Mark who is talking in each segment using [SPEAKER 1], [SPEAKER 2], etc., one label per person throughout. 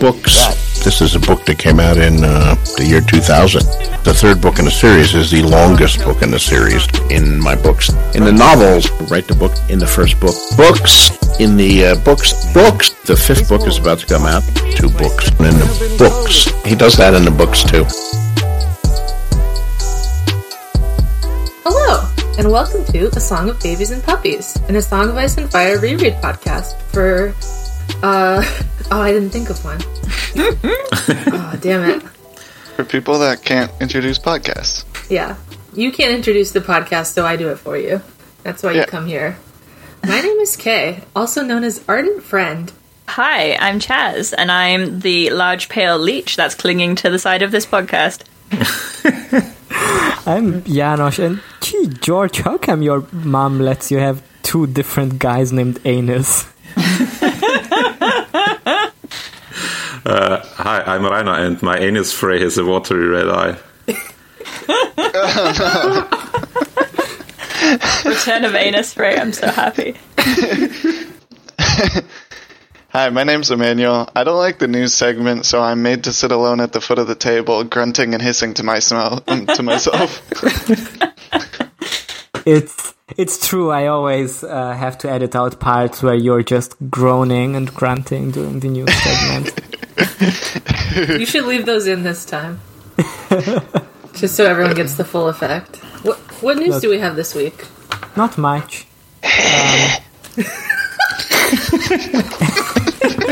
[SPEAKER 1] books. This is a book that came out in uh, the year 2000. The third book in the series is the longest book in the series in my books. In the novels, write the book in the first book. Books in the uh, books. Books. The fifth book is about to come out. Two books. And in the books. He does that in the books too.
[SPEAKER 2] Hello, and welcome to A Song of Babies and Puppies, an A Song of Ice and Fire reread podcast for. Uh, oh, I didn't think of one. oh, damn it.
[SPEAKER 3] For people that can't introduce podcasts.
[SPEAKER 2] Yeah. You can't introduce the podcast, so I do it for you. That's why
[SPEAKER 3] Yeah.
[SPEAKER 2] you come here. My name is Kay, also known as Ardent Friend.
[SPEAKER 4] Hi, I'm Chaz, and I'm the large pale leech that's clinging to the side of this podcast.
[SPEAKER 5] I'm Janosch, and gee, George, how come your mom lets you have two different guys named Anus?
[SPEAKER 6] Hi, I'm Rainer, and my anus fray has a watery red eye.
[SPEAKER 4] Return of Anus Ray, I'm so happy.
[SPEAKER 3] Hi, my name's Emmanuel. I don't like the news segment, so I'm made to sit alone at the foot of the table, grunting and hissing to my smell um, to myself.
[SPEAKER 5] It's it's true. I always uh, have to edit out parts where you're just groaning and grunting during the news segment.
[SPEAKER 2] You should leave those in this time. Just so everyone gets the full effect. What, what news do we have this week?
[SPEAKER 5] Not much.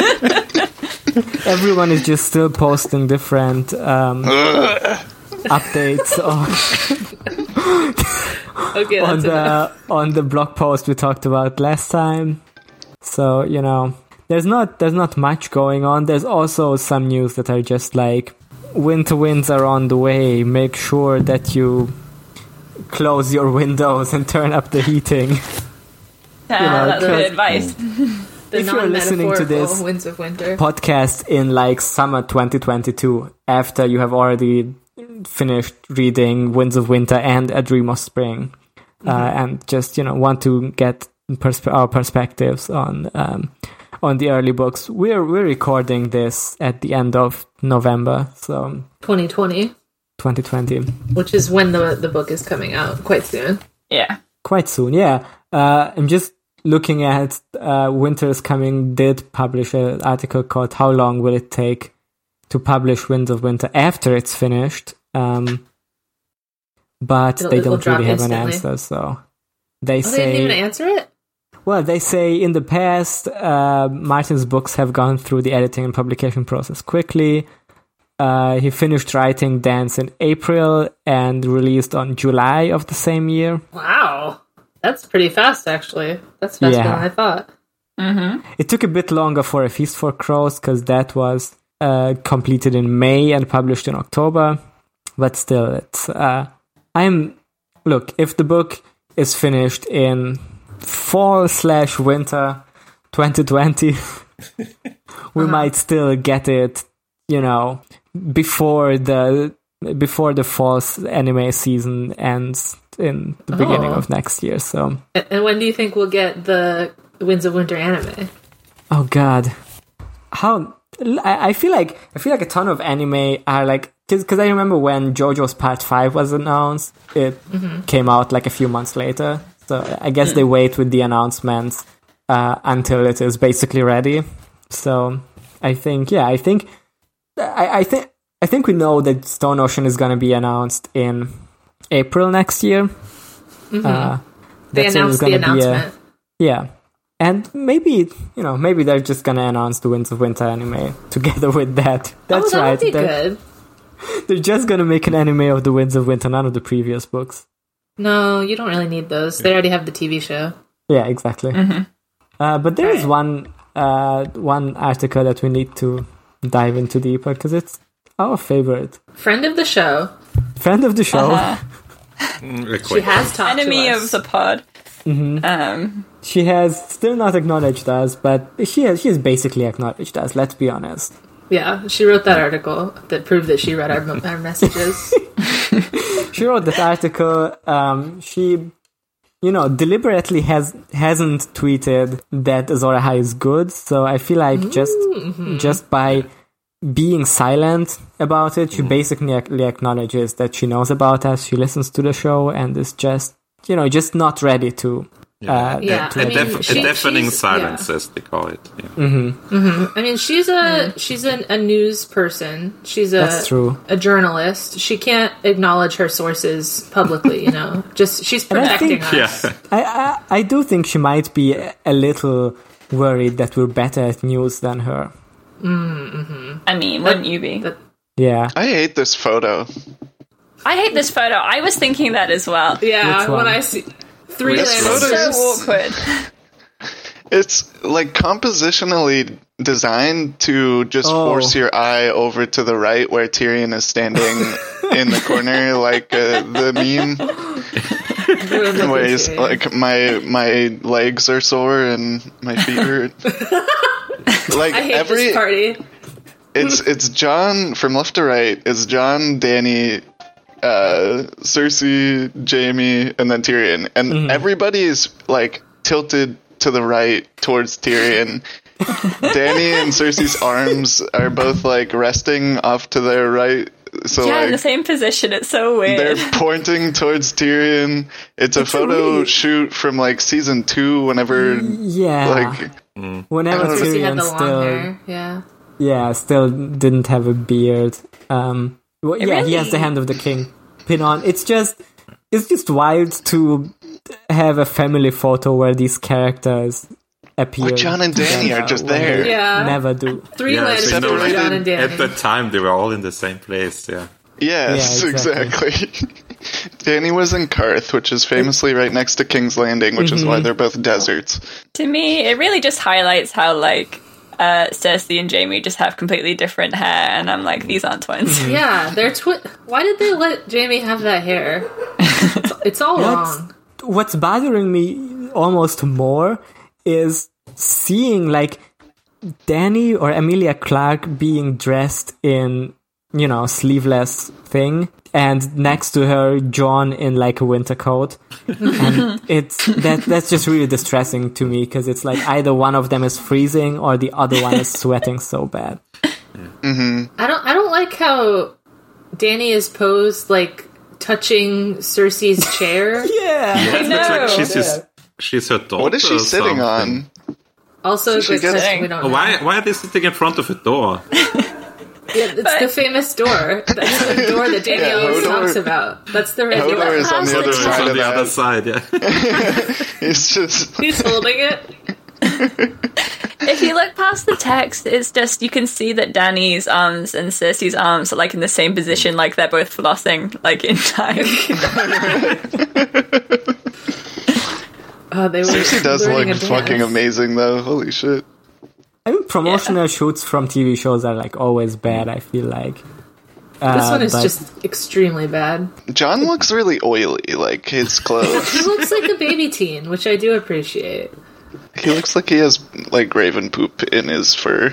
[SPEAKER 5] Um, everyone is just still posting different um, updates on
[SPEAKER 2] Okay,
[SPEAKER 5] on
[SPEAKER 2] that's enough.
[SPEAKER 5] the on the blog post we talked about last time. So you know, there's not there's not much going on. There's also some news that are just like winter winds are on the way. Make sure that you close your windows and turn up the heating.
[SPEAKER 4] Ah,
[SPEAKER 5] know,
[SPEAKER 4] that's
[SPEAKER 5] because-
[SPEAKER 4] good advice.
[SPEAKER 2] the
[SPEAKER 5] if you're listening to
[SPEAKER 2] non-metaphorical
[SPEAKER 5] this-
[SPEAKER 2] winds of winter.
[SPEAKER 5] Podcast in like summer 2022 after you have already finished reading Winds of Winter and A Dream of Spring. uh, and just you know want to get persp- our perspectives on um, on the early books. We're we're recording this at the end of November, so
[SPEAKER 2] 2020,
[SPEAKER 5] 2020,
[SPEAKER 2] which is when the the book is coming out quite soon.
[SPEAKER 4] Yeah.
[SPEAKER 5] quite soon. Yeah, uh, I'm just looking at uh, Winter is coming. Did publish an article called "How long will it take to publish Winds of Winter after it's finished?" Um, but
[SPEAKER 2] It'll-
[SPEAKER 5] they
[SPEAKER 2] it'll
[SPEAKER 5] don't
[SPEAKER 2] drop
[SPEAKER 5] really have an
[SPEAKER 2] instantly.
[SPEAKER 5] answer, so they
[SPEAKER 2] Oh,
[SPEAKER 5] say
[SPEAKER 2] they didn't even answer it.
[SPEAKER 5] Well, they say in the past, uh, Martin's books have gone through the editing and publication process quickly. Uh, he finished writing Dance in April and released on July of the same year.
[SPEAKER 2] Wow, that's pretty fast, actually. That's faster
[SPEAKER 5] Yeah.
[SPEAKER 2] than I thought.
[SPEAKER 5] It took a bit longer for A Feast for Crows because that was uh, completed in May and published in October. But still, it's. Uh, I'm. Look, if the book is finished in fall slash winter 2020, we might still get it, you know, before the before the fall s- anime season ends in the beginning
[SPEAKER 2] Oh.
[SPEAKER 5] of next year. So,
[SPEAKER 2] A- And when do you think we'll get the Winds of Winter anime?
[SPEAKER 5] Oh God, how I, I feel like I feel like a ton of anime are like because I remember when JoJo's Part Five was announced, it
[SPEAKER 2] Mm-hmm.
[SPEAKER 5] came out like a few months later. So I guess
[SPEAKER 2] Mm.
[SPEAKER 5] they wait with the announcements uh, until it is basically ready. So I think yeah, I think I, I think I think we know that Stone Ocean is going to be announced in April next year. Uh,
[SPEAKER 2] Mm-hmm. They
[SPEAKER 5] that's when
[SPEAKER 2] announced
[SPEAKER 5] it's
[SPEAKER 2] the
[SPEAKER 5] gonna be a-
[SPEAKER 2] announcement.
[SPEAKER 5] yeah. And maybe, you know, maybe they're just gonna announce the Winds of Winter anime together with that.
[SPEAKER 2] oh,
[SPEAKER 5] That's
[SPEAKER 2] that
[SPEAKER 5] right.
[SPEAKER 2] would be
[SPEAKER 5] they're,
[SPEAKER 2] good.
[SPEAKER 5] they're just gonna make an anime of the Winds of Winter, none of the previous books.
[SPEAKER 2] No, you don't really need those. They already have the TV show.
[SPEAKER 5] Yeah, exactly.
[SPEAKER 2] Mm-hmm.
[SPEAKER 5] Uh, but there is one uh, one article that we need to dive into deeper because it's our favorite
[SPEAKER 2] Friend of the show.
[SPEAKER 5] friend of the show.
[SPEAKER 2] Uh-huh. Mm, She has talked
[SPEAKER 4] Enemy
[SPEAKER 2] to
[SPEAKER 4] of
[SPEAKER 2] us.
[SPEAKER 4] the pod. Um,
[SPEAKER 5] She has still not acknowledged us, but she has she has basically acknowledged us. Let's be honest.
[SPEAKER 2] yeah, she wrote that article that proved that she read our, our messages.
[SPEAKER 5] she wrote that article. Um, she, you know, deliberately has hasn't
[SPEAKER 2] Mm-hmm.
[SPEAKER 5] tweeted that Azor Ahai is good. So I feel like just just by being silent about it,
[SPEAKER 2] Mm-hmm.
[SPEAKER 5] she basically ac- acknowledges that she knows about us. She listens to the show and is just, you know, just not ready to. Uh,
[SPEAKER 2] Yeah,
[SPEAKER 5] to
[SPEAKER 2] I
[SPEAKER 6] A,
[SPEAKER 2] mean,
[SPEAKER 6] def-
[SPEAKER 2] she-
[SPEAKER 6] a deafening
[SPEAKER 2] she's-
[SPEAKER 6] silence,
[SPEAKER 2] yeah.
[SPEAKER 6] as they call it. Yeah.
[SPEAKER 2] I mean, she's a she's an, a news person. She's a
[SPEAKER 5] Hmm. That's true.
[SPEAKER 2] a journalist. She can't acknowledge her sources publicly. You know, just she's
[SPEAKER 5] I
[SPEAKER 2] protecting
[SPEAKER 5] think-
[SPEAKER 2] us.
[SPEAKER 6] Yeah.
[SPEAKER 5] I, I I do think she might be a a little worried that we're better at news than her.
[SPEAKER 4] I mean, wouldn't you be?
[SPEAKER 2] that-
[SPEAKER 5] Yeah,
[SPEAKER 3] I hate this photo.
[SPEAKER 4] I hate this photo. I was thinking that as well.
[SPEAKER 2] Yeah,
[SPEAKER 5] Which
[SPEAKER 2] when I
[SPEAKER 5] one?
[SPEAKER 2] see three
[SPEAKER 3] Which
[SPEAKER 2] lanterns.
[SPEAKER 3] one?
[SPEAKER 4] So
[SPEAKER 3] Yes.
[SPEAKER 4] awkward.
[SPEAKER 3] It's like compositionally designed to just
[SPEAKER 5] Oh.
[SPEAKER 3] force your eye over to the right where Tyrion is standing in the corner, like uh, the meme where he's like my my legs are sore and my feet hurt. like
[SPEAKER 2] I hate
[SPEAKER 3] every
[SPEAKER 2] this party.
[SPEAKER 3] it's it's John from left to right. It's John, Danny, uh, Cersei, Jamie, and then Tyrion, and
[SPEAKER 5] Mm-hmm.
[SPEAKER 3] everybody is like tilted to the right towards Tyrion. Danny and Cersei's arms are both like resting off to their right, so
[SPEAKER 4] Yeah, in the
[SPEAKER 3] like
[SPEAKER 4] same position. It's so
[SPEAKER 3] they're
[SPEAKER 4] weird.
[SPEAKER 3] pointing towards Tyrion. It's a photo
[SPEAKER 5] really-
[SPEAKER 3] shoot from like season two, whenever
[SPEAKER 5] yeah.
[SPEAKER 3] like
[SPEAKER 5] Whenever
[SPEAKER 3] don't know.
[SPEAKER 2] He had
[SPEAKER 5] Tyrion
[SPEAKER 2] the long
[SPEAKER 5] still,
[SPEAKER 2] hair. Yeah.
[SPEAKER 5] yeah, still didn't have a beard. Um, well, yeah, he has the hand of the king pin on. It's just, it's just wild to have a family photo where these characters appear.
[SPEAKER 3] John and Danny
[SPEAKER 5] together
[SPEAKER 3] are just
[SPEAKER 5] when they
[SPEAKER 3] there.
[SPEAKER 2] Yeah.
[SPEAKER 5] Never do.
[SPEAKER 2] Three
[SPEAKER 6] Yeah,
[SPEAKER 2] lanterns
[SPEAKER 6] so
[SPEAKER 3] no,
[SPEAKER 2] for
[SPEAKER 3] they
[SPEAKER 2] John and
[SPEAKER 3] did-
[SPEAKER 6] At
[SPEAKER 2] Danny.
[SPEAKER 6] that time, they were all in the same place. Yeah.
[SPEAKER 3] Yes,
[SPEAKER 5] Yeah,
[SPEAKER 3] exactly. Danny was in Karth, which is famously right next to King's Landing, which is why they're both deserts.
[SPEAKER 4] to me, it really just highlights how like uh, Cersei and Jamie just have completely different hair, and I'm like, these aren't twins.
[SPEAKER 2] Yeah, they're twi- Why did they let Jamie have that hair? It's, it's all
[SPEAKER 5] That's-
[SPEAKER 2] wrong.
[SPEAKER 5] What's bothering me almost more is seeing like Danny or Amelia Clark being dressed in you know sleeveless thing, and next to her John in like a winter coat. and it's that that's just really distressing to me because it's like either one of them is freezing or the other one is sweating so bad.
[SPEAKER 2] I don't. I don't like how Danny is posed like touching Cersei's chair.
[SPEAKER 5] Yeah,
[SPEAKER 6] It looks like she's,
[SPEAKER 5] Yeah.
[SPEAKER 6] his, she's her daughter.
[SPEAKER 3] What is she
[SPEAKER 6] or
[SPEAKER 3] sitting
[SPEAKER 6] something.
[SPEAKER 3] on?
[SPEAKER 2] Also,
[SPEAKER 3] She
[SPEAKER 2] she
[SPEAKER 3] gets-
[SPEAKER 2] we don't.
[SPEAKER 6] Oh,
[SPEAKER 2] Know.
[SPEAKER 6] Why, why are they sitting in front of a door?
[SPEAKER 2] Yeah, it's the famous door. That's the door that Danny
[SPEAKER 3] Yeah,
[SPEAKER 2] always
[SPEAKER 3] Hodor-
[SPEAKER 2] talks about. That's the red
[SPEAKER 3] Hodor
[SPEAKER 2] door.
[SPEAKER 3] is on the other
[SPEAKER 6] It's
[SPEAKER 3] side
[SPEAKER 6] on
[SPEAKER 3] of
[SPEAKER 6] the other
[SPEAKER 3] that.
[SPEAKER 6] side, yeah.
[SPEAKER 3] It's just
[SPEAKER 2] He's holding it.
[SPEAKER 4] if you look past the text, it's just you can see that Danny's arms and Cersei's arms are like in the same position, like they're both flossing, like in time.
[SPEAKER 2] Oh, they were.
[SPEAKER 3] Cersei does
[SPEAKER 2] learning
[SPEAKER 3] look
[SPEAKER 2] a dance.
[SPEAKER 3] fucking amazing though. Holy shit.
[SPEAKER 5] I mean promotional shoots from TV shows are like always bad. I feel like
[SPEAKER 2] This
[SPEAKER 5] Uh,
[SPEAKER 2] one is
[SPEAKER 5] but-
[SPEAKER 2] just extremely bad.
[SPEAKER 3] John looks really oily, like his clothes.
[SPEAKER 2] He looks like a baby teen, which I do appreciate.
[SPEAKER 3] he looks like he has like raven poop in his fur.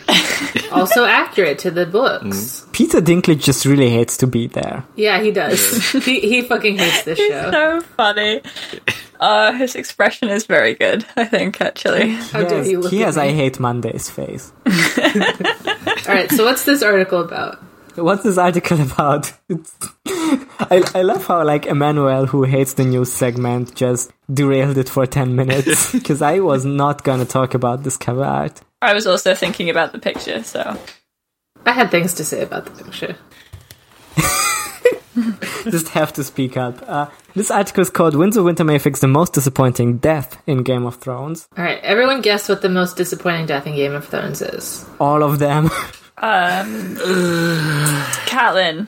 [SPEAKER 2] Also accurate to the books.
[SPEAKER 3] Mm-hmm.
[SPEAKER 5] Peter Dinklage just really hates to be there.
[SPEAKER 2] Yeah, he does. he, he fucking hates this
[SPEAKER 4] He's
[SPEAKER 2] show.
[SPEAKER 4] so funny. Uh, his expression is very good, I think, actually.
[SPEAKER 2] How dare you look
[SPEAKER 5] he
[SPEAKER 2] at
[SPEAKER 5] has
[SPEAKER 2] me.
[SPEAKER 5] I hate Monday's face.
[SPEAKER 2] All right, so what's this article about?
[SPEAKER 5] What's this article about? It's, I, I love how like Emmanuel, who hates the news segment, just derailed it for ten minutes because I was not gonna talk about this cover art.
[SPEAKER 4] I was also thinking about the picture, so.
[SPEAKER 2] I had things to say about the picture.
[SPEAKER 5] Just have to speak up. Uh, this article is called "Windsor Winter May Fix the Most Disappointing Death in Game of Thrones."
[SPEAKER 2] All right, everyone guess what the most disappointing death in Game of Thrones is.
[SPEAKER 5] All of them.
[SPEAKER 4] Um, Catelyn.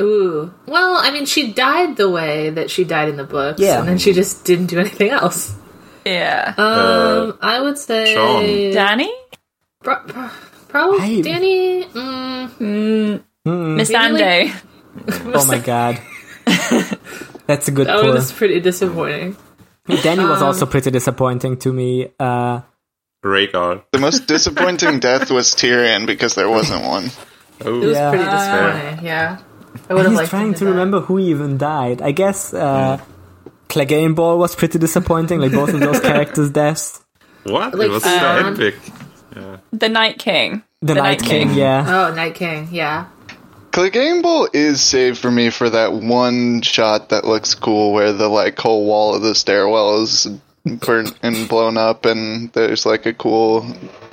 [SPEAKER 2] Ooh. Well, I mean, she died the way that she died in the books,
[SPEAKER 5] Yeah.
[SPEAKER 2] and then she just didn't do anything else.
[SPEAKER 4] Yeah.
[SPEAKER 6] Uh,
[SPEAKER 2] Um, I would say
[SPEAKER 6] Sean.
[SPEAKER 4] Danny?
[SPEAKER 2] pro- pro- probably
[SPEAKER 5] I-
[SPEAKER 2] Danny. Mm,
[SPEAKER 5] Mm.
[SPEAKER 4] Miss
[SPEAKER 2] Maybe,
[SPEAKER 4] Ande.
[SPEAKER 5] oh my god, that's a good.
[SPEAKER 2] that
[SPEAKER 5] pull.
[SPEAKER 2] was um, pretty disappointing.
[SPEAKER 5] Danny was also pretty disappointing to me. Uh,
[SPEAKER 6] Rhaegar.
[SPEAKER 3] The most disappointing death was Tyrion because there wasn't one.
[SPEAKER 6] Oh,
[SPEAKER 2] It was
[SPEAKER 5] Yeah.
[SPEAKER 2] pretty disappointing. Yeah, I would have
[SPEAKER 5] he's
[SPEAKER 2] liked him
[SPEAKER 5] trying to
[SPEAKER 2] die.
[SPEAKER 5] remember who even died. I guess uh, Clegane Ball was pretty disappointing. Like both of those characters' deaths.
[SPEAKER 6] What?
[SPEAKER 2] Like,
[SPEAKER 6] it was so
[SPEAKER 2] um,
[SPEAKER 6] epic.
[SPEAKER 4] The Night King.
[SPEAKER 5] The, Night,
[SPEAKER 4] Night
[SPEAKER 5] King,
[SPEAKER 4] King.
[SPEAKER 5] yeah.
[SPEAKER 2] Oh, Night King. Yeah.
[SPEAKER 3] Cleganebowl is saved for me for that one shot that looks cool where the like whole wall of the stairwell is burnt and blown up and there's like a cool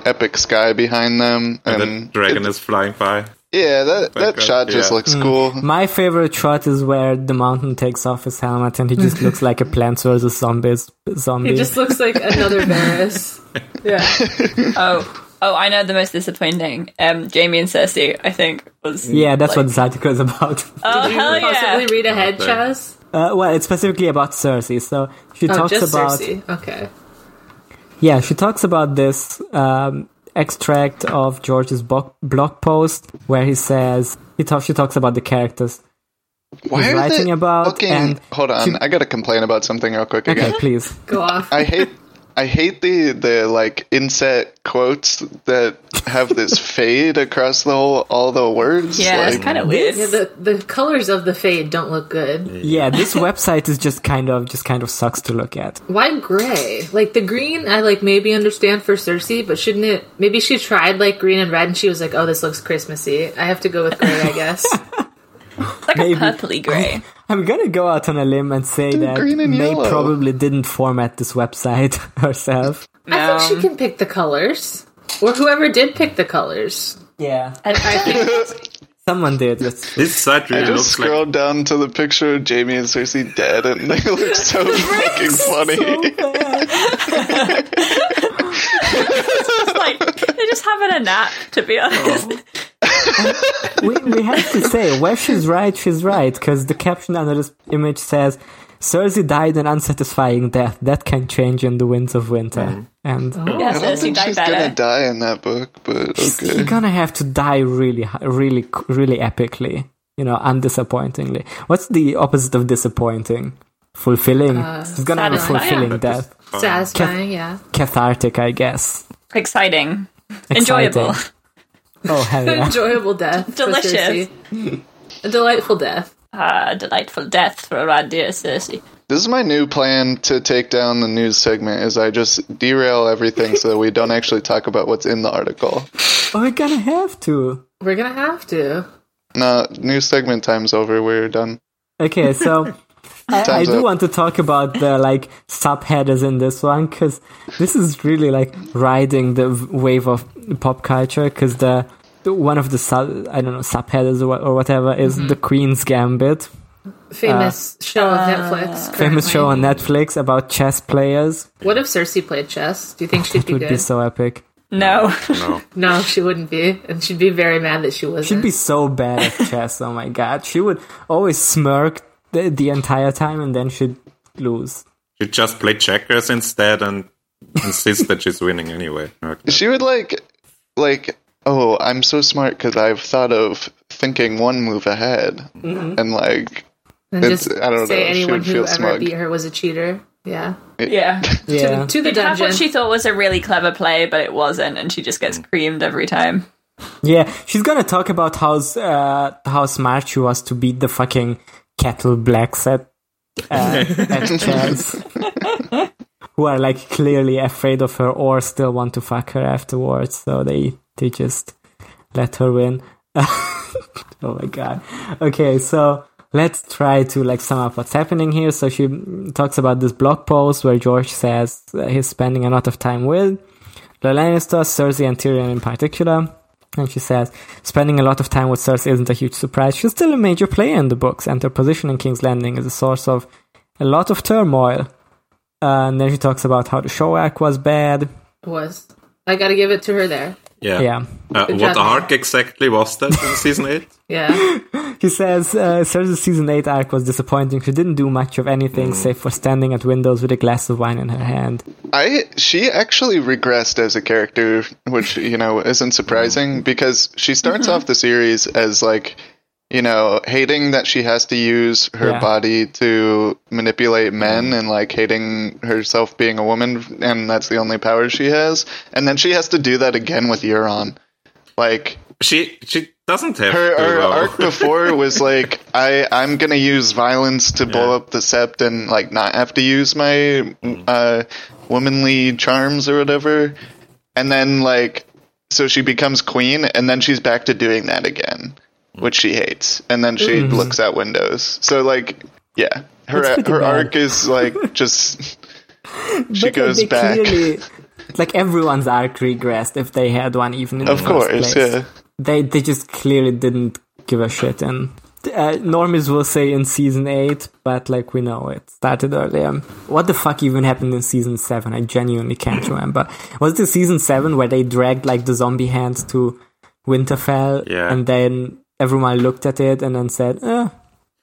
[SPEAKER 3] epic sky behind them and,
[SPEAKER 6] the dragon
[SPEAKER 3] it-
[SPEAKER 6] is flying by.
[SPEAKER 3] yeah that, that
[SPEAKER 6] Background,
[SPEAKER 3] shot just
[SPEAKER 6] yeah.
[SPEAKER 5] Hmm.
[SPEAKER 3] looks cool
[SPEAKER 5] My favorite shot is where the mountain takes off his helmet and he just looks like a Plants vs. Zombies zombie.
[SPEAKER 2] It just looks like another Varus. Yeah.
[SPEAKER 4] Oh, oh, I know the most disappointing. Um, Jamie and Cersei, I think, was
[SPEAKER 5] yeah, that's
[SPEAKER 4] like-
[SPEAKER 5] what this article is about.
[SPEAKER 4] Oh hell
[SPEAKER 2] Possibly
[SPEAKER 4] yeah!
[SPEAKER 2] read ahead,
[SPEAKER 6] Okay.
[SPEAKER 2] Chaz.
[SPEAKER 5] Uh, well, it's specifically about Cersei. So she
[SPEAKER 2] Oh,
[SPEAKER 5] talks
[SPEAKER 2] just
[SPEAKER 5] about
[SPEAKER 2] Cersei. Okay.
[SPEAKER 5] yeah, she talks about this um, extract of George's bo- blog post where he says he talks. She talks about the characters.
[SPEAKER 3] why are
[SPEAKER 5] writing
[SPEAKER 3] they
[SPEAKER 5] about
[SPEAKER 3] looking
[SPEAKER 5] and
[SPEAKER 3] hold on
[SPEAKER 5] she-
[SPEAKER 3] i gotta complain about something real quick
[SPEAKER 5] Okay,
[SPEAKER 3] again
[SPEAKER 5] please.
[SPEAKER 2] Go off.
[SPEAKER 3] I hate I hate the the like inset quotes that have this fade across the whole all the words.
[SPEAKER 4] Yeah, it's
[SPEAKER 3] like,
[SPEAKER 4] kind of weird.
[SPEAKER 2] Yeah, the the colors of the fade don't look good.
[SPEAKER 5] Yeah, this website is just kind of just kind of sucks to look at.
[SPEAKER 2] Why gray? Like the green, I like maybe understand for Cersei, but shouldn't it? Maybe she tried like green and red, and she was like, "Oh, this looks Christmassy." I have to go with gray, I guess.
[SPEAKER 4] It's like
[SPEAKER 5] Maybe.
[SPEAKER 4] a purpley grey.
[SPEAKER 5] I'm gonna go out on a limb and say that
[SPEAKER 3] green and
[SPEAKER 5] May
[SPEAKER 3] yellow.
[SPEAKER 5] probably didn't format this website herself.
[SPEAKER 2] I think she can pick the colors, or whoever did pick the colors.
[SPEAKER 5] Yeah,
[SPEAKER 4] I, I think
[SPEAKER 5] someone did. That's
[SPEAKER 6] This site
[SPEAKER 3] I
[SPEAKER 6] really
[SPEAKER 3] just
[SPEAKER 6] looks like
[SPEAKER 3] scrolled down to the picture of Jamie and Cersei dead, and they look so fucking funny.
[SPEAKER 4] it's like they're just having a nap. To be honest,
[SPEAKER 5] we, we have to say, where she's right, she's right, because the caption under this image says, Cersei died an unsatisfying death that can change in the winds of winter. And
[SPEAKER 4] yeah,
[SPEAKER 3] I don't
[SPEAKER 4] Cersei
[SPEAKER 3] think
[SPEAKER 4] died
[SPEAKER 3] she's gonna
[SPEAKER 4] better.
[SPEAKER 3] die in that book, but
[SPEAKER 5] you're
[SPEAKER 3] okay.
[SPEAKER 5] gonna have to die really, hi- really, really epically, you know, undisappointingly. What's the opposite of disappointing? Fulfilling.
[SPEAKER 3] Uh,
[SPEAKER 5] She's gonna have a
[SPEAKER 2] satisfying.
[SPEAKER 5] fulfilling death.
[SPEAKER 2] Satisfying, yeah.
[SPEAKER 5] Cathartic, I guess.
[SPEAKER 4] Exciting, enjoyable.
[SPEAKER 5] Exciting. Oh, hell yeah.
[SPEAKER 2] Enjoyable death. for
[SPEAKER 4] Delicious.
[SPEAKER 2] Cersei. A delightful death.
[SPEAKER 4] Ah, delightful death for our dear Cersei.
[SPEAKER 3] This is my new plan to take down the news segment. Is I just derail everything so that we don't actually talk about what's in the article.
[SPEAKER 5] Oh, we're gonna have to.
[SPEAKER 2] We're gonna have to.
[SPEAKER 3] No, news segment time's over. We're done.
[SPEAKER 5] Okay, so I, I
[SPEAKER 3] Time's
[SPEAKER 5] do
[SPEAKER 3] up.
[SPEAKER 5] want to talk about the like subheaders in this one because this is really like riding the v- wave of pop culture because the the- one of the sub I don't know subheaders or, what- or whatever is
[SPEAKER 3] Mm-hmm.
[SPEAKER 5] the Queen's Gambit,
[SPEAKER 2] Famous show on Netflix.
[SPEAKER 5] Uh, famous
[SPEAKER 2] currently.
[SPEAKER 5] show on Netflix about chess players.
[SPEAKER 2] What if Cersei played chess? Do you think she'd be
[SPEAKER 5] Would
[SPEAKER 2] good?
[SPEAKER 5] be so epic.
[SPEAKER 4] No,
[SPEAKER 6] no.
[SPEAKER 2] no, she wouldn't be, and she'd be very mad that she wasn't.
[SPEAKER 5] She'd be so bad at chess. Oh my god, she would always smirk the, the entire time and then she'd lose.
[SPEAKER 6] She just played checkers instead and insists that she's winning anyway. Okay.
[SPEAKER 3] she would like like oh i'm so smart because i've thought of thinking one move ahead and like
[SPEAKER 2] and
[SPEAKER 3] It's-
[SPEAKER 2] just
[SPEAKER 3] I don't
[SPEAKER 2] say
[SPEAKER 3] know, she
[SPEAKER 2] anyone
[SPEAKER 3] would
[SPEAKER 2] who
[SPEAKER 3] feel
[SPEAKER 2] ever
[SPEAKER 3] smug.
[SPEAKER 2] beat her was a cheater. Yeah.
[SPEAKER 4] yeah.
[SPEAKER 5] Yeah,
[SPEAKER 2] To the
[SPEAKER 4] That's
[SPEAKER 2] dungeon.
[SPEAKER 4] what she thought was a really clever play, but it wasn't, and she just gets creamed every time.
[SPEAKER 5] Yeah, she's gonna talk about how s- uh, how smart she was to beat the fucking kettle blacks at uh, at chess, who are like clearly afraid of her or still want to fuck her afterwards. So they they just let her win. oh my god. Okay, so let's try to like sum up what's happening here. So she mm, talks about this blog post where George says uh, he's spending a lot of time with the Lannisters, Cersei, and Tyrion in particular. And she says, spending a lot of time with Cersei isn't a huge surprise. She's still a major player in the books, and her position in King's Landing is a source of a lot of turmoil. Uh, and then she talks about how the show arc was bad.
[SPEAKER 2] was. I gotta give it to her there.
[SPEAKER 6] Yeah.
[SPEAKER 5] Yeah.
[SPEAKER 6] Uh,
[SPEAKER 2] Good
[SPEAKER 6] what
[SPEAKER 2] job.
[SPEAKER 6] arc exactly was that in season 8?
[SPEAKER 2] Yeah.
[SPEAKER 5] He says uh, Cersei's season 8 arc was disappointing. She didn't do much of anything
[SPEAKER 3] Mm.
[SPEAKER 5] save for standing at windows with a glass of wine in her hand.
[SPEAKER 3] i she actually regressed as a character which you know isn't surprising because she starts off the series as like you know hating that she has to use her
[SPEAKER 5] Yeah.
[SPEAKER 3] body to manipulate men and like hating herself being a woman and that's the only power she has and then she has to do that again with euron like
[SPEAKER 6] She she doesn't have
[SPEAKER 3] her,
[SPEAKER 6] to,
[SPEAKER 3] her
[SPEAKER 6] though.
[SPEAKER 3] arc before was like I I'm gonna use violence to blow up the sept and like not have to use my uh, womanly charms or whatever, and then like so she becomes queen, and then she's back to doing that again, which she hates. And then she looks out windows. So like, yeah, her
[SPEAKER 5] pretty
[SPEAKER 3] her
[SPEAKER 5] bad.
[SPEAKER 3] arc is like just she
[SPEAKER 5] But, like,
[SPEAKER 3] goes
[SPEAKER 5] they
[SPEAKER 3] back.
[SPEAKER 5] Clearly, like everyone's arc regressed if they had one, even in
[SPEAKER 3] of
[SPEAKER 5] the first
[SPEAKER 3] course,
[SPEAKER 5] place.
[SPEAKER 3] yeah.
[SPEAKER 5] They they just clearly didn't give a shit, and uh, normies will say in season eight, but like we know it started earlier. What the fuck even happened in season seven? I genuinely can't remember. Was it season seven where they dragged like the zombie hand to Winterfell,
[SPEAKER 6] Yeah.
[SPEAKER 5] and then everyone looked at it and then said, eh,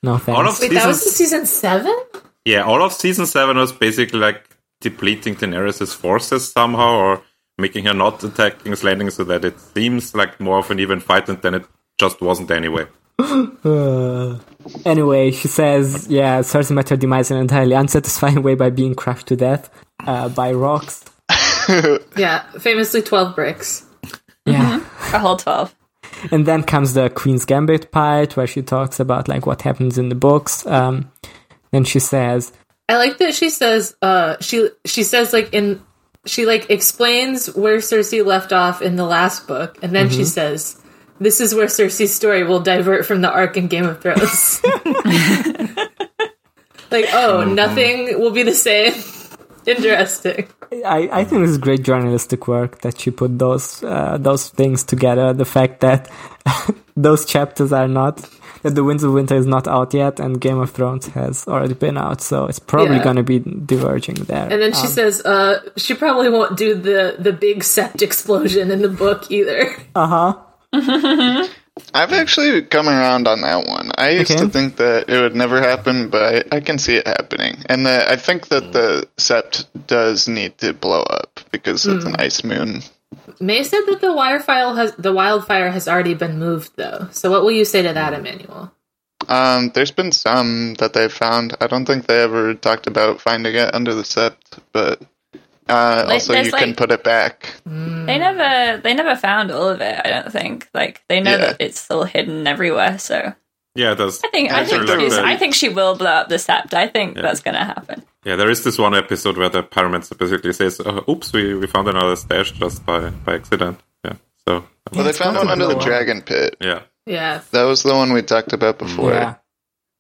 [SPEAKER 5] "No thanks."
[SPEAKER 6] All of
[SPEAKER 2] Wait,
[SPEAKER 6] season,
[SPEAKER 2] that was in season seven?
[SPEAKER 6] yeah, all of season seven was basically like depleting Daenerys' forces somehow, or making her not attack King's Landing, so that it seems like more of an even fight, and then it just wasn't anyway.
[SPEAKER 5] Uh, anyway, she says, yeah, Cersei met her demise in an entirely unsatisfying way by being crushed to death uh, by rocks.
[SPEAKER 2] Yeah, famously 12 bricks.
[SPEAKER 5] Yeah.
[SPEAKER 4] A whole 12.
[SPEAKER 5] and then comes the Queen's Gambit part where she talks about like what happens in the books. Um, then she says,
[SPEAKER 2] I like that she says uh she she says like in she like explains where Cersei left off in the last book and then she says this is where Cersei's story will divert from the arc in Game of Thrones. like, oh, nothing will be the same. Interesting.
[SPEAKER 5] I, I think this is great journalistic work that she put those uh, those things together. The fact that those chapters are not that the Winds of Winter is not out yet, and Game of Thrones has already been out, so it's probably
[SPEAKER 2] Yeah.
[SPEAKER 5] going to be diverging there.
[SPEAKER 2] And then she says, uh, she probably won't do the the big sept explosion in the book either.
[SPEAKER 5] Uh-huh.
[SPEAKER 3] I've actually come around on that one. I used
[SPEAKER 5] Okay.
[SPEAKER 3] to think that it would never happen, but I, I can see it happening. And the, I think that
[SPEAKER 4] Mm.
[SPEAKER 3] the sept does need to blow up because it's
[SPEAKER 5] Mm.
[SPEAKER 3] an ice moon.
[SPEAKER 2] May said that the wildfire has the wildfire has already been moved though. So what will you say to that, Emmanuel?
[SPEAKER 3] Um, there's been some that they found. I don't think they ever talked about finding it under the sept, but uh, also
[SPEAKER 4] there's
[SPEAKER 3] you can
[SPEAKER 4] like-
[SPEAKER 3] put it back.
[SPEAKER 4] They never they never found all of it, I don't think. Like they know
[SPEAKER 3] Yeah.
[SPEAKER 4] that it's still hidden everywhere, so
[SPEAKER 6] Yeah, there's
[SPEAKER 4] I think I
[SPEAKER 6] That's
[SPEAKER 4] think
[SPEAKER 6] a little
[SPEAKER 4] she's-
[SPEAKER 6] bit-
[SPEAKER 4] I think she will blow up the sept. I think that's gonna happen.
[SPEAKER 6] yeah, there is this one episode where the paramedic basically says, oh, "Oops, we, we found another stash just by by accident." Yeah, so
[SPEAKER 3] Well, they found
[SPEAKER 5] not
[SPEAKER 3] one under the
[SPEAKER 5] blow up.
[SPEAKER 3] dragon pit.
[SPEAKER 6] yeah,
[SPEAKER 2] Yeah.
[SPEAKER 3] That was the one we talked about before,
[SPEAKER 5] yeah.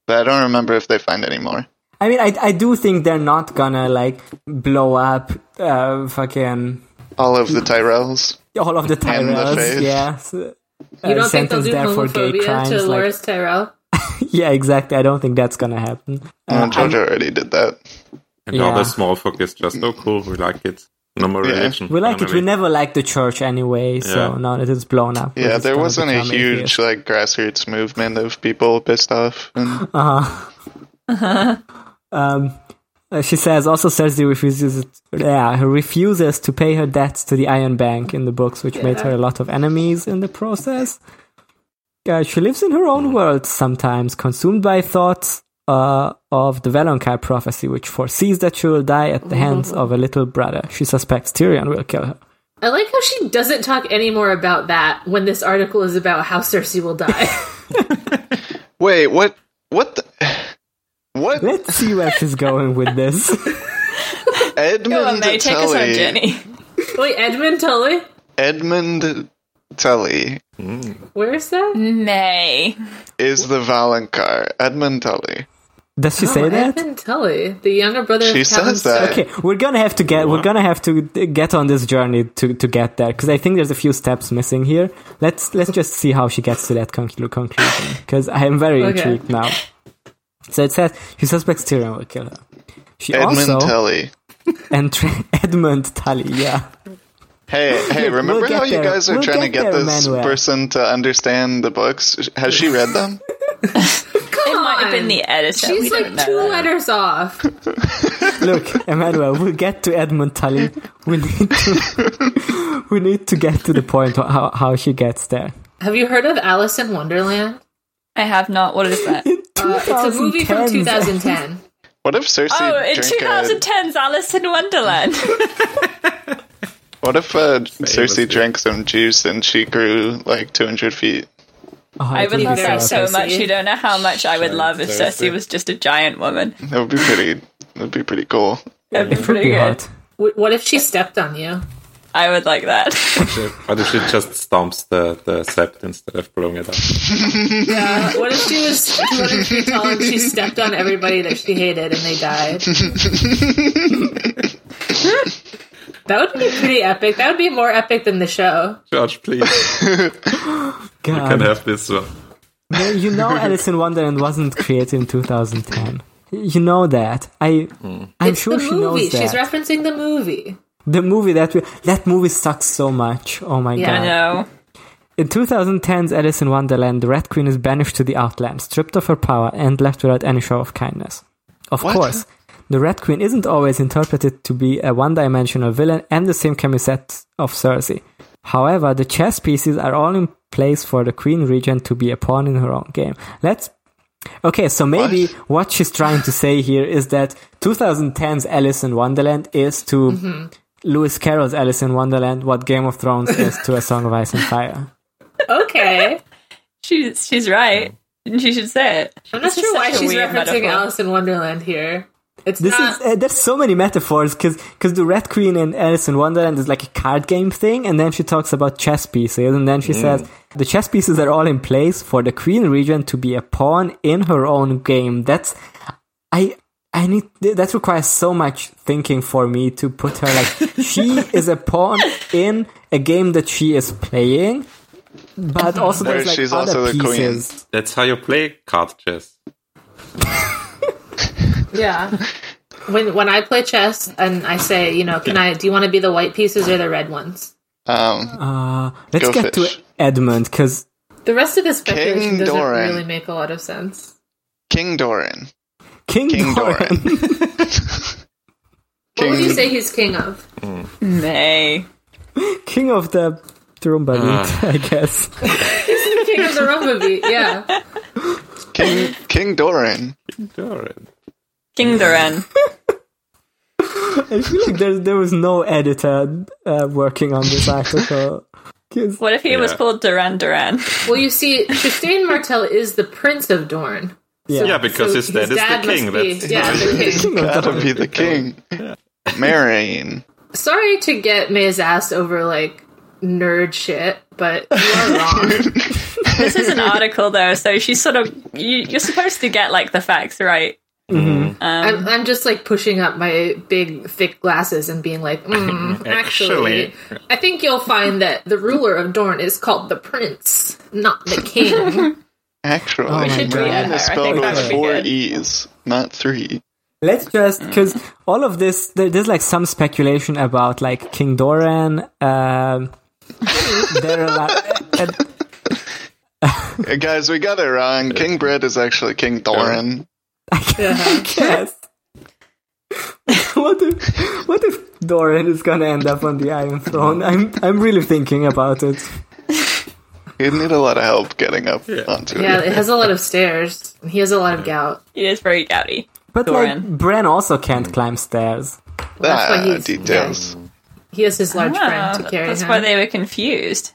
[SPEAKER 3] but I don't remember if they find any more.
[SPEAKER 5] I mean, I, I do think they're not gonna like blow up uh, fucking
[SPEAKER 3] All of the Tyrells.
[SPEAKER 5] all of the
[SPEAKER 3] In the
[SPEAKER 5] Tyrells.
[SPEAKER 3] face.
[SPEAKER 5] yeah. So,
[SPEAKER 2] You
[SPEAKER 5] uh,
[SPEAKER 2] don't think they'll
[SPEAKER 5] sentence
[SPEAKER 2] do
[SPEAKER 5] there for gay
[SPEAKER 2] homophobia to
[SPEAKER 5] crimes, like-
[SPEAKER 2] Loris Tyrell?
[SPEAKER 5] yeah, exactly. I don't think that's gonna happen. Um,
[SPEAKER 3] Uh, Georgia already did that.
[SPEAKER 6] and all
[SPEAKER 5] Yeah.
[SPEAKER 6] the small folk is just, "Oh, cool, we like it." No more
[SPEAKER 3] Yeah.
[SPEAKER 6] religion.
[SPEAKER 5] We like
[SPEAKER 6] No
[SPEAKER 5] it. We
[SPEAKER 6] more
[SPEAKER 5] never liked the church anyway, so
[SPEAKER 6] Yeah.
[SPEAKER 5] now that it's blown up. we're
[SPEAKER 3] Yeah,
[SPEAKER 5] just
[SPEAKER 3] there
[SPEAKER 5] gonna
[SPEAKER 3] wasn't a
[SPEAKER 5] become
[SPEAKER 3] huge
[SPEAKER 5] atheists.
[SPEAKER 3] like grassroots movement of people pissed off. And
[SPEAKER 5] Uh, she says also Cersei refuses yeah, who refuses to pay her debts to the Iron Bank in the books, which made her a lot of enemies in the process. Uh, she lives in her own world sometimes, consumed by thoughts uh, of the Valonqar prophecy, which foresees that she will die at the hands of a little brother. She suspects Tyrion will kill her.
[SPEAKER 2] I like how she doesn't talk any more about that when this article is about how Cersei will die.
[SPEAKER 3] wait, what? What? The, what?
[SPEAKER 5] Let's see where she's going with this.
[SPEAKER 4] Come on,
[SPEAKER 3] Edmund
[SPEAKER 4] May, take us on a
[SPEAKER 3] Tully.
[SPEAKER 4] journey.
[SPEAKER 2] Wait, Edmund Tully?
[SPEAKER 3] Edmund Tully
[SPEAKER 2] Where's that?
[SPEAKER 4] May.
[SPEAKER 3] is the Valonqar. Edmund Tully.
[SPEAKER 5] Does she
[SPEAKER 2] Oh,
[SPEAKER 5] say that?
[SPEAKER 2] Edmund Tully, the younger brother
[SPEAKER 3] She
[SPEAKER 2] of Catelyn
[SPEAKER 3] says that.
[SPEAKER 2] Stark.
[SPEAKER 5] Okay, we're gonna have to get we're gonna have to get on this journey to to get there because I think there's a few steps missing here. Let's let's just see how she gets to that conclu- conclusion because I am very
[SPEAKER 2] Okay.
[SPEAKER 5] intrigued now. So it says she suspects Tyrion will kill her. She
[SPEAKER 3] Edmund
[SPEAKER 5] also
[SPEAKER 3] Tully.
[SPEAKER 5] and tra- Edmund Tully, yeah,
[SPEAKER 3] Hey, hey! Remember
[SPEAKER 5] get
[SPEAKER 3] how you
[SPEAKER 5] there.
[SPEAKER 3] guys are
[SPEAKER 5] We'll
[SPEAKER 3] trying to
[SPEAKER 5] get
[SPEAKER 3] get
[SPEAKER 5] there,
[SPEAKER 3] this
[SPEAKER 5] Manuel.
[SPEAKER 3] person to understand the books? Has she read them?
[SPEAKER 4] It might have been the editor. we
[SPEAKER 2] She's
[SPEAKER 4] don't
[SPEAKER 2] like
[SPEAKER 4] know
[SPEAKER 2] two
[SPEAKER 4] that.
[SPEAKER 2] letters off.
[SPEAKER 5] Look, Emmanuel, we'll get to Edmund Tully. We need to we need to get to the point wh- how how she gets there.
[SPEAKER 2] Have you heard of Alice in Wonderland?
[SPEAKER 4] I have not. What is that?
[SPEAKER 2] Uh, it's a movie from
[SPEAKER 5] 2010.
[SPEAKER 2] 2010.
[SPEAKER 3] What if Cersei?
[SPEAKER 4] Oh, in
[SPEAKER 3] drank a-
[SPEAKER 4] 2010's Alice in Wonderland.
[SPEAKER 3] what if uh, Cersei
[SPEAKER 6] yeah.
[SPEAKER 3] drank some juice and she grew like 200 feet?
[SPEAKER 5] Oh,
[SPEAKER 4] I would
[SPEAKER 5] think
[SPEAKER 4] love that
[SPEAKER 5] so.
[SPEAKER 4] so
[SPEAKER 2] Cersei.
[SPEAKER 4] much. You don't know how much I would love if Cersei was just a giant woman.
[SPEAKER 3] That would be pretty. That'd be pretty cool.
[SPEAKER 4] That'd be
[SPEAKER 5] It would
[SPEAKER 4] pretty
[SPEAKER 5] be
[SPEAKER 4] good.
[SPEAKER 5] hot.
[SPEAKER 2] W- What if she stepped on you?
[SPEAKER 4] I would like that.
[SPEAKER 6] What if she just stomps the, the sept instead of blowing it up?
[SPEAKER 2] Yeah. Uh, What if she was 200 feet tall and she stepped on everybody that she hated and they died? that would be pretty epic. That would be more epic than the show.
[SPEAKER 6] George, please, you
[SPEAKER 5] God.
[SPEAKER 6] can have this one.
[SPEAKER 5] Well, you know Alice in Wonderland wasn't created in 2010. You know that. I I'm
[SPEAKER 2] It's
[SPEAKER 5] sure
[SPEAKER 2] the
[SPEAKER 5] she
[SPEAKER 2] movie.
[SPEAKER 5] knows that.
[SPEAKER 2] She's referencing the movie.
[SPEAKER 5] the movie that we, that movie sucks so much. Oh my
[SPEAKER 2] Yeah.
[SPEAKER 5] god.
[SPEAKER 4] I know.
[SPEAKER 5] In 2010's Alice in Wonderland, the Red Queen is banished to the Outland, stripped of her power, and left without any show of kindness. Of
[SPEAKER 3] What?
[SPEAKER 5] course, the Red Queen isn't always interpreted to be a one dimensional villain, and the same can be said of Cersei. However, the chess pieces are all in place for the Queen Regent to be a pawn in her own game. Let's. Okay, so maybe what, she's trying to say here is that 2010's Alice in Wonderland is to Lewis Carroll's Alice in Wonderland what Game of Thrones is to A Song of Ice and Fire.
[SPEAKER 2] Okay.
[SPEAKER 4] She's she's right. And she should say it.
[SPEAKER 2] I'm not
[SPEAKER 4] This is
[SPEAKER 2] sure why
[SPEAKER 4] such a
[SPEAKER 2] she's
[SPEAKER 4] weird
[SPEAKER 2] referencing
[SPEAKER 4] metaphor.
[SPEAKER 2] Alice in Wonderland here. It's
[SPEAKER 5] This
[SPEAKER 2] not.
[SPEAKER 5] is uh, there's so many metaphors because the Red Queen in Alice in Wonderland is like a card game thing, and then she talks about chess pieces, and then she says the chess pieces are all in place for the Queen Regent to be a pawn in her own game. That's I I need that requires so much thinking for me to put her like she is a pawn in a game that she is playing, but also
[SPEAKER 3] Where
[SPEAKER 5] there's like
[SPEAKER 3] she's
[SPEAKER 5] other
[SPEAKER 3] also the queen.
[SPEAKER 5] pieces.
[SPEAKER 6] That's how you play card chess.
[SPEAKER 2] Yeah. When when I play chess and I say, you know, can I? Do you want to be the white pieces or the red ones?
[SPEAKER 3] Um,
[SPEAKER 5] Let's
[SPEAKER 3] Go
[SPEAKER 5] get
[SPEAKER 3] fish.
[SPEAKER 5] to Edmund because
[SPEAKER 2] The rest of the speculation
[SPEAKER 3] King
[SPEAKER 2] doesn't
[SPEAKER 3] Doran.
[SPEAKER 2] really make a lot of sense.
[SPEAKER 3] King Doran.
[SPEAKER 5] King,
[SPEAKER 3] King
[SPEAKER 5] Doran.
[SPEAKER 3] Doran.
[SPEAKER 2] What would
[SPEAKER 3] King
[SPEAKER 2] you say he's king of?
[SPEAKER 4] May.
[SPEAKER 5] king of the Trumba beat, I guess.
[SPEAKER 2] king of the rumba beat. Yeah.
[SPEAKER 3] King King Doran.
[SPEAKER 6] Doran.
[SPEAKER 4] King Doran.
[SPEAKER 5] I feel like there, there was no editor uh, working on this article. 'Cause-
[SPEAKER 4] What if he was
[SPEAKER 6] Yeah.
[SPEAKER 4] called Duran Duran?
[SPEAKER 2] Well, you see, Tristan Martel is the prince of Dorne.
[SPEAKER 5] yeah.
[SPEAKER 6] Yeah, because
[SPEAKER 2] So
[SPEAKER 6] his dad is the
[SPEAKER 2] must
[SPEAKER 6] king.
[SPEAKER 2] be-
[SPEAKER 6] That's
[SPEAKER 2] yeah, the king.
[SPEAKER 5] King of
[SPEAKER 3] That'll
[SPEAKER 5] Doran.
[SPEAKER 3] be the king. Marrying.
[SPEAKER 2] Sorry to get May's ass over like nerd shit, but you are wrong.
[SPEAKER 4] this is an article though, so she's sort of you, you're supposed to get like the facts right.
[SPEAKER 2] I'm, I'm just like pushing up my big thick glasses and being like, mm, actually,
[SPEAKER 6] Actually.
[SPEAKER 2] I think you'll find that the ruler of Dorne is called the prince, not the king.
[SPEAKER 3] Actually,
[SPEAKER 5] my We should God.
[SPEAKER 4] read
[SPEAKER 3] Doran
[SPEAKER 4] her. I
[SPEAKER 3] is spelled
[SPEAKER 4] think that
[SPEAKER 3] with
[SPEAKER 4] would be
[SPEAKER 3] four
[SPEAKER 4] good.
[SPEAKER 3] e's, not three.
[SPEAKER 5] Let's just because all of this there, there's like some speculation about like King Doran. Um, there are like, and
[SPEAKER 3] Uh, Guys, we got it wrong. King Bread is actually King Doran.
[SPEAKER 5] I guess. what if what if Doran is gonna end up on the Iron Throne? I'm I'm really thinking about it.
[SPEAKER 3] He'd need a lot of help getting up onto it.
[SPEAKER 2] yeah, it has a lot of stairs. He has a lot of gout.
[SPEAKER 4] It is very gouty.
[SPEAKER 5] But
[SPEAKER 4] Doran.
[SPEAKER 5] like Bran also can't climb stairs.
[SPEAKER 2] That's why
[SPEAKER 3] Ah,
[SPEAKER 2] he's-
[SPEAKER 3] details.
[SPEAKER 2] He has his large
[SPEAKER 4] Ah,
[SPEAKER 2] friend to carry
[SPEAKER 4] that's
[SPEAKER 2] him.
[SPEAKER 4] why they were confused.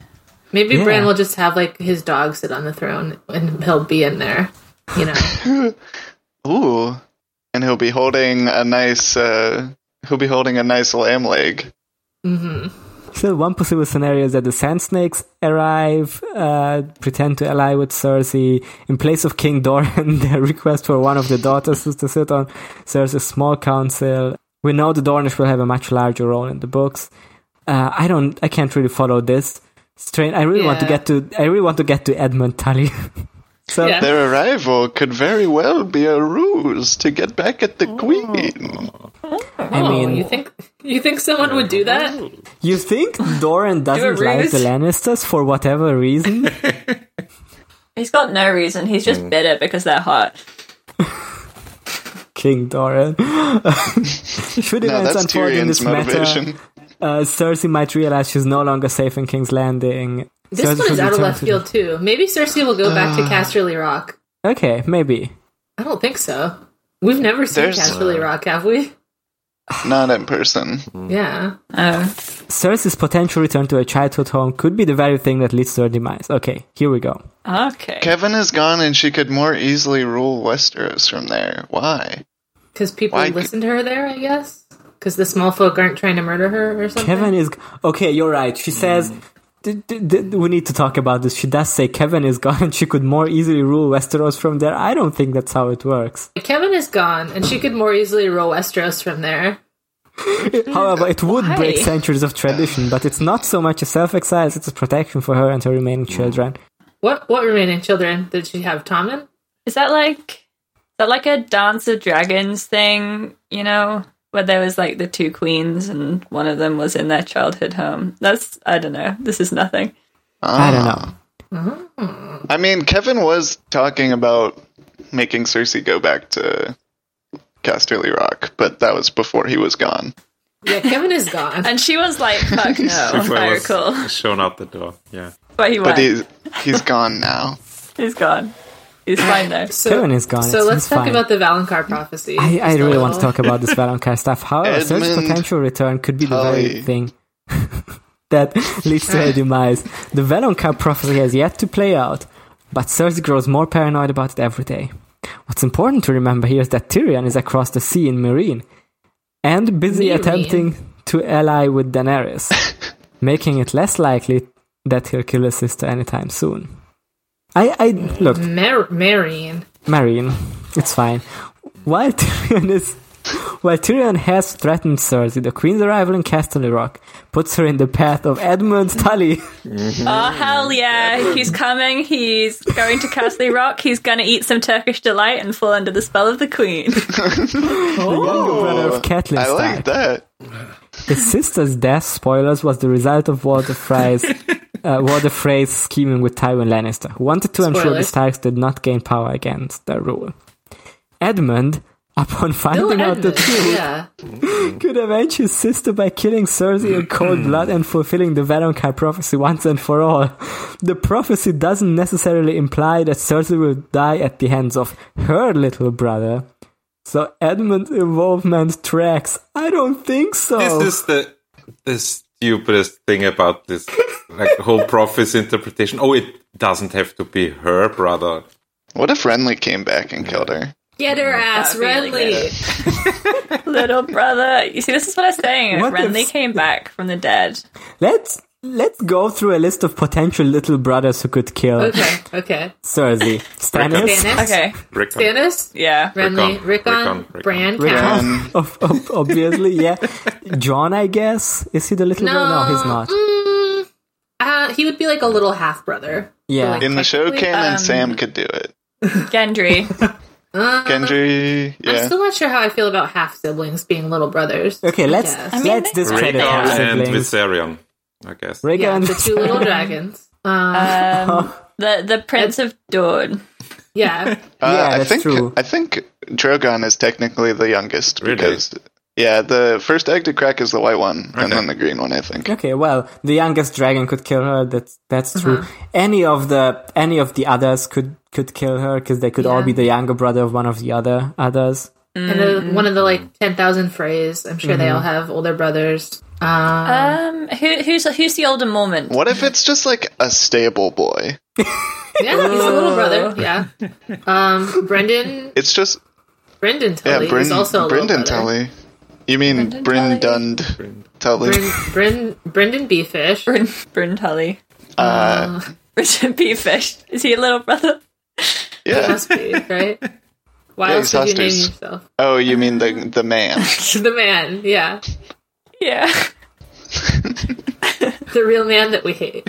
[SPEAKER 2] Maybe
[SPEAKER 5] Yeah.
[SPEAKER 2] Bran will just have like his dog sit on the throne and he'll be in there. You know,
[SPEAKER 3] Ooh. And he'll be holding a nice uh he'll be holding a nice lamb leg.
[SPEAKER 5] So one possible scenario is that the Sand Snakes arrive, uh, pretend to ally with Cersei. In place of King Doran, they request for one of the daughters to sit on Cersei's small council. We know the Dornish will have a much larger role in the books. Uh, I don't, I can't really follow this strain. I really want to
[SPEAKER 2] Yeah.
[SPEAKER 5] get to, I really want to get to Edmund Tully. so
[SPEAKER 2] Yeah.
[SPEAKER 3] Their arrival could very well be a ruse to get back at the queen.
[SPEAKER 5] I
[SPEAKER 2] Oh,
[SPEAKER 5] mean,
[SPEAKER 2] you think you think someone would do that?
[SPEAKER 5] you think Doran doesn't like
[SPEAKER 4] ruse?
[SPEAKER 5] the Lannisters for whatever reason?
[SPEAKER 4] He's got no reason. He's just bitter because they're hot.
[SPEAKER 5] King Doran. Should
[SPEAKER 3] No,
[SPEAKER 5] events
[SPEAKER 3] that's
[SPEAKER 5] unfold
[SPEAKER 3] Tyrion's
[SPEAKER 5] in this matter,
[SPEAKER 3] motivation.
[SPEAKER 5] uh, Cersei might realize she's no longer safe in King's Landing.
[SPEAKER 2] This
[SPEAKER 5] Cersei
[SPEAKER 2] one
[SPEAKER 5] should
[SPEAKER 2] is out of
[SPEAKER 5] return
[SPEAKER 2] left
[SPEAKER 5] to-
[SPEAKER 2] field too. Maybe Cersei will go back to
[SPEAKER 5] Uh.
[SPEAKER 2] Casterly Rock.
[SPEAKER 5] Okay, maybe.
[SPEAKER 2] I don't think so. We've never seen
[SPEAKER 3] There's-
[SPEAKER 5] uh,
[SPEAKER 2] Casterly Rock, have we?
[SPEAKER 3] Not in person.
[SPEAKER 5] mm.
[SPEAKER 2] Yeah.
[SPEAKER 4] Oh,
[SPEAKER 5] Cersei's potential return to her childhood home could be the very thing that leads to her demise. Okay, here we go.
[SPEAKER 4] okay.
[SPEAKER 3] Kevin is gone and she could more easily rule Westeros from there. Why?
[SPEAKER 2] Because people
[SPEAKER 3] Why-
[SPEAKER 2] listen to her there, I guess. because the small folk aren't trying to murder her or something.
[SPEAKER 5] Kevin is okay. You're right. She says. D- d- d- we need to talk about this. She does say Kevin is gone, and she could more easily rule Westeros from there. I don't think that's how it works.
[SPEAKER 2] Kevin is gone, and she could more easily roll Westeros from there. Mm-hmm.
[SPEAKER 5] However, it would
[SPEAKER 4] Why?
[SPEAKER 5] break centuries of tradition, but it's not so much a self-exile; it's a protection for her and her remaining children.
[SPEAKER 2] What what remaining children did she have? Tommen?
[SPEAKER 4] Is that like is that like a Dance of Dragons thing? You know, where there was like the two queens and one of them was in their childhood home. That's I don't know. This is nothing.
[SPEAKER 3] Ah.
[SPEAKER 5] I don't know.
[SPEAKER 3] I mean, Kevin was talking about making Cersei go back to Casterly Rock, but that was before he was gone.
[SPEAKER 2] Yeah, Kevin is gone.
[SPEAKER 4] And she was like, "Fuck no!" if
[SPEAKER 6] Before it
[SPEAKER 4] I
[SPEAKER 6] was
[SPEAKER 4] recall.
[SPEAKER 6] Shown out the door. Yeah.
[SPEAKER 4] But he
[SPEAKER 3] But
[SPEAKER 4] went.
[SPEAKER 3] he's he's gone now.
[SPEAKER 4] he's gone. He's fine though.
[SPEAKER 2] So,
[SPEAKER 5] Kevin is gone,
[SPEAKER 2] So
[SPEAKER 5] it
[SPEAKER 2] let's
[SPEAKER 5] seems
[SPEAKER 2] talk
[SPEAKER 5] fine.
[SPEAKER 2] about the Valencar prophecy.
[SPEAKER 5] I, I
[SPEAKER 2] Just a
[SPEAKER 5] really want to
[SPEAKER 2] little.
[SPEAKER 5] talk about this Valonqar stuff. However, Serge's
[SPEAKER 3] Edmund
[SPEAKER 5] potential return could be the very
[SPEAKER 3] Tully.
[SPEAKER 5] thing that leads to her demise. The Valonqar prophecy has yet to play out, but Serge grows more paranoid about it every day. What's important to remember here is that Tyrion is across the sea in Marine and busy
[SPEAKER 2] Meereen.
[SPEAKER 5] attempting to ally with Daenerys, making it less likely that he'll kill his sister anytime soon. I, I look,
[SPEAKER 2] Mar- Marine.
[SPEAKER 5] Marine. It's fine. While Tyrion is while Tyrion has threatened Cersei, the Queen's arrival in Castle Rock puts her in the path of Edmund Tully.
[SPEAKER 4] Oh hell yeah! He's coming. He's going to Castle Rock. He's gonna eat some Turkish delight and fall under the spell of the Queen.
[SPEAKER 5] brother of Catelyn
[SPEAKER 3] I
[SPEAKER 5] Stark.
[SPEAKER 3] like that.
[SPEAKER 5] His sister's death, spoilers, was the result of Walder Frey's uh, Walder Frey's scheming with Tywin Lannister, who wanted to ensure the
[SPEAKER 2] Spoilers.
[SPEAKER 5] Starks did not gain power against their rule. Edmund, upon
[SPEAKER 2] Bill
[SPEAKER 5] finding out the
[SPEAKER 2] Edmund,
[SPEAKER 5] truth,
[SPEAKER 2] Yeah.
[SPEAKER 5] could avenge his sister by killing Cersei in cold blood and fulfilling the Valonqar prophecy once and for all. The prophecy doesn't necessarily imply that Cersei will die at the hands of her little brother. So Edmund's involvement tracks. I don't think so.
[SPEAKER 6] This is the the stupidest thing about this like whole prophecy interpretation. Oh, it doesn't have to be her brother.
[SPEAKER 3] What if Renly came back and killed her?
[SPEAKER 2] Get her ass,
[SPEAKER 4] That'd be really
[SPEAKER 2] Renly.
[SPEAKER 4] Little brother. You see, this is what I was saying.
[SPEAKER 5] What
[SPEAKER 4] Renly
[SPEAKER 5] if-
[SPEAKER 4] came back from the dead.
[SPEAKER 5] let's let's go through a list of potential little brothers who could kill
[SPEAKER 2] Okay, Uh, okay.
[SPEAKER 5] Cersei. Stannis,
[SPEAKER 2] Stannis.
[SPEAKER 4] Okay.
[SPEAKER 6] Rick
[SPEAKER 2] Stannis.
[SPEAKER 4] Yeah.
[SPEAKER 2] Renly.
[SPEAKER 6] Rickon.
[SPEAKER 2] Rickon. Bran.
[SPEAKER 6] Rickon, Rickon.
[SPEAKER 5] Rickon.
[SPEAKER 2] Cal.
[SPEAKER 3] Um,
[SPEAKER 5] ob- ob- obviously, yeah. John, I guess, is he the little brother? No, he's not.
[SPEAKER 2] Mm, uh, he would be like a little half brother.
[SPEAKER 5] Yeah.
[SPEAKER 3] in the show
[SPEAKER 2] Technically,
[SPEAKER 3] canon,
[SPEAKER 4] um,
[SPEAKER 3] Sam could do it.
[SPEAKER 4] Gendry.
[SPEAKER 3] Gendry,
[SPEAKER 2] I'm
[SPEAKER 3] yeah.
[SPEAKER 2] still not sure how I feel about half siblings being little brothers.
[SPEAKER 5] Okay, let's
[SPEAKER 2] Yes.
[SPEAKER 4] I mean,
[SPEAKER 5] let's
[SPEAKER 4] they-
[SPEAKER 5] discredit half
[SPEAKER 6] and
[SPEAKER 5] siblings.
[SPEAKER 6] Viserion, I guess.
[SPEAKER 5] Rhaegar
[SPEAKER 2] Yeah,
[SPEAKER 5] and
[SPEAKER 2] the two little dragons. Um,
[SPEAKER 4] Um, the the Prince of Dawn.
[SPEAKER 2] yeah,
[SPEAKER 3] Uh,
[SPEAKER 5] yeah,
[SPEAKER 3] I
[SPEAKER 5] that's
[SPEAKER 3] think
[SPEAKER 5] true.
[SPEAKER 3] I think Drogon is technically the youngest
[SPEAKER 6] Really?
[SPEAKER 3] because yeah, the first egg to crack is the white one, and then the green one. I think.
[SPEAKER 5] Okay, well, the youngest dragon could kill her. That's that's
[SPEAKER 2] Uh-huh.
[SPEAKER 5] true. Any of the any of the others could could kill her because they could all
[SPEAKER 2] Yeah.
[SPEAKER 5] be the younger brother of one of the other others.
[SPEAKER 2] and the, one of the like ten thousand phrase. I'm sure they
[SPEAKER 5] Mm-hmm.
[SPEAKER 2] all have older brothers. Um,
[SPEAKER 4] Um, who who's who's the older Mormon?
[SPEAKER 3] What if it's just like a stable boy?
[SPEAKER 2] yeah, he's a little brother.
[SPEAKER 4] Uh.
[SPEAKER 2] Yeah. Um, Brendan.
[SPEAKER 3] It's just
[SPEAKER 2] Brendan
[SPEAKER 3] yeah,
[SPEAKER 2] Tully
[SPEAKER 3] Bryn,
[SPEAKER 2] is also a
[SPEAKER 3] Brendan
[SPEAKER 2] little brother.
[SPEAKER 3] Tully. You mean
[SPEAKER 4] Brendan
[SPEAKER 3] Bryn Tully?
[SPEAKER 2] Bryn, Bryn, Brendan Beefish.
[SPEAKER 4] Bryn Bryn Tully.
[SPEAKER 3] Uh,
[SPEAKER 4] Richard P. Fish. Is he a little brother?
[SPEAKER 3] yeah.
[SPEAKER 2] Must be right. Why
[SPEAKER 3] Yeah,
[SPEAKER 2] else would you name
[SPEAKER 3] exhausters.
[SPEAKER 2] yourself
[SPEAKER 3] Oh, you mean the the man?
[SPEAKER 2] the man? Yeah,
[SPEAKER 4] Yeah.
[SPEAKER 2] the real man that we hate.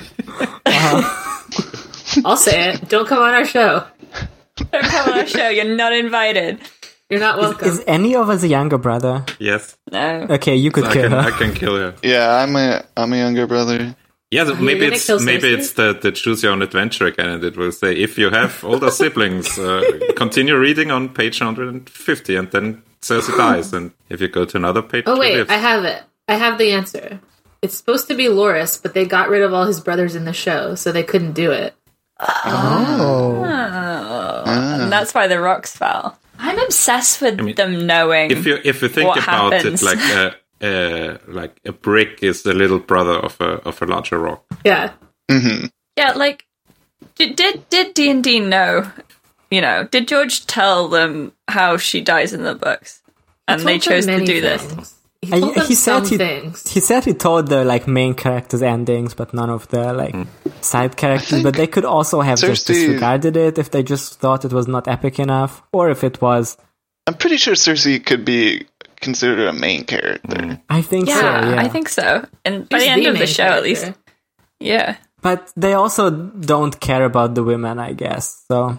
[SPEAKER 5] Uh-huh.
[SPEAKER 2] I'll say it. Don't come on our show.
[SPEAKER 4] Don't come on our show. You're not invited.
[SPEAKER 2] You're not welcome.
[SPEAKER 5] Is any of us a younger brother?
[SPEAKER 6] Yes,
[SPEAKER 4] No.
[SPEAKER 5] Okay, you could
[SPEAKER 6] I
[SPEAKER 5] kill
[SPEAKER 6] can, I
[SPEAKER 5] her.
[SPEAKER 6] can kill her.
[SPEAKER 3] Yeah, I'm a I'm a younger brother.
[SPEAKER 6] Yeah, so maybe
[SPEAKER 2] gonna
[SPEAKER 6] it's
[SPEAKER 2] kill
[SPEAKER 6] maybe
[SPEAKER 2] Cersei?
[SPEAKER 6] it's the, the choose your own adventure again, and it will say if you have older siblings, uh, continue reading on page 150, and then Cersei dies, and if you go to another page,
[SPEAKER 2] Oh
[SPEAKER 6] she
[SPEAKER 2] wait,
[SPEAKER 6] lives.
[SPEAKER 2] I have it. I have the answer. It's supposed to be Loris, but they got rid of all his brothers in the show, so they couldn't do it. Oh.
[SPEAKER 5] Uh,
[SPEAKER 3] Uh,
[SPEAKER 4] And that's why the rocks fell. I'm obsessed with
[SPEAKER 6] Uh. mean,
[SPEAKER 4] them knowing.
[SPEAKER 6] if you if you think
[SPEAKER 4] What
[SPEAKER 6] about
[SPEAKER 4] happens?
[SPEAKER 6] it, like a, a like a brick is the little brother of a of a larger rock.
[SPEAKER 2] Yeah.
[SPEAKER 4] yeah, like did did did D and D know? You know, did George tell them how she dies in the books? And they
[SPEAKER 2] Told them
[SPEAKER 4] chose to
[SPEAKER 2] many
[SPEAKER 4] do this.
[SPEAKER 2] things. He
[SPEAKER 5] I-
[SPEAKER 2] told them
[SPEAKER 5] he
[SPEAKER 2] some
[SPEAKER 5] said he,
[SPEAKER 2] things.
[SPEAKER 5] he said he told the like main characters endings, but none of the like
[SPEAKER 6] Hmm.
[SPEAKER 5] side characters. But they could also have just
[SPEAKER 3] Cersei-
[SPEAKER 5] disregarded it if they just thought it was not epic enough, or if it was.
[SPEAKER 3] I'm pretty sure Cersei could be considered a main character.
[SPEAKER 5] I think
[SPEAKER 4] Yeah,
[SPEAKER 5] so. Yeah,
[SPEAKER 4] I think so. And by
[SPEAKER 2] He's
[SPEAKER 4] the end of
[SPEAKER 2] main
[SPEAKER 4] the show, at least,
[SPEAKER 2] character.
[SPEAKER 4] yeah,
[SPEAKER 5] But they also don't care about the women, I guess. So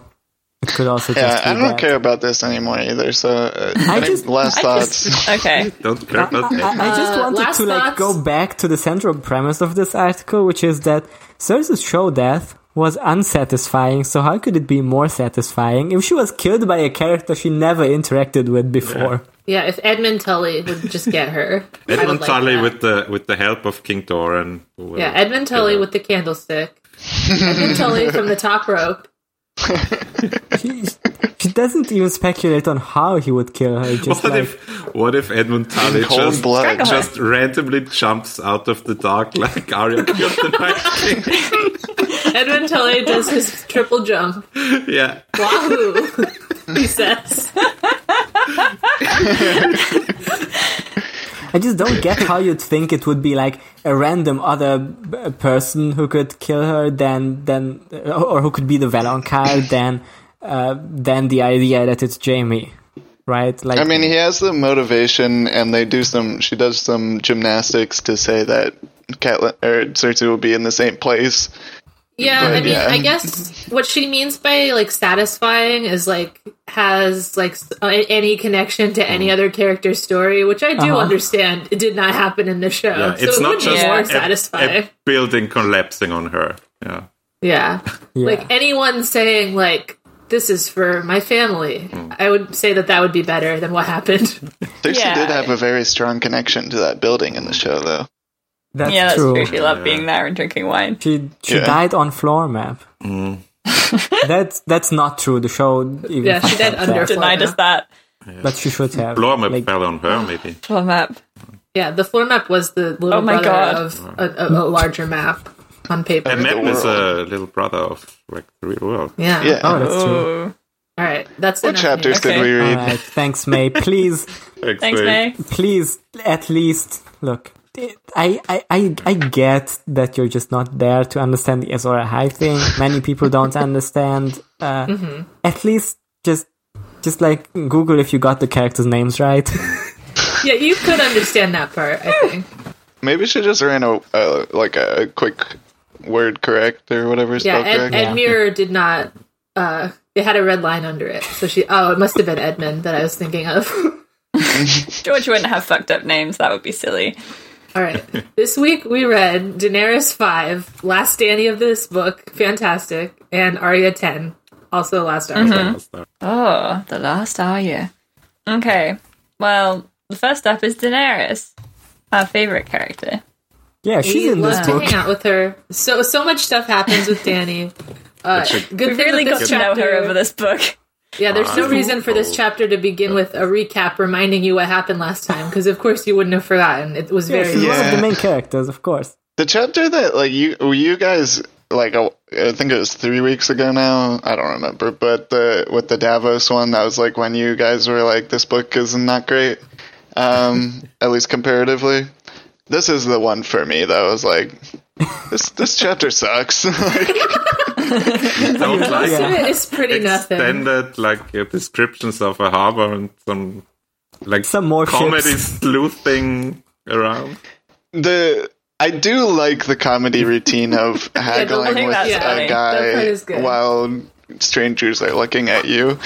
[SPEAKER 5] it could also
[SPEAKER 3] Yeah,
[SPEAKER 5] just be
[SPEAKER 3] I don't
[SPEAKER 5] that.
[SPEAKER 3] care about this anymore either. So, uh, I
[SPEAKER 5] just-
[SPEAKER 3] last thoughts.
[SPEAKER 4] okay.
[SPEAKER 6] Don't care about
[SPEAKER 5] I,
[SPEAKER 6] that.
[SPEAKER 5] I just
[SPEAKER 2] Uh,
[SPEAKER 5] wanted
[SPEAKER 2] last
[SPEAKER 5] to like
[SPEAKER 2] thoughts?
[SPEAKER 5] go back to the central premise of this article, which is that Cersei's show death was unsatisfying. So how could it be more satisfying if she was killed by a character she never interacted with before?
[SPEAKER 2] Yeah, if Edmund Tully would just get her. I would
[SPEAKER 6] Edmund
[SPEAKER 2] like
[SPEAKER 6] Tully
[SPEAKER 2] that.
[SPEAKER 6] with the with the help of King Doran.
[SPEAKER 2] Yeah, Edmund Tully with the candlestick. Edmund Tully from the top rope.
[SPEAKER 5] She, she doesn't even speculate on how he would kill her. Just
[SPEAKER 6] What
[SPEAKER 5] like,
[SPEAKER 6] if what if Edmund Tully
[SPEAKER 3] cold
[SPEAKER 6] just,
[SPEAKER 3] blood.
[SPEAKER 6] just randomly jumps out of the dark like Arya killed the Night King?
[SPEAKER 2] Edmund Tully does his triple jump.
[SPEAKER 6] Yeah,
[SPEAKER 2] Uh, Wahoo! he says.
[SPEAKER 5] I just don't get how you'd think it would be like a random other b- uh, person who could kill her than than uh, or who could be the Valonqar than uh, than the idea that it's Jamie, right? Like
[SPEAKER 3] I mean, he has the motivation, and they do some. She does some gymnastics to say that Catelyn or Cersei will be in the same place.
[SPEAKER 2] Yeah, I
[SPEAKER 3] But,
[SPEAKER 2] mean,
[SPEAKER 3] yeah.
[SPEAKER 2] I guess what she means by like satisfying is like has like s- uh, any connection to
[SPEAKER 6] Mm.
[SPEAKER 2] any other character's story, which I do
[SPEAKER 5] Uh-huh.
[SPEAKER 2] understand. It did not happen in the show,
[SPEAKER 6] yeah.
[SPEAKER 2] so
[SPEAKER 6] It's
[SPEAKER 2] it
[SPEAKER 6] not
[SPEAKER 2] would be
[SPEAKER 6] just
[SPEAKER 2] more
[SPEAKER 6] a-
[SPEAKER 2] satisfying.
[SPEAKER 6] a building collapsing on her. Yeah.
[SPEAKER 2] yeah.
[SPEAKER 5] Yeah.
[SPEAKER 2] like anyone saying like this is for my family, I would say that that would be better than what happened.
[SPEAKER 3] Cersei
[SPEAKER 4] Yeah.
[SPEAKER 3] did have a very strong connection to that building in the show, though.
[SPEAKER 5] that's
[SPEAKER 4] yeah, that's
[SPEAKER 5] true.
[SPEAKER 4] true. She loved being there and drinking wine.
[SPEAKER 5] She she
[SPEAKER 3] Yeah. Mm.
[SPEAKER 5] died on floor map. that's that's not true. The show even
[SPEAKER 2] Yeah, she
[SPEAKER 5] fucked
[SPEAKER 2] died
[SPEAKER 5] up
[SPEAKER 2] under-
[SPEAKER 5] that,
[SPEAKER 4] Denied us that
[SPEAKER 5] but she should have.
[SPEAKER 6] Blorma
[SPEAKER 5] Like,
[SPEAKER 6] fell on her, maybe.
[SPEAKER 4] floor map.
[SPEAKER 2] Yeah, the floor map was the little
[SPEAKER 4] Oh my
[SPEAKER 2] brother
[SPEAKER 4] God.
[SPEAKER 2] of a, a, a larger map on paper.
[SPEAKER 6] And Mem is
[SPEAKER 3] world.
[SPEAKER 6] a little brother of like the real world.
[SPEAKER 2] yeah.
[SPEAKER 3] Yeah.
[SPEAKER 5] oh, that's true.
[SPEAKER 4] Ooh.
[SPEAKER 2] All right. That's
[SPEAKER 3] what
[SPEAKER 2] enough
[SPEAKER 3] chapters
[SPEAKER 2] news.
[SPEAKER 4] Okay.
[SPEAKER 3] did we
[SPEAKER 5] All
[SPEAKER 3] read?
[SPEAKER 5] right, thanks, May. Please
[SPEAKER 4] Thanks, May.
[SPEAKER 5] please at least look I, I i i get that you're just not there to understand the azora high thing many people don't understand uh at least just just like google if you got the characters names right
[SPEAKER 2] Yeah, you could understand that part. I think.
[SPEAKER 3] Maybe she just ran a uh, like a quick word correct or whatever.
[SPEAKER 2] Yeah,
[SPEAKER 3] spell
[SPEAKER 2] Ed,
[SPEAKER 3] correct.
[SPEAKER 2] Ed Mirror did not. Uh, it had a red line under it, so she. Oh, it must have been Edmund that I was thinking of.
[SPEAKER 4] George wouldn't have fucked up names. That would be silly.
[SPEAKER 2] All right. This week we read Daenerys 5, Last Danny of this book, fantastic, and Arya 10, also Last Arya.
[SPEAKER 4] Mm-hmm. Oh, the last are you? Okay. Well, the first up is Daenerys, our favorite character.
[SPEAKER 5] yeah she's
[SPEAKER 2] We
[SPEAKER 5] in this
[SPEAKER 2] love to
[SPEAKER 5] book
[SPEAKER 2] hang out with her. So so much stuff happens with Danny. Uh, good
[SPEAKER 4] We've
[SPEAKER 2] thing
[SPEAKER 4] really
[SPEAKER 2] that
[SPEAKER 4] got
[SPEAKER 2] this
[SPEAKER 4] to know
[SPEAKER 2] chapter,
[SPEAKER 4] her over this book.
[SPEAKER 2] Yeah, there's no reason for this chapter to begin with a recap reminding you what happened last time, because of course you wouldn't have forgotten. It was
[SPEAKER 5] yeah,
[SPEAKER 2] very
[SPEAKER 5] she's one of
[SPEAKER 3] Yeah.
[SPEAKER 5] the main characters of course
[SPEAKER 3] The chapter that like you you guys like a- I think it was three weeks ago now. I don't remember, but the with the Davos one that was like when you guys were like this book is not great, um, at least comparatively. This is the one for me that was like this this chapter sucks. like,
[SPEAKER 6] Don't like
[SPEAKER 5] Yeah.
[SPEAKER 2] It's pretty nothing.
[SPEAKER 6] extended like uh, descriptions of a harbor and some like
[SPEAKER 5] Some more
[SPEAKER 6] comedy
[SPEAKER 5] ships.
[SPEAKER 6] sleuthing around.
[SPEAKER 3] the I do like the comedy routine of haggling
[SPEAKER 4] think
[SPEAKER 3] with
[SPEAKER 4] that's funny.
[SPEAKER 3] a
[SPEAKER 4] That
[SPEAKER 2] part is
[SPEAKER 3] guy
[SPEAKER 2] good.
[SPEAKER 3] while strangers are looking at you.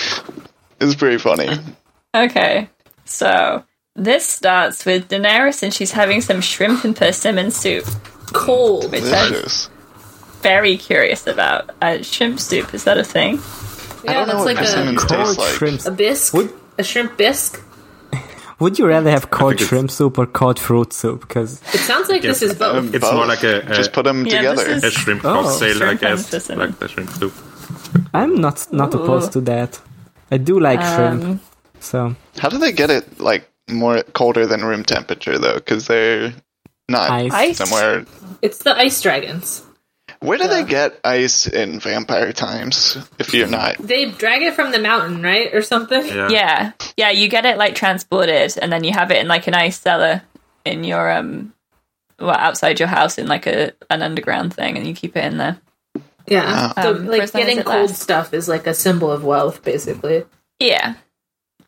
[SPEAKER 3] It's pretty funny.
[SPEAKER 4] Okay. So, this starts with Daenerys and she's having some shrimp and persimmon soup,
[SPEAKER 2] Cold.
[SPEAKER 4] which
[SPEAKER 3] It
[SPEAKER 4] I'm
[SPEAKER 3] is.
[SPEAKER 4] very curious about. Uh, shrimp soup, is that a thing?
[SPEAKER 2] Yeah,
[SPEAKER 3] don't know
[SPEAKER 2] that's
[SPEAKER 3] what
[SPEAKER 2] like a,
[SPEAKER 3] persimmons
[SPEAKER 5] cold
[SPEAKER 3] tastes like.
[SPEAKER 5] shrimp
[SPEAKER 2] a bisque,
[SPEAKER 5] Would-
[SPEAKER 2] a shrimp bisque.
[SPEAKER 5] would you rather have cold
[SPEAKER 6] it's-
[SPEAKER 5] shrimp soup or cold fruit soup because
[SPEAKER 2] It sounds like this is
[SPEAKER 3] um,
[SPEAKER 2] both.
[SPEAKER 6] It's more like a, a,
[SPEAKER 3] just put them
[SPEAKER 4] Yeah,
[SPEAKER 3] together.
[SPEAKER 4] this
[SPEAKER 6] a
[SPEAKER 4] is-
[SPEAKER 6] shrimp
[SPEAKER 5] Oh.
[SPEAKER 6] cocktail,
[SPEAKER 4] Shrimp and
[SPEAKER 6] I guess,
[SPEAKER 4] sesame.
[SPEAKER 6] like the shrimp soup.
[SPEAKER 5] i'm not not opposed to that i do like shrimp so
[SPEAKER 3] How do they get it like more colder than room temperature though? Because they're not
[SPEAKER 5] ice
[SPEAKER 4] Ice?
[SPEAKER 3] somewhere.
[SPEAKER 2] It's the ice dragons.
[SPEAKER 3] Where do they get ice in Vampire Times? If you're not,
[SPEAKER 2] They drag it from the mountain, right, or something?
[SPEAKER 6] Yeah.
[SPEAKER 4] Yeah. Yeah, you get it like transported and then you have it in like an ice cellar. in your um well outside your house in like a an underground thing and you keep it in there.
[SPEAKER 2] Yeah. So,
[SPEAKER 4] Um, for
[SPEAKER 2] like
[SPEAKER 4] as long as
[SPEAKER 2] getting
[SPEAKER 4] it
[SPEAKER 2] cold
[SPEAKER 4] lasts.
[SPEAKER 2] stuff is like a symbol of wealth, basically.
[SPEAKER 4] Yeah.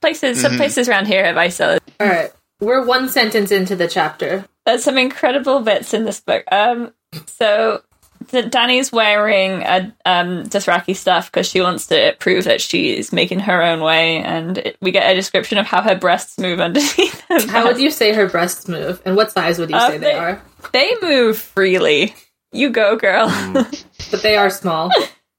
[SPEAKER 4] Places some places around here have ice
[SPEAKER 2] All right. We're one sentence into the chapter.
[SPEAKER 4] There's some incredible bits in this book. Um, so D- Danny's wearing a um, Dothraki stuff because she wants to prove that she's making her own way, and it, we get a description of how her breasts move underneath. Her
[SPEAKER 2] How would you say her breasts move? And what size would you
[SPEAKER 4] Uh,
[SPEAKER 2] say they
[SPEAKER 4] they-
[SPEAKER 2] are?
[SPEAKER 4] They move freely. You go, girl.
[SPEAKER 2] But they are small.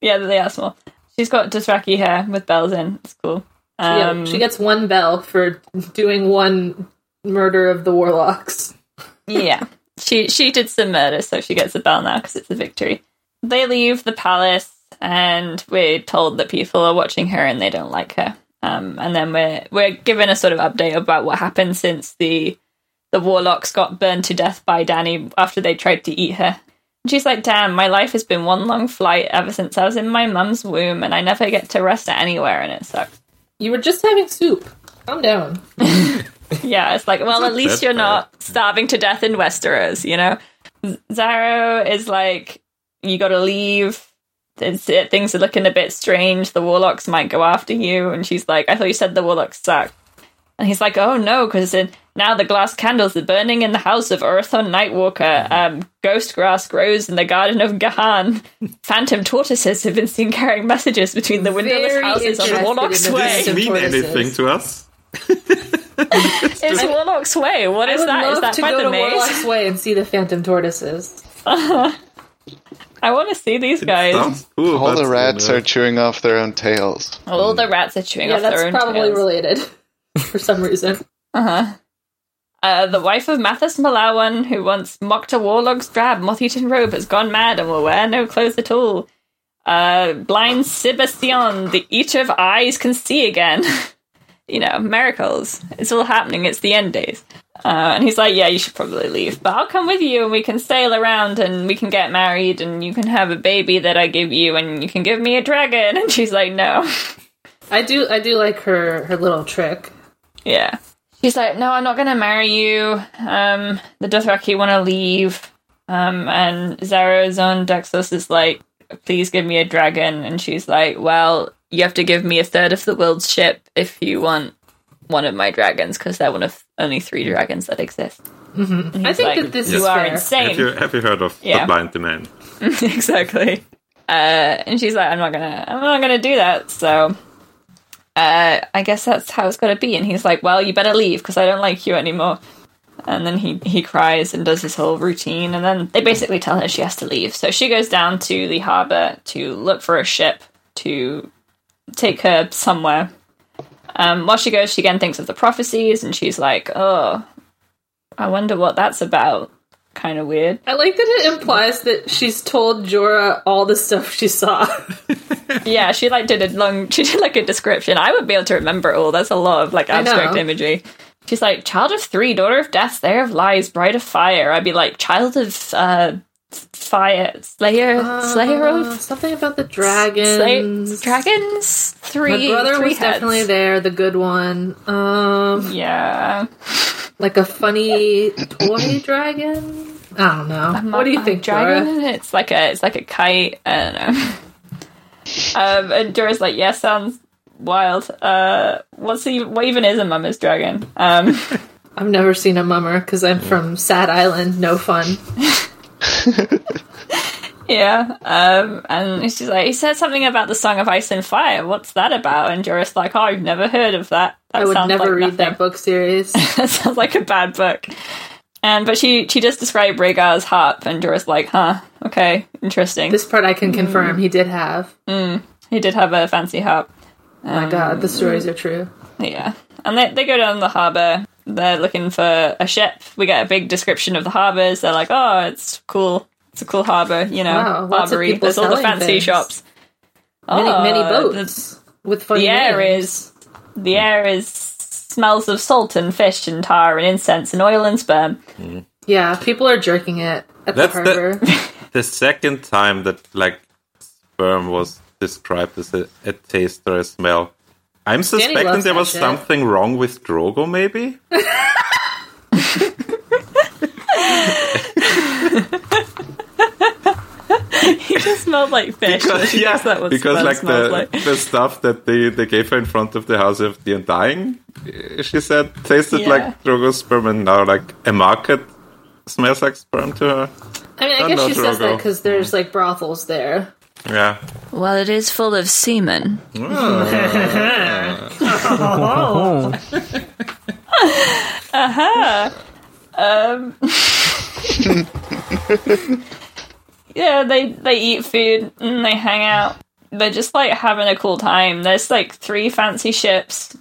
[SPEAKER 4] yeah, they are small. She's got Dothraki hair with bells in. It's cool. Um,
[SPEAKER 2] yeah, she gets one bell for doing one murder of the warlocks.
[SPEAKER 4] yeah. She she did some murder, so she gets a bell now because it's a victory. They leave the palace, and we're told that people are watching her and they don't like her. Um, and then we're we're given a sort of update about what happened since the the warlocks got burned to death by Danny after they tried to eat her. And she's like, "Damn, my life has been one long flight ever since I was in my mum's womb, and I never get to rest anywhere, and it sucks."
[SPEAKER 2] You were just having soup. Calm down.
[SPEAKER 4] Yeah, it's like, well, at least
[SPEAKER 6] that
[SPEAKER 4] you're
[SPEAKER 6] bad.
[SPEAKER 4] not starving to death in Westeros, you know? Zaro is like, you gotta leave. It's, it, things are looking a bit strange. The warlocks might go after you. And she's like, I thought you said the warlocks suck. And he's like, oh no, because now the glass candles are burning in the house of Orathon Nightwalker. Um, ghost grass grows in the garden of Gahan. Phantom tortoises have been seen carrying messages between the windowless
[SPEAKER 2] Very
[SPEAKER 4] houses on
[SPEAKER 2] interested
[SPEAKER 4] Warlock's
[SPEAKER 2] in the
[SPEAKER 4] Way.
[SPEAKER 6] Does this
[SPEAKER 2] Hey.
[SPEAKER 6] mean
[SPEAKER 2] Tortoises.
[SPEAKER 6] anything to us?
[SPEAKER 4] It's Warlock's Way. What
[SPEAKER 2] I
[SPEAKER 4] is
[SPEAKER 2] would
[SPEAKER 4] that?
[SPEAKER 2] love
[SPEAKER 4] Is that
[SPEAKER 2] to
[SPEAKER 4] by
[SPEAKER 2] go
[SPEAKER 4] the
[SPEAKER 2] to
[SPEAKER 4] maze?
[SPEAKER 2] Warlock's Way and see the phantom tortoises.
[SPEAKER 4] I want to see these guys.
[SPEAKER 6] Sounds cool,
[SPEAKER 3] All the
[SPEAKER 6] but,
[SPEAKER 3] rats
[SPEAKER 6] uh,
[SPEAKER 3] are chewing off their own tails.
[SPEAKER 4] All the rats are chewing
[SPEAKER 2] Yeah,
[SPEAKER 4] off their
[SPEAKER 2] that's
[SPEAKER 4] own
[SPEAKER 2] probably
[SPEAKER 4] tails.
[SPEAKER 2] related for some reason.
[SPEAKER 4] uh, the wife of Mathis Malawan, who once mocked a warlock's drab moth-eaten robe, has gone mad and will wear no clothes at all. Uh, blind Sebastian, the eater of eyes, can see again. you know, miracles. It's all happening. It's the end days. Uh, and he's like, "Yeah, you should probably leave, but I'll come with you, and we can sail around, and we can get married, and you can have a baby that I give you, and you can give me a dragon." And she's like, "No."
[SPEAKER 2] I do I do like her her little trick.
[SPEAKER 4] Yeah. She's like, no, I'm not going to marry you. Um, the Dothraki want to leave. Um, and Zaro's own Dexos is like, please give me a dragon. And she's like, well, you have to give me a third of the world's ship if you want one of my dragons, because they're one of only three dragons that exist. And
[SPEAKER 2] I
[SPEAKER 4] he's
[SPEAKER 2] think
[SPEAKER 4] like,
[SPEAKER 2] that this
[SPEAKER 4] you
[SPEAKER 2] is
[SPEAKER 4] are
[SPEAKER 2] fair.
[SPEAKER 6] Have you,
[SPEAKER 4] insane.
[SPEAKER 6] have you heard of
[SPEAKER 4] Yeah.
[SPEAKER 6] the blind man?
[SPEAKER 4] exactly. Uh, and she's like, I'm not gonna, I'm not gonna do that. So, uh, I guess that's how it's gonna be. And he's like, Well, you better leave because I don't like you anymore. And then he he cries and does his whole routine. And then they basically tell her she has to leave. So she goes down to the harbor to look for a ship to take her somewhere. Um, while she goes, she again thinks of the prophecies, and she's like, "Oh, I wonder what that's about." Kind of weird.
[SPEAKER 2] I like that it implies that she's told Jorah all the stuff she saw.
[SPEAKER 4] Yeah, she like did a long. She did like a description. I would be able to remember it all. That's a lot of like
[SPEAKER 2] know.
[SPEAKER 4] abstract imagery. She's like child of three, daughter of death, slayer of lies, bride of fire. I'd be like child of uh, fire, slayer, slayer
[SPEAKER 2] Uh,
[SPEAKER 4] of
[SPEAKER 2] something about the
[SPEAKER 4] slay,
[SPEAKER 2] dragons.
[SPEAKER 4] dragons. Three.
[SPEAKER 2] My brother
[SPEAKER 4] three
[SPEAKER 2] was
[SPEAKER 4] heads.
[SPEAKER 2] definitely there, the good one. Um,
[SPEAKER 4] Yeah,
[SPEAKER 2] like a funny toy dragon. I don't know. what do you
[SPEAKER 4] a
[SPEAKER 2] think,
[SPEAKER 4] dragon?
[SPEAKER 2] Jorah?
[SPEAKER 4] It's like a it's like a kite. I don't know. um, and Dora's like, yeah, sounds wild. Uh, what's the what even is a mama's dragon? Um.
[SPEAKER 2] I've never seen a mummer because I'm from Sad Island. No fun.
[SPEAKER 4] Yeah, um, and she's like, he said something about the Song of Ice and Fire. What's that about? And Jorah's like, oh, I've never heard of that. that
[SPEAKER 2] I would
[SPEAKER 4] sounds
[SPEAKER 2] never
[SPEAKER 4] like
[SPEAKER 2] read that
[SPEAKER 4] nothing."
[SPEAKER 2] book series.
[SPEAKER 4] that sounds like a bad book. And but she she just described Rhaegar's harp, and Jorah's like, huh, okay, interesting.
[SPEAKER 2] this part I can confirm he did have.
[SPEAKER 4] he did have a fancy harp.
[SPEAKER 2] Oh
[SPEAKER 4] Um,
[SPEAKER 2] my god, the stories are true.
[SPEAKER 4] Yeah. And they, they go down the harbour. They're looking for a ship. We get a big description of the harbours. They're like, oh, it's cool. It's a cool harbour, you know,
[SPEAKER 2] Wow, lots of
[SPEAKER 4] harboury.
[SPEAKER 2] people
[SPEAKER 4] There's all the
[SPEAKER 2] selling
[SPEAKER 4] fancy
[SPEAKER 2] things.
[SPEAKER 4] shops.
[SPEAKER 2] Many, many
[SPEAKER 4] Oh, the-
[SPEAKER 2] boats with funny
[SPEAKER 4] the air
[SPEAKER 2] names.
[SPEAKER 4] is the air is smells of salt and fish and tar and incense and oil and sperm.
[SPEAKER 2] Yeah, people are jerking it at
[SPEAKER 6] That's
[SPEAKER 2] the
[SPEAKER 6] the-
[SPEAKER 2] harbor.
[SPEAKER 6] The second time that like sperm was described as a, a taste or a smell, I'm
[SPEAKER 2] loves
[SPEAKER 6] suspecting there
[SPEAKER 2] that
[SPEAKER 6] was
[SPEAKER 2] shit.
[SPEAKER 6] something wrong with Drogo. Maybe
[SPEAKER 4] smelled like fish. so she
[SPEAKER 6] yeah,
[SPEAKER 4] thinks that was
[SPEAKER 6] because
[SPEAKER 4] what it
[SPEAKER 6] like the,
[SPEAKER 4] smells like.
[SPEAKER 6] the stuff that they, they gave her in front of the house of the undying, eh, she said tasted
[SPEAKER 4] Yeah.
[SPEAKER 6] like Drogo's sperm, and now like a market smells like sperm to her.
[SPEAKER 2] I mean, I
[SPEAKER 6] I'm
[SPEAKER 2] guess
[SPEAKER 6] not
[SPEAKER 2] she says that
[SPEAKER 6] Drogo.
[SPEAKER 2] because there's like brothels there.
[SPEAKER 6] Yeah,
[SPEAKER 4] Well, it is full of semen.
[SPEAKER 5] Oh.
[SPEAKER 4] Yeah, they they eat food and they hang out. They're just like having a cool time. There's like three fancy ships,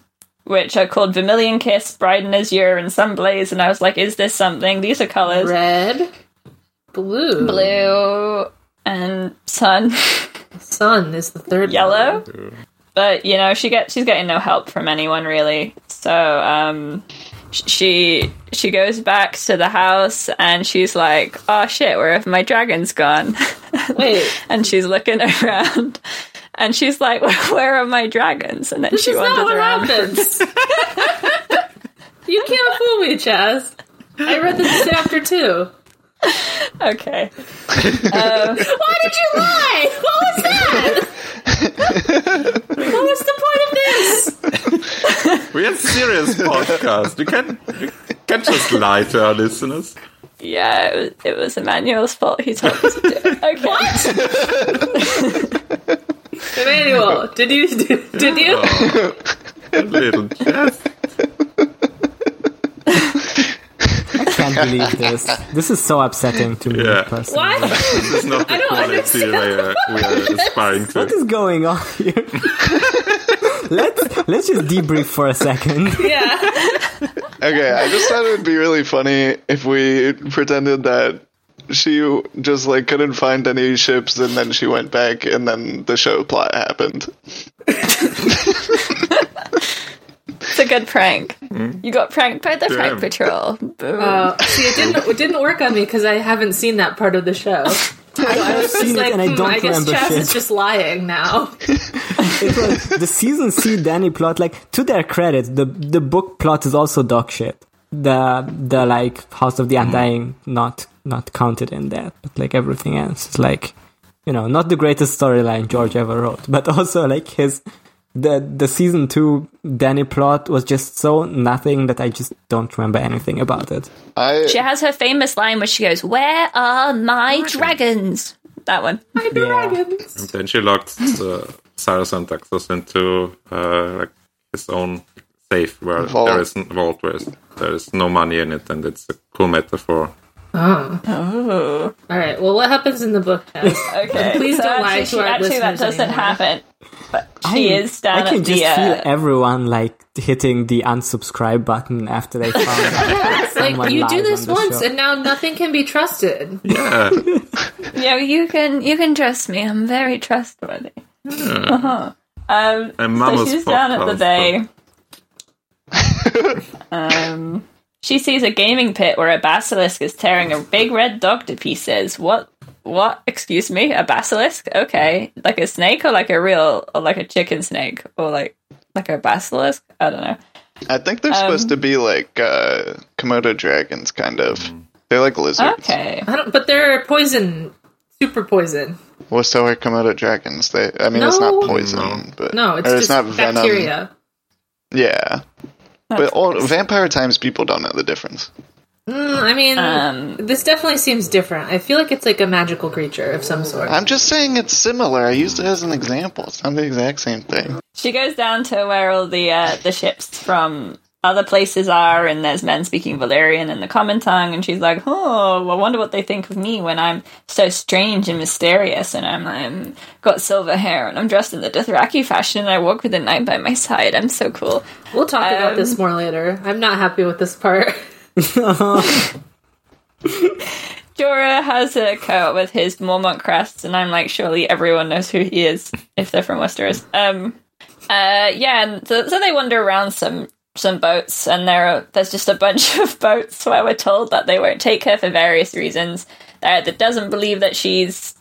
[SPEAKER 4] which are called Vermilion Kiss, Bride and Azure, and Sunblaze. And I was like, is this something? These are colors:
[SPEAKER 2] Red, blue,
[SPEAKER 4] blue and sun,
[SPEAKER 2] sun is the third.
[SPEAKER 4] yellow. But you know, she get she's getting no help from anyone really. So um, sh- she she goes back to the house and she's like, oh shit, where have my dragons gone?
[SPEAKER 2] one. Wait,
[SPEAKER 4] and she's looking around and she's like where are my dragons and then she
[SPEAKER 2] That's not
[SPEAKER 4] wanders
[SPEAKER 2] what
[SPEAKER 4] around
[SPEAKER 2] happens. you can't fool me, Chaz. I read this chapter too.
[SPEAKER 4] okay
[SPEAKER 2] Why did you lie? What was that? what was the point of this?
[SPEAKER 6] we are serious podcast. You can you can just lie to our listeners.
[SPEAKER 4] yeah it was, it was emmanuel's fault he told us to do it okay
[SPEAKER 2] Emmanuel, did you did
[SPEAKER 6] Oh.
[SPEAKER 2] you?
[SPEAKER 6] A little jest.
[SPEAKER 5] I can't believe this. This is so upsetting to me
[SPEAKER 6] Yeah.
[SPEAKER 5] personally.
[SPEAKER 2] Why?
[SPEAKER 6] It's not the
[SPEAKER 2] don't
[SPEAKER 6] quality we are, we are aspiring
[SPEAKER 5] What
[SPEAKER 6] to.
[SPEAKER 5] is going on here? let's let's just debrief for a second.
[SPEAKER 2] Yeah.
[SPEAKER 3] Okay, I just thought it would be really funny if we pretended that she just like couldn't find any ships and then she went back and then the show plot happened.
[SPEAKER 4] it's a good prank
[SPEAKER 2] Hmm.
[SPEAKER 4] you got pranked by the prank
[SPEAKER 6] Damn.
[SPEAKER 4] patrol Boom.
[SPEAKER 2] Uh, see, it didn't it didn't work on me because I haven't seen that part of the show. So I was just
[SPEAKER 5] seen it
[SPEAKER 2] like,
[SPEAKER 5] and I
[SPEAKER 2] hmm,
[SPEAKER 5] don't
[SPEAKER 2] I guess
[SPEAKER 5] remember
[SPEAKER 2] Chaz
[SPEAKER 5] shit.
[SPEAKER 2] is just lying now.
[SPEAKER 5] It was the season C Danny plot. Like to their credit, the the book plot is also dog shit. The the like House of the Undying not not counted in that, but like everything else is like you know not the greatest storyline George ever wrote, but also like his the the season two Danny plot was just so nothing that I just don't remember anything about it.
[SPEAKER 3] I
[SPEAKER 4] she has her famous line where she goes where are my dragons that one
[SPEAKER 2] Dragons.
[SPEAKER 6] Then she locked uh, Cyrus and Daxos into uh, like his own safe where
[SPEAKER 3] Vault.
[SPEAKER 6] there is n- vault where there is no money in it, and it's a cool metaphor.
[SPEAKER 2] All right. Well, what happens in the book? Chaz?
[SPEAKER 4] okay
[SPEAKER 2] Please
[SPEAKER 4] so
[SPEAKER 2] don't lie
[SPEAKER 4] actually,
[SPEAKER 2] to
[SPEAKER 4] she-
[SPEAKER 2] our
[SPEAKER 4] actually that
[SPEAKER 2] listeners
[SPEAKER 4] doesn't
[SPEAKER 2] anymore.
[SPEAKER 4] happen but she is down
[SPEAKER 5] I can
[SPEAKER 4] at
[SPEAKER 5] just
[SPEAKER 4] the uh,
[SPEAKER 5] feel everyone like hitting the unsubscribe button after they found out.
[SPEAKER 2] It's like
[SPEAKER 5] Someone
[SPEAKER 2] you
[SPEAKER 5] lies
[SPEAKER 2] do
[SPEAKER 5] on
[SPEAKER 2] this
[SPEAKER 5] the
[SPEAKER 2] once,
[SPEAKER 5] show.
[SPEAKER 2] and now nothing can be trusted.
[SPEAKER 6] Yeah,
[SPEAKER 4] Yeah, you can you can trust me. I'm very trustworthy. Hmm. Uh-huh.
[SPEAKER 6] and
[SPEAKER 4] Um, so
[SPEAKER 6] Mama's
[SPEAKER 4] she's down at the
[SPEAKER 6] podcast.
[SPEAKER 4] bay. um, she sees a gaming pit where a basilisk is tearing a big red dog to pieces. What? What? Excuse me, a basilisk? Okay, like a snake or like a real or like a chicken snake or like like a basilisk? I don't know.
[SPEAKER 3] I think they're supposed to
[SPEAKER 2] Um,
[SPEAKER 3] be like uh Komodo dragons kind of. They're like lizards.
[SPEAKER 4] Okay,
[SPEAKER 2] I don't, but they're poison, super poison.
[SPEAKER 3] Well so are Komodo dragons. They I mean it's
[SPEAKER 2] No.
[SPEAKER 3] not poison, but
[SPEAKER 2] No, it's
[SPEAKER 3] or
[SPEAKER 2] just bacteria.
[SPEAKER 3] Yeah. but all, vampire times people don't know the difference.
[SPEAKER 2] Mm, I mean,
[SPEAKER 4] Um,
[SPEAKER 2] this definitely seems different. I feel like it's like a magical creature of some sort.
[SPEAKER 3] I'm just saying it's similar. I used it as an example. It's not the exact same thing.
[SPEAKER 4] She goes down to where all the uh, the ships from other places are, and there's men speaking Valerian and the common tongue, and she's like, "Oh, I wonder what they think of me when I'm so strange and mysterious, and I'm, I'm got silver hair, and I'm dressed in the Dothraki fashion, and I walk with a knight by my side. I'm so cool."
[SPEAKER 2] We'll talk about
[SPEAKER 4] Um,
[SPEAKER 2] this more later. I'm not happy with this part.
[SPEAKER 4] Jorah has a coat with his Mormont crest, and I'm like, surely everyone knows who he is if they're from Westeros. Um, uh, yeah, and so, so they wander around some some boats, and there are, there's just a bunch of boats where we're told that they won't take her for various reasons. Uh, that doesn't believe that she's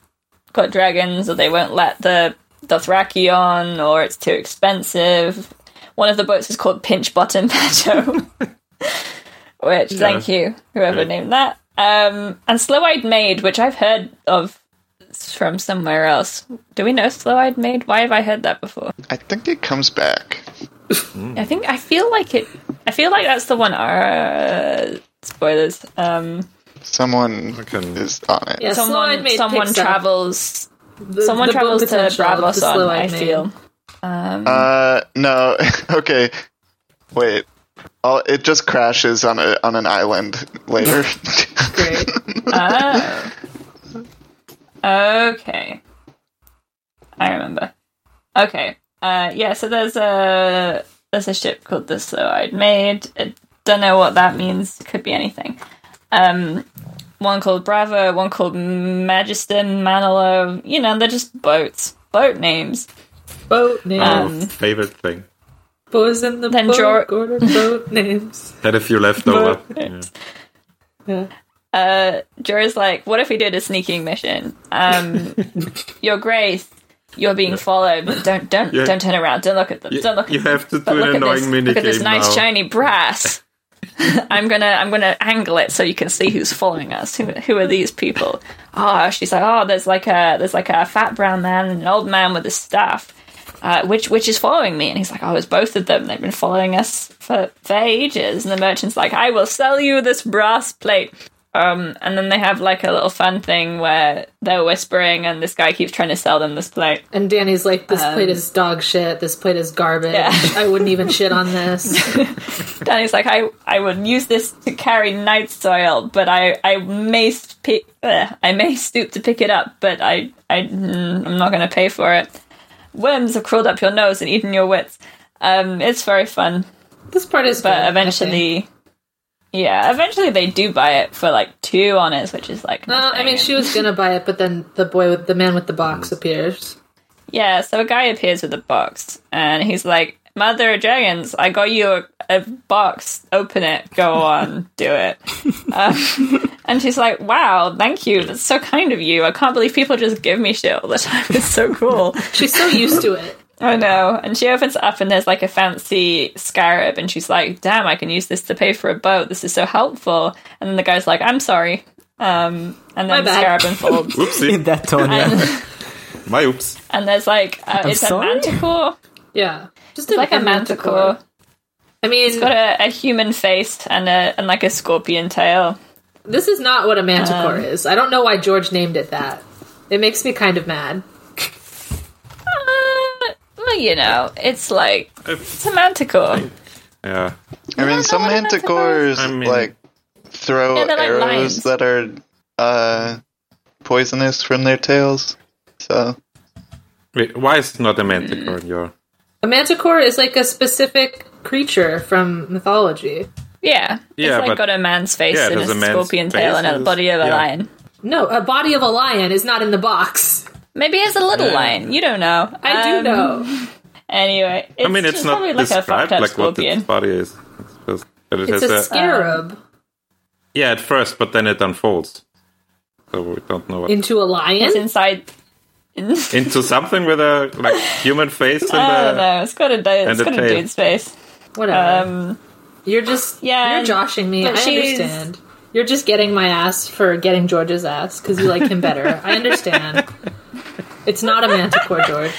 [SPEAKER 4] got dragons, or they won't let the Dothraki on, or it's too expensive. One of the boats is called Pinch Bottom Patcho. which thank you whoever named that um and slow-eyed maid which i've heard of it's from somewhere else. Do we know Slow-Eyed Maid? Why have I heard that before?
[SPEAKER 3] I think it comes back.
[SPEAKER 4] I think I feel like it. I feel like that's the one. Uh, spoilers. Um,
[SPEAKER 3] Someone
[SPEAKER 6] can-
[SPEAKER 3] is on it.
[SPEAKER 2] Yeah,
[SPEAKER 4] someone
[SPEAKER 2] Slow-Eyed Maid
[SPEAKER 4] someone
[SPEAKER 2] picks up
[SPEAKER 4] travels.
[SPEAKER 2] the-
[SPEAKER 4] Someone
[SPEAKER 2] the full
[SPEAKER 4] travels to
[SPEAKER 2] potential of the
[SPEAKER 4] Bravos on. I
[SPEAKER 2] Slow-Eyed Maid.
[SPEAKER 4] feel. Um,
[SPEAKER 3] Uh, no. okay. Wait. i it just crashes on a on an island later.
[SPEAKER 2] Great.
[SPEAKER 4] oh. Okay. I remember. Okay. Uh, yeah, so there's a there's a ship called the Slow-Eyed Maid. I don't know what that means. Could be anything. Um, one called Bravo, one called Magiston, Manilow. You know, they're just boats. Boat names.
[SPEAKER 2] boat names.
[SPEAKER 6] Oh, favorite thing.
[SPEAKER 2] Boys in the
[SPEAKER 4] Um, Then
[SPEAKER 2] boat.
[SPEAKER 4] draw-
[SPEAKER 2] order boat names.
[SPEAKER 6] Had a few left over. Yeah.
[SPEAKER 4] Uh, Jorah's like, what if we did a sneaking mission? Um, Your Grace, you're being followed. but Don't don't
[SPEAKER 6] Yeah.
[SPEAKER 4] don't turn around. Don't look at them.
[SPEAKER 6] You-
[SPEAKER 4] don't look.
[SPEAKER 6] you
[SPEAKER 4] at them.
[SPEAKER 6] have to
[SPEAKER 4] But
[SPEAKER 6] do an
[SPEAKER 4] look at
[SPEAKER 6] annoying
[SPEAKER 4] this.
[SPEAKER 6] mini
[SPEAKER 4] Look at this
[SPEAKER 6] game
[SPEAKER 4] nice
[SPEAKER 6] now."
[SPEAKER 4] shiny brass. I'm gonna I'm gonna angle it so you can see who's following us. Who who are these people? Ah, she's like, oh, there's like a there's like a fat brown man and an old man with a staff. Uh, which which is following me? And he's like, oh, it's both of them. They've been following us for, for ages. And the merchant's like, I will sell you this brass plate. Um, and then they have like a little fun thing where they're whispering, and this guy keeps trying to sell them this plate.
[SPEAKER 2] And Danny's like, this plate is dog shit. This plate is garbage.
[SPEAKER 4] Um, Yeah.
[SPEAKER 2] I wouldn't even shit on this.
[SPEAKER 4] Danny's like, I, I would use this to carry night soil, but I, I may sp- ugh, I may stoop to pick it up, but I, I mm, I'm not going to pay for it. Worms have crawled up your nose and eaten your wits. Um, it's very fun,
[SPEAKER 2] This part is
[SPEAKER 4] but
[SPEAKER 2] good, I think.
[SPEAKER 4] eventually, yeah, eventually they do buy it for like two on it, which is like,
[SPEAKER 2] Well, Uh, I
[SPEAKER 4] nothing.
[SPEAKER 2] mean, she was gonna buy it, but then the boy with the man with the box appears.
[SPEAKER 4] Yeah, so a guy appears with a box, and he's like, "Mother of dragons, I got you a, a box. Open it. Go on, do it." Um, and she's like, "Wow, thank you. That's so kind of you. I can't believe people just give me shit all the time. It's so cool."
[SPEAKER 2] She's so used to it.
[SPEAKER 4] I know. And she opens it up, and there's like a fancy scarab, and she's like, "Damn, I can use this to pay for a boat. This is so helpful." And then the guy's like, "I'm sorry." Um, and
[SPEAKER 2] My
[SPEAKER 4] then the
[SPEAKER 2] bad.
[SPEAKER 4] scarab unfolds,
[SPEAKER 5] In
[SPEAKER 6] Oopsie.
[SPEAKER 5] that tone, yeah.
[SPEAKER 6] My oops.
[SPEAKER 4] and there's like, uh,
[SPEAKER 5] I'm
[SPEAKER 4] "It's a
[SPEAKER 5] sorry?
[SPEAKER 4] manticore."
[SPEAKER 2] Yeah, just
[SPEAKER 4] It's like a manticore.
[SPEAKER 2] I mean,
[SPEAKER 4] It's got a, a human face and a and like a scorpion tail.
[SPEAKER 2] this is not what a manticore
[SPEAKER 4] Um,
[SPEAKER 2] is. I don't know why George named it that. It makes me kind of mad.
[SPEAKER 4] Uh, well, you know, it's like
[SPEAKER 6] Uh,
[SPEAKER 4] it's a manticore.
[SPEAKER 6] Yeah.
[SPEAKER 3] I mean, some
[SPEAKER 4] what a
[SPEAKER 3] manticores
[SPEAKER 6] manticore is. I mean-
[SPEAKER 3] like throw
[SPEAKER 4] Yeah, they're like
[SPEAKER 3] arrows
[SPEAKER 4] lions.
[SPEAKER 3] that are uh, poisonous from their tails. So
[SPEAKER 6] Wait, why is it not a manticore in your?
[SPEAKER 2] A manticore is like a specific creature from mythology.
[SPEAKER 4] Yeah, it's
[SPEAKER 6] Yeah,
[SPEAKER 4] like
[SPEAKER 6] but-
[SPEAKER 4] got a man's face
[SPEAKER 6] yeah,
[SPEAKER 4] and
[SPEAKER 6] there's
[SPEAKER 4] a,
[SPEAKER 6] a man's
[SPEAKER 4] scorpion tail
[SPEAKER 6] face
[SPEAKER 4] and a
[SPEAKER 6] and-
[SPEAKER 4] body of a
[SPEAKER 6] yeah.
[SPEAKER 4] lion.
[SPEAKER 2] No, a body of a lion is not in the box.
[SPEAKER 4] Maybe it's a little lion. You don't know.
[SPEAKER 2] I do
[SPEAKER 4] Um,
[SPEAKER 2] know.
[SPEAKER 4] Anyway, it's
[SPEAKER 6] I mean, it's
[SPEAKER 4] just
[SPEAKER 6] not
[SPEAKER 4] probably like a
[SPEAKER 6] described
[SPEAKER 4] fucked up
[SPEAKER 6] like what
[SPEAKER 4] scorpion.
[SPEAKER 6] its body is. It's just that it
[SPEAKER 2] It's
[SPEAKER 6] has
[SPEAKER 2] a
[SPEAKER 6] a,
[SPEAKER 2] scarab
[SPEAKER 4] Um,
[SPEAKER 6] yeah at first, but then it unfolds. So we don't know what
[SPEAKER 2] into a lion.
[SPEAKER 4] it's inside.
[SPEAKER 6] into something with a like human face and
[SPEAKER 4] I
[SPEAKER 6] a
[SPEAKER 4] don't know. It's got a dude. It's
[SPEAKER 6] the
[SPEAKER 4] got a
[SPEAKER 6] tail.
[SPEAKER 4] dude's face.
[SPEAKER 2] Whatever.
[SPEAKER 4] Um,
[SPEAKER 2] you're just
[SPEAKER 4] yeah,
[SPEAKER 2] You're
[SPEAKER 4] and-
[SPEAKER 2] joshing me. I
[SPEAKER 4] but she's-
[SPEAKER 2] understand. You're just getting my ass for getting George's ass because you like him better. I understand. It's not a manticore, George.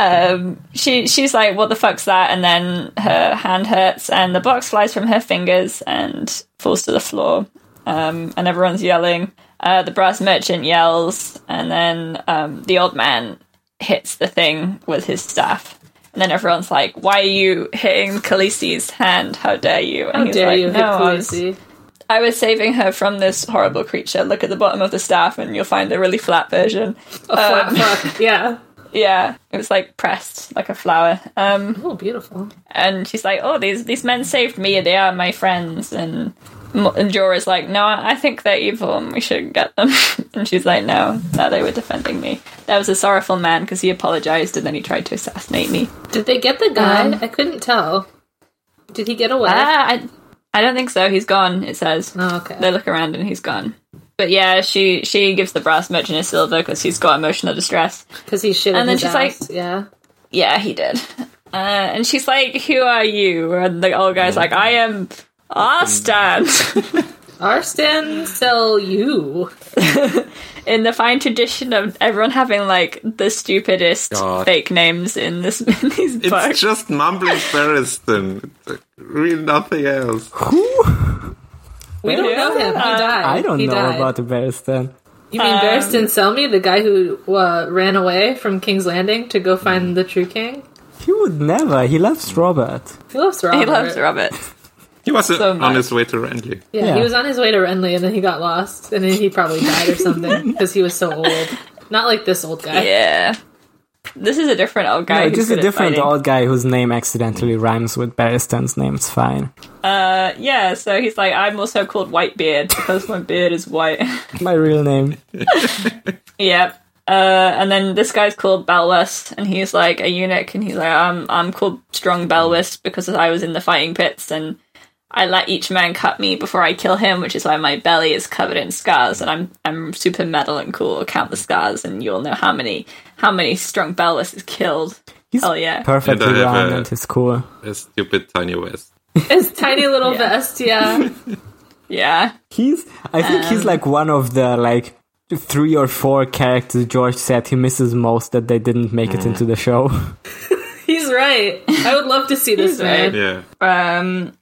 [SPEAKER 4] um, she she's like, "What the fuck's that?" And then her hand hurts, and the box flies from her fingers and falls to the floor. Um, and everyone's yelling. Uh, the brass merchant yells, and then um, the old man hits the thing with his staff. And then everyone's like, "Why are you hitting Khaleesi's hand? How dare you?" And
[SPEAKER 2] How
[SPEAKER 4] he's
[SPEAKER 2] dare
[SPEAKER 4] like,
[SPEAKER 2] you,
[SPEAKER 4] "No, I was-
[SPEAKER 2] Khaleesi?
[SPEAKER 4] I was saving her from this horrible creature. Look at the bottom of the staff, and you'll find the really flat version."
[SPEAKER 2] A
[SPEAKER 4] uh,
[SPEAKER 2] flat fuck. Yeah.
[SPEAKER 4] Yeah, it was like pressed like a flower. Um,
[SPEAKER 2] Oh, beautiful.
[SPEAKER 4] and she's like, "Oh, these these men saved me. They are my friends." And Mo- and Jorah's like, "No, I think they're evil, and we shouldn't get them." and she's like, "No, no, they were defending me. That was a sorrowful man because he apologized and then he tried to assassinate me."
[SPEAKER 2] Did they get the guy?
[SPEAKER 4] Um,
[SPEAKER 2] I couldn't tell. Did he get away?
[SPEAKER 4] Ah, I, I don't think so. He's gone. It says.
[SPEAKER 2] oh, okay.
[SPEAKER 4] They look around and he's gone. But yeah, she she gives the brass merchant his silver because he's got emotional distress.
[SPEAKER 2] Because he shit.
[SPEAKER 4] and then
[SPEAKER 2] his
[SPEAKER 4] she's
[SPEAKER 2] ass. yeah.
[SPEAKER 4] Yeah, he did. Uh, and she's like, "Who are you?" And the old guy's like, "I am Arstan."
[SPEAKER 2] Arstan sell you.
[SPEAKER 4] in the fine tradition of everyone having like the stupidest
[SPEAKER 6] God.
[SPEAKER 4] fake names in this in these
[SPEAKER 6] It's
[SPEAKER 4] books.
[SPEAKER 6] just mumbling Barristan. It's like, really nothing else.
[SPEAKER 2] We don't know him. He
[SPEAKER 4] Uh,
[SPEAKER 2] died.
[SPEAKER 5] I don't
[SPEAKER 2] he
[SPEAKER 5] know
[SPEAKER 2] died.
[SPEAKER 5] about the Barristan.
[SPEAKER 2] You
[SPEAKER 4] Um,
[SPEAKER 2] mean Barristan Selmy, the guy who uh, ran away from King's Landing to go find the true king?
[SPEAKER 5] He would never. He loves Robert.
[SPEAKER 2] He loves Robert.
[SPEAKER 4] He loves Robert.
[SPEAKER 6] He was uh,
[SPEAKER 4] So
[SPEAKER 6] on
[SPEAKER 4] much.
[SPEAKER 6] his way to Renly.
[SPEAKER 2] Yeah,
[SPEAKER 5] Yeah.
[SPEAKER 2] he was on his way to Renly and then he got lost and then he probably died or something because he was so old. Not like this old guy.
[SPEAKER 4] Yeah. This is a different old guy.
[SPEAKER 5] No,
[SPEAKER 4] who's
[SPEAKER 5] just a
[SPEAKER 4] good at
[SPEAKER 5] different
[SPEAKER 4] fighting.
[SPEAKER 5] old guy whose name accidentally rhymes with Barristan's name. It's fine.
[SPEAKER 4] Uh, yeah, so he's like, I'm also called Whitebeard because my beard is white.
[SPEAKER 5] My real name.
[SPEAKER 4] yeah. Uh, and then this guy's called Belwest, and he's like a eunuch, and he's like, I'm, I'm called Strong Belwest because I was in the fighting pits, and I let each man cut me before I kill him, which is why my belly is covered in scars, and I'm I'm super metal and cool. Count the scars, and you'll know how many how many Strong Belwest is killed.
[SPEAKER 5] He's
[SPEAKER 4] Hell Oh, yeah.
[SPEAKER 5] perfectly
[SPEAKER 6] And I have
[SPEAKER 5] round
[SPEAKER 6] a-
[SPEAKER 5] and he's cool.
[SPEAKER 6] A stupid tiny West.
[SPEAKER 2] His tiny little vest, yeah.
[SPEAKER 4] Yeah.
[SPEAKER 5] He's. I think
[SPEAKER 4] Um,
[SPEAKER 5] he's like one of the like three or four characters George said he misses most that they didn't make
[SPEAKER 6] Mm.
[SPEAKER 5] it into the show.
[SPEAKER 2] He's right. I would love to see this
[SPEAKER 4] He's
[SPEAKER 2] man.
[SPEAKER 6] Yeah.
[SPEAKER 4] um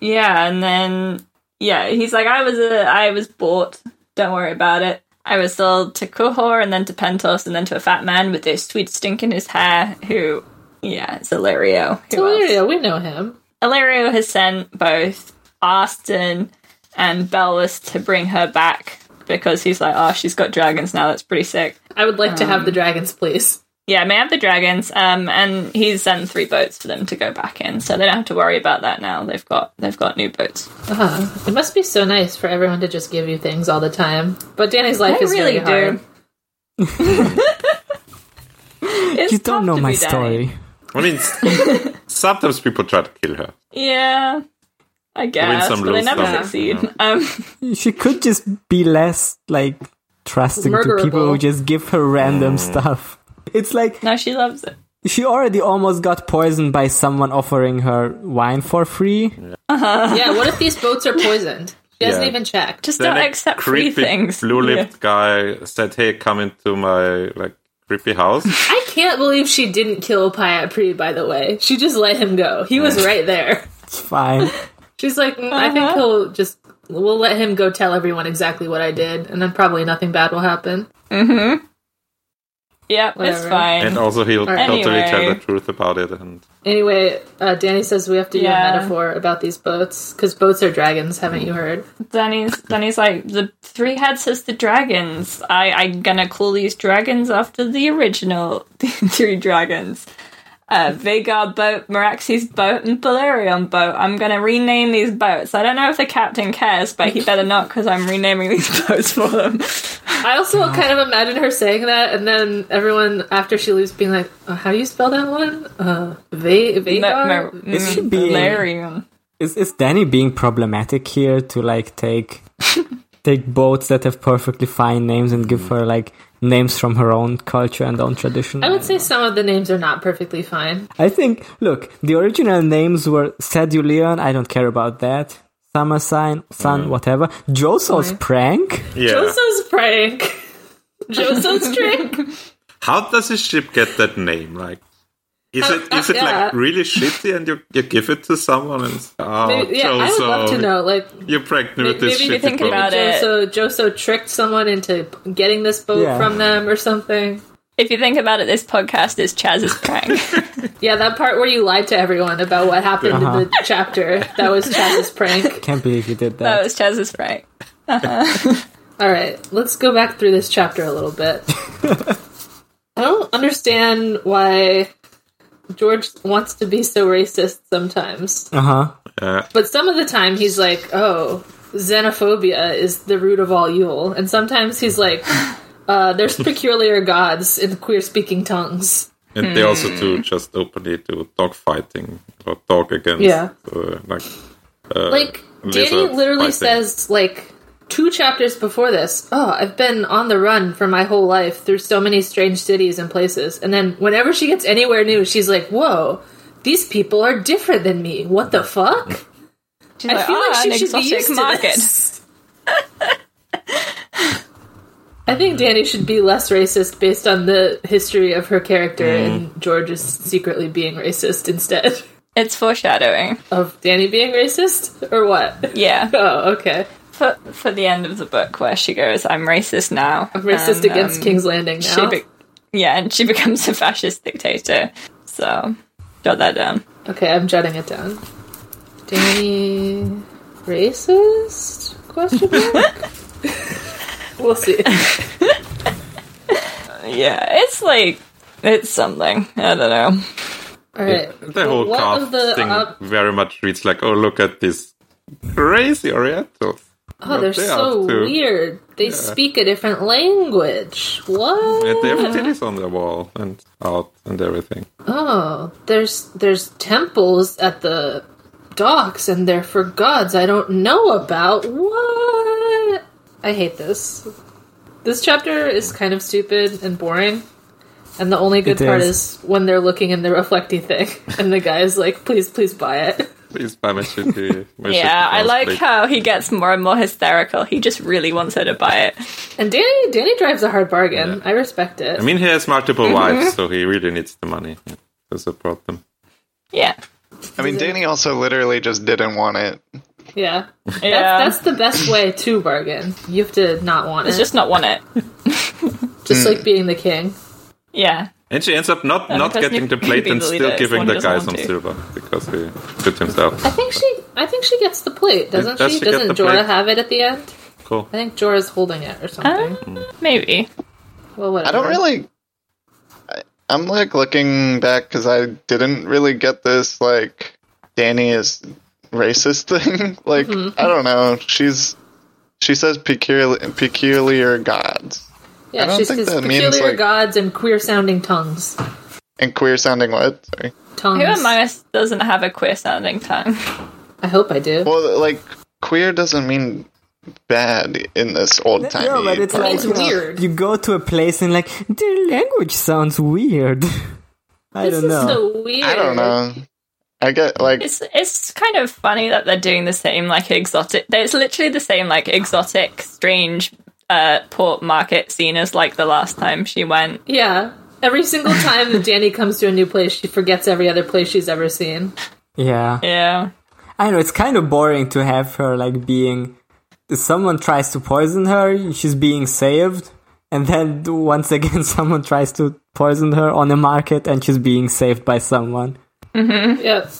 [SPEAKER 4] yeah and then yeah he's like i was a i was bought don't worry about it i was sold to kohor and then to pentos and then to a fat man with this sweet stink in his hair who yeah it's illyrio who else?
[SPEAKER 2] Delirio, we know him.
[SPEAKER 4] illyrio has sent both austin and bellis to bring her back because he's like oh she's got dragons now that's pretty sick
[SPEAKER 2] I would like to have the dragons, please.
[SPEAKER 4] yeah, may I have the dragons. Um, and he's sent three boats for them to go back in, so they don't have to worry about that now. They've got they've got new boats.
[SPEAKER 2] It must be so nice for everyone to just give you things all the time. But Danny's life
[SPEAKER 4] I
[SPEAKER 2] is really
[SPEAKER 4] really
[SPEAKER 2] hard.
[SPEAKER 4] do. It's
[SPEAKER 5] you don't
[SPEAKER 4] tough
[SPEAKER 5] know
[SPEAKER 4] to
[SPEAKER 5] my
[SPEAKER 4] be Danny.
[SPEAKER 5] story.
[SPEAKER 6] I mean, s- sometimes people try to kill her.
[SPEAKER 4] Yeah, I guess,
[SPEAKER 6] some
[SPEAKER 4] but they
[SPEAKER 6] lose
[SPEAKER 4] never
[SPEAKER 6] some.
[SPEAKER 4] succeed. Um,
[SPEAKER 5] She could just be less like trusting to people who
[SPEAKER 2] Murderable.
[SPEAKER 5] just give her
[SPEAKER 6] Mm.
[SPEAKER 5] random stuff. It's like
[SPEAKER 4] no, she loves it.
[SPEAKER 5] she already almost got poisoned by someone offering her wine for free.
[SPEAKER 2] Yeah, what if these boats are poisoned? She hasn't
[SPEAKER 6] Yeah.
[SPEAKER 2] even checked.
[SPEAKER 4] Just
[SPEAKER 6] Then
[SPEAKER 4] don't
[SPEAKER 6] a
[SPEAKER 4] accept free
[SPEAKER 6] creepy
[SPEAKER 4] things.
[SPEAKER 6] blue-lipped guy said, "Hey, come into my like creepy house."
[SPEAKER 2] I can't believe she didn't kill Payat Pri, by the way. She just let him go. He was right there.
[SPEAKER 5] It's fine.
[SPEAKER 2] She's like, "Mm, I think he'll just. We'll let him go tell everyone exactly what I did, and then probably nothing bad will happen.
[SPEAKER 4] Yeah, yep, it's
[SPEAKER 2] Whatever.
[SPEAKER 4] fine.
[SPEAKER 6] and also, he'll totally tell the
[SPEAKER 4] Anyway.
[SPEAKER 6] truth about it. And
[SPEAKER 2] Anyway, uh, Danny says we have to do
[SPEAKER 4] Yeah.
[SPEAKER 2] a metaphor about these boats, because boats are dragons, haven't you heard?
[SPEAKER 4] Danny's Danny's like the three heads has the dragons. I I'm gonna call these dragons after the original three dragons. Uh, Vigar boat, Meraxes boat, and Balerion boat. I'm gonna rename these boats. I don't know if the captain cares, but he better not because I'm renaming these boats for them.
[SPEAKER 2] I also kind of imagine her saying that, and then everyone after she leaves being like, oh, "How do you spell that one? Uh, Ve- Vagar?
[SPEAKER 5] It should
[SPEAKER 4] mm,
[SPEAKER 5] be-
[SPEAKER 4] Balerion.
[SPEAKER 5] Is is Danny being problematic here to like take take boats that have perfectly fine names and
[SPEAKER 2] Mm.
[SPEAKER 5] give her like names from her own culture and own tradition?
[SPEAKER 2] I would say some of the names are not perfectly fine.
[SPEAKER 5] I think look, the original names were Sedulian, I don't care about that. Summer sign,
[SPEAKER 2] Mm.
[SPEAKER 5] sun, whatever. Joso's prank?
[SPEAKER 6] yeah,
[SPEAKER 2] Joso's prank. Joso's trick.
[SPEAKER 6] how does his ship get that name? Like, is
[SPEAKER 2] Uh,
[SPEAKER 6] it
[SPEAKER 2] uh,
[SPEAKER 6] is it
[SPEAKER 2] yeah.
[SPEAKER 6] like really shitty, and you you give it to someone and oh,
[SPEAKER 2] Maybe- yeah, I would
[SPEAKER 6] Joso,
[SPEAKER 2] love to know. Like,
[SPEAKER 6] You're pregnant with this
[SPEAKER 2] maybe
[SPEAKER 4] you
[SPEAKER 6] shitty
[SPEAKER 4] think
[SPEAKER 6] boat."
[SPEAKER 4] about it.
[SPEAKER 2] Joso, Joso tricked someone into getting this boat
[SPEAKER 5] Yeah.
[SPEAKER 2] from them or something.
[SPEAKER 4] If you think about it, this podcast is Chaz's prank.
[SPEAKER 2] Yeah, that part where you lied to everyone about what happened in the chapter. That was Chaz's prank.
[SPEAKER 5] Can't believe you did
[SPEAKER 4] that
[SPEAKER 5] that.
[SPEAKER 4] was Oh, Chaz's prank.
[SPEAKER 2] All right, let's go back through this chapter a little bit. I don't understand why George wants to be so racist sometimes.
[SPEAKER 5] Uh huh.
[SPEAKER 2] But some of the time he's like, oh, xenophobia is the root of all evil. And sometimes he's like, uh, there's peculiar gods in queer speaking tongues.
[SPEAKER 6] And they also do just openly do dog fighting or dog against
[SPEAKER 2] Yeah.
[SPEAKER 6] uh, like uh,
[SPEAKER 2] Like, Danny
[SPEAKER 6] lizard
[SPEAKER 2] literally
[SPEAKER 6] fighting.
[SPEAKER 2] says, like, two chapters before this, oh, I've been on the run for my whole life through so many strange cities and places. And then whenever she gets anywhere new, she's like, whoa, these people are different than me. What the fuck?
[SPEAKER 4] She's
[SPEAKER 2] I
[SPEAKER 4] like,
[SPEAKER 2] feel
[SPEAKER 4] "Ah,
[SPEAKER 2] like she
[SPEAKER 4] an
[SPEAKER 2] should be
[SPEAKER 4] exotic
[SPEAKER 2] used to
[SPEAKER 4] market."
[SPEAKER 2] this. I
[SPEAKER 4] Mm.
[SPEAKER 2] think Danny should be less racist based on the history of her character,
[SPEAKER 4] Mm.
[SPEAKER 2] and George is secretly being racist instead
[SPEAKER 4] It's foreshadowing.
[SPEAKER 2] of Danny being racist, or what?
[SPEAKER 4] Yeah.
[SPEAKER 2] Oh, okay.
[SPEAKER 4] For, for the end of the book where she goes, I'm racist now.
[SPEAKER 2] I'm racist
[SPEAKER 4] And,
[SPEAKER 2] against
[SPEAKER 4] um,
[SPEAKER 2] King's Landing now.
[SPEAKER 4] She be- yeah, and she becomes a fascist dictator. So, jot that down.
[SPEAKER 2] Okay, I'm jotting it down. Danny racist? Question mark. we'll see.
[SPEAKER 4] Yeah, it's like, it's something. I don't know.
[SPEAKER 2] All right.
[SPEAKER 6] The whole
[SPEAKER 2] One
[SPEAKER 6] cast
[SPEAKER 2] of the uh,
[SPEAKER 6] thing
[SPEAKER 2] ob-
[SPEAKER 6] very much reads like, oh, look at these crazy Orientals.
[SPEAKER 2] oh, they're
[SPEAKER 6] they
[SPEAKER 2] so
[SPEAKER 6] have to-
[SPEAKER 2] weird. They speak a different language.
[SPEAKER 6] And
[SPEAKER 2] What?
[SPEAKER 6] they have titties on the wall and out and everything.
[SPEAKER 2] Oh, there's there's temples at the docks, and they're for gods I don't know about. What? I hate this. This chapter is kind of stupid and boring. And the only good
[SPEAKER 5] It
[SPEAKER 2] part
[SPEAKER 5] is.
[SPEAKER 2] is when they're looking in the reflecty thing, and the guy is like, "Please, please buy it."
[SPEAKER 6] Please buy my shitty. my
[SPEAKER 4] Yeah,
[SPEAKER 6] shitty
[SPEAKER 4] I like
[SPEAKER 6] cosplay.
[SPEAKER 4] how he gets more and more hysterical. He just really wants her to buy it.
[SPEAKER 2] And Danny, Danny drives a hard bargain. I respect it.
[SPEAKER 6] I mean, he has multiple
[SPEAKER 4] Mm-hmm.
[SPEAKER 6] wives, so he really needs the money to support them.
[SPEAKER 4] Yeah.
[SPEAKER 3] I mean, Danny also literally just didn't want it.
[SPEAKER 2] yeah,
[SPEAKER 4] Yeah.
[SPEAKER 2] That's, that's the best way to bargain. You have to not want
[SPEAKER 4] it's
[SPEAKER 2] it. Just,
[SPEAKER 4] just not want it.
[SPEAKER 3] Hmm.
[SPEAKER 2] like being the king.
[SPEAKER 4] Yeah.
[SPEAKER 6] And she ends up not, not
[SPEAKER 4] because
[SPEAKER 6] getting
[SPEAKER 4] you
[SPEAKER 6] the plate
[SPEAKER 4] can be
[SPEAKER 6] and
[SPEAKER 4] the
[SPEAKER 6] still
[SPEAKER 4] leader if
[SPEAKER 6] giving
[SPEAKER 4] one
[SPEAKER 6] the
[SPEAKER 4] doesn't
[SPEAKER 6] guy
[SPEAKER 4] want
[SPEAKER 6] some
[SPEAKER 4] to.
[SPEAKER 6] silver because he did himself.
[SPEAKER 2] I think she. I think she gets the plate, doesn't
[SPEAKER 6] Does
[SPEAKER 2] she?
[SPEAKER 6] she get
[SPEAKER 2] Doesn't
[SPEAKER 6] the
[SPEAKER 2] Jorah
[SPEAKER 6] plate?
[SPEAKER 2] have it at the end?
[SPEAKER 6] Cool.
[SPEAKER 2] I think Jorah's holding it or something.
[SPEAKER 4] Uh, Maybe.
[SPEAKER 2] well, whatever.
[SPEAKER 3] I don't really. I, I'm like looking back because I didn't really get this like Danny is racist thing. like
[SPEAKER 4] Mm-hmm.
[SPEAKER 3] I don't know. She's she says peculiar peculiar gods I
[SPEAKER 2] Yeah,
[SPEAKER 3] don't
[SPEAKER 2] she's
[SPEAKER 3] think
[SPEAKER 2] just
[SPEAKER 3] that means,
[SPEAKER 2] peculiar
[SPEAKER 3] like-
[SPEAKER 2] gods and queer sounding tongues.
[SPEAKER 3] and queer sounding what? Sorry.
[SPEAKER 2] Tongues.
[SPEAKER 4] Who among us doesn't have a queer sounding tongue?
[SPEAKER 2] I hope I do.
[SPEAKER 3] Well, like queer doesn't mean bad in this old timey.
[SPEAKER 5] No, but it's
[SPEAKER 2] It
[SPEAKER 5] like
[SPEAKER 2] means
[SPEAKER 5] you, know,
[SPEAKER 2] weird.
[SPEAKER 5] you go to a place and like their language sounds weird. I
[SPEAKER 2] this is
[SPEAKER 5] don't know.
[SPEAKER 2] so weird.
[SPEAKER 3] I don't know. I get like
[SPEAKER 4] It's it's kind of funny that they're doing the same like exotic. It's literally the same like exotic, strange uh, port market scene as like the last time she went.
[SPEAKER 2] Yeah. Every single time that Danny comes to a new place, she forgets every other place she's ever seen.
[SPEAKER 5] yeah.
[SPEAKER 4] Yeah,
[SPEAKER 5] I know it's kind of boring to have her like being. if Someone tries to poison her, she's being saved, and then once again, someone tries to poison her on a market, and she's being saved by someone.
[SPEAKER 2] Yep.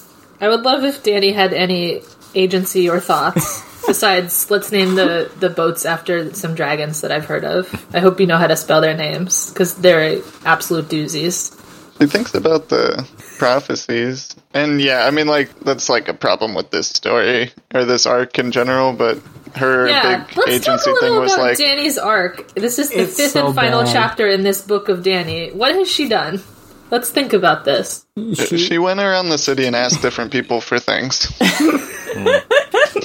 [SPEAKER 2] I would love if Danny had any agency or thoughts besides let's name the the boats after some dragons that I've heard of. I hope you know how to spell their names because they're absolute doozies.
[SPEAKER 3] She thinks about the prophecies. And yeah, I mean, like, that's like a problem with this story or this arc in general, but her big agency thing was like,
[SPEAKER 2] Danny's arc. This is the
[SPEAKER 5] It's
[SPEAKER 2] fifth
[SPEAKER 5] so
[SPEAKER 2] and final
[SPEAKER 5] bad.
[SPEAKER 2] chapter in this book of Danny. What has she done? Let's think about this.
[SPEAKER 3] she went around the city and asked different people for things.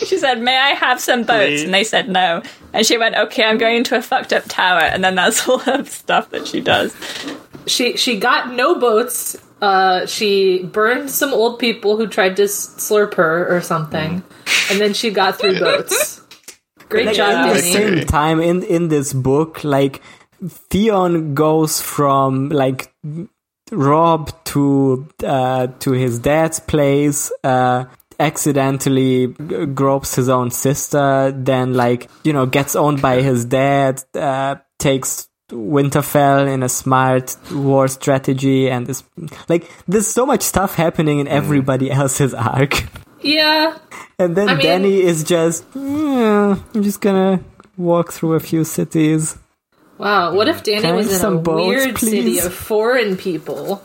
[SPEAKER 4] she said, "May I have some boats?" And they said no. And she went, "Okay, I'm going to a fucked up tower." And then that's all of stuff that she does.
[SPEAKER 2] She she got no boats. Uh, she burned some old people who tried to s- slurp her or something, and then she got through boats. Great job,
[SPEAKER 5] At the
[SPEAKER 2] Danny.
[SPEAKER 5] same time, in in this book, like Theon goes from like Rob to uh, to his dad's place. Uh, accidentally g- gropes his own sister then like you know gets owned by his dad uh takes winterfell in a smart war strategy and is like there's so much stuff happening in everybody else's arc
[SPEAKER 2] Yeah,
[SPEAKER 5] and then
[SPEAKER 2] I mean-
[SPEAKER 5] Danny is just, "Yeah, I'm just gonna walk through a few cities.
[SPEAKER 2] Wow, what if Danny
[SPEAKER 5] Can I
[SPEAKER 2] was
[SPEAKER 5] have
[SPEAKER 2] in a
[SPEAKER 5] some bones,
[SPEAKER 2] weird city
[SPEAKER 5] please?
[SPEAKER 2] of foreign people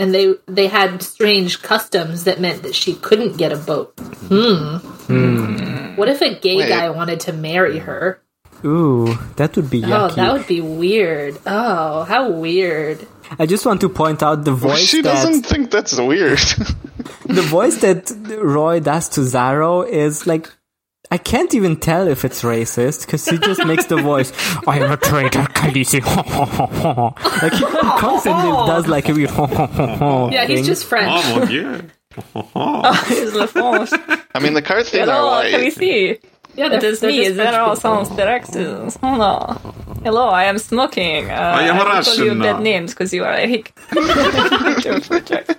[SPEAKER 2] and they they had strange customs that meant that she couldn't get a boat? Hmm. What if a gay
[SPEAKER 3] Wait.
[SPEAKER 2] guy wanted to marry her?
[SPEAKER 5] Ooh, that would be yucky.
[SPEAKER 2] Oh, that would be weird. Oh, how weird.
[SPEAKER 5] I just want to point out the voice
[SPEAKER 3] she
[SPEAKER 5] that
[SPEAKER 3] doesn't think that's weird.
[SPEAKER 5] the voice that Roy does to Zaro is like I can't even tell if it's racist because he just makes the voice. I am a traitor, Khaleesi. like he, he constantly
[SPEAKER 2] Oh.
[SPEAKER 5] does like a weird.
[SPEAKER 2] Yeah, he's just French.
[SPEAKER 6] Oh, mon dieu.
[SPEAKER 4] It's La France.
[SPEAKER 3] I mean, the Carthy
[SPEAKER 4] At
[SPEAKER 3] are
[SPEAKER 4] all, "Oh, can we
[SPEAKER 3] white.
[SPEAKER 4] see?
[SPEAKER 2] Yeah,
[SPEAKER 4] It
[SPEAKER 2] they're,
[SPEAKER 4] is
[SPEAKER 2] they're
[SPEAKER 4] me,
[SPEAKER 2] just
[SPEAKER 4] there
[SPEAKER 2] French
[SPEAKER 4] are
[SPEAKER 2] people.
[SPEAKER 4] some directors. Hello. Hello, I am smoking. Uh, I
[SPEAKER 6] am
[SPEAKER 4] will call you
[SPEAKER 6] Russian now.
[SPEAKER 4] bad names because you are a hick. Don't project.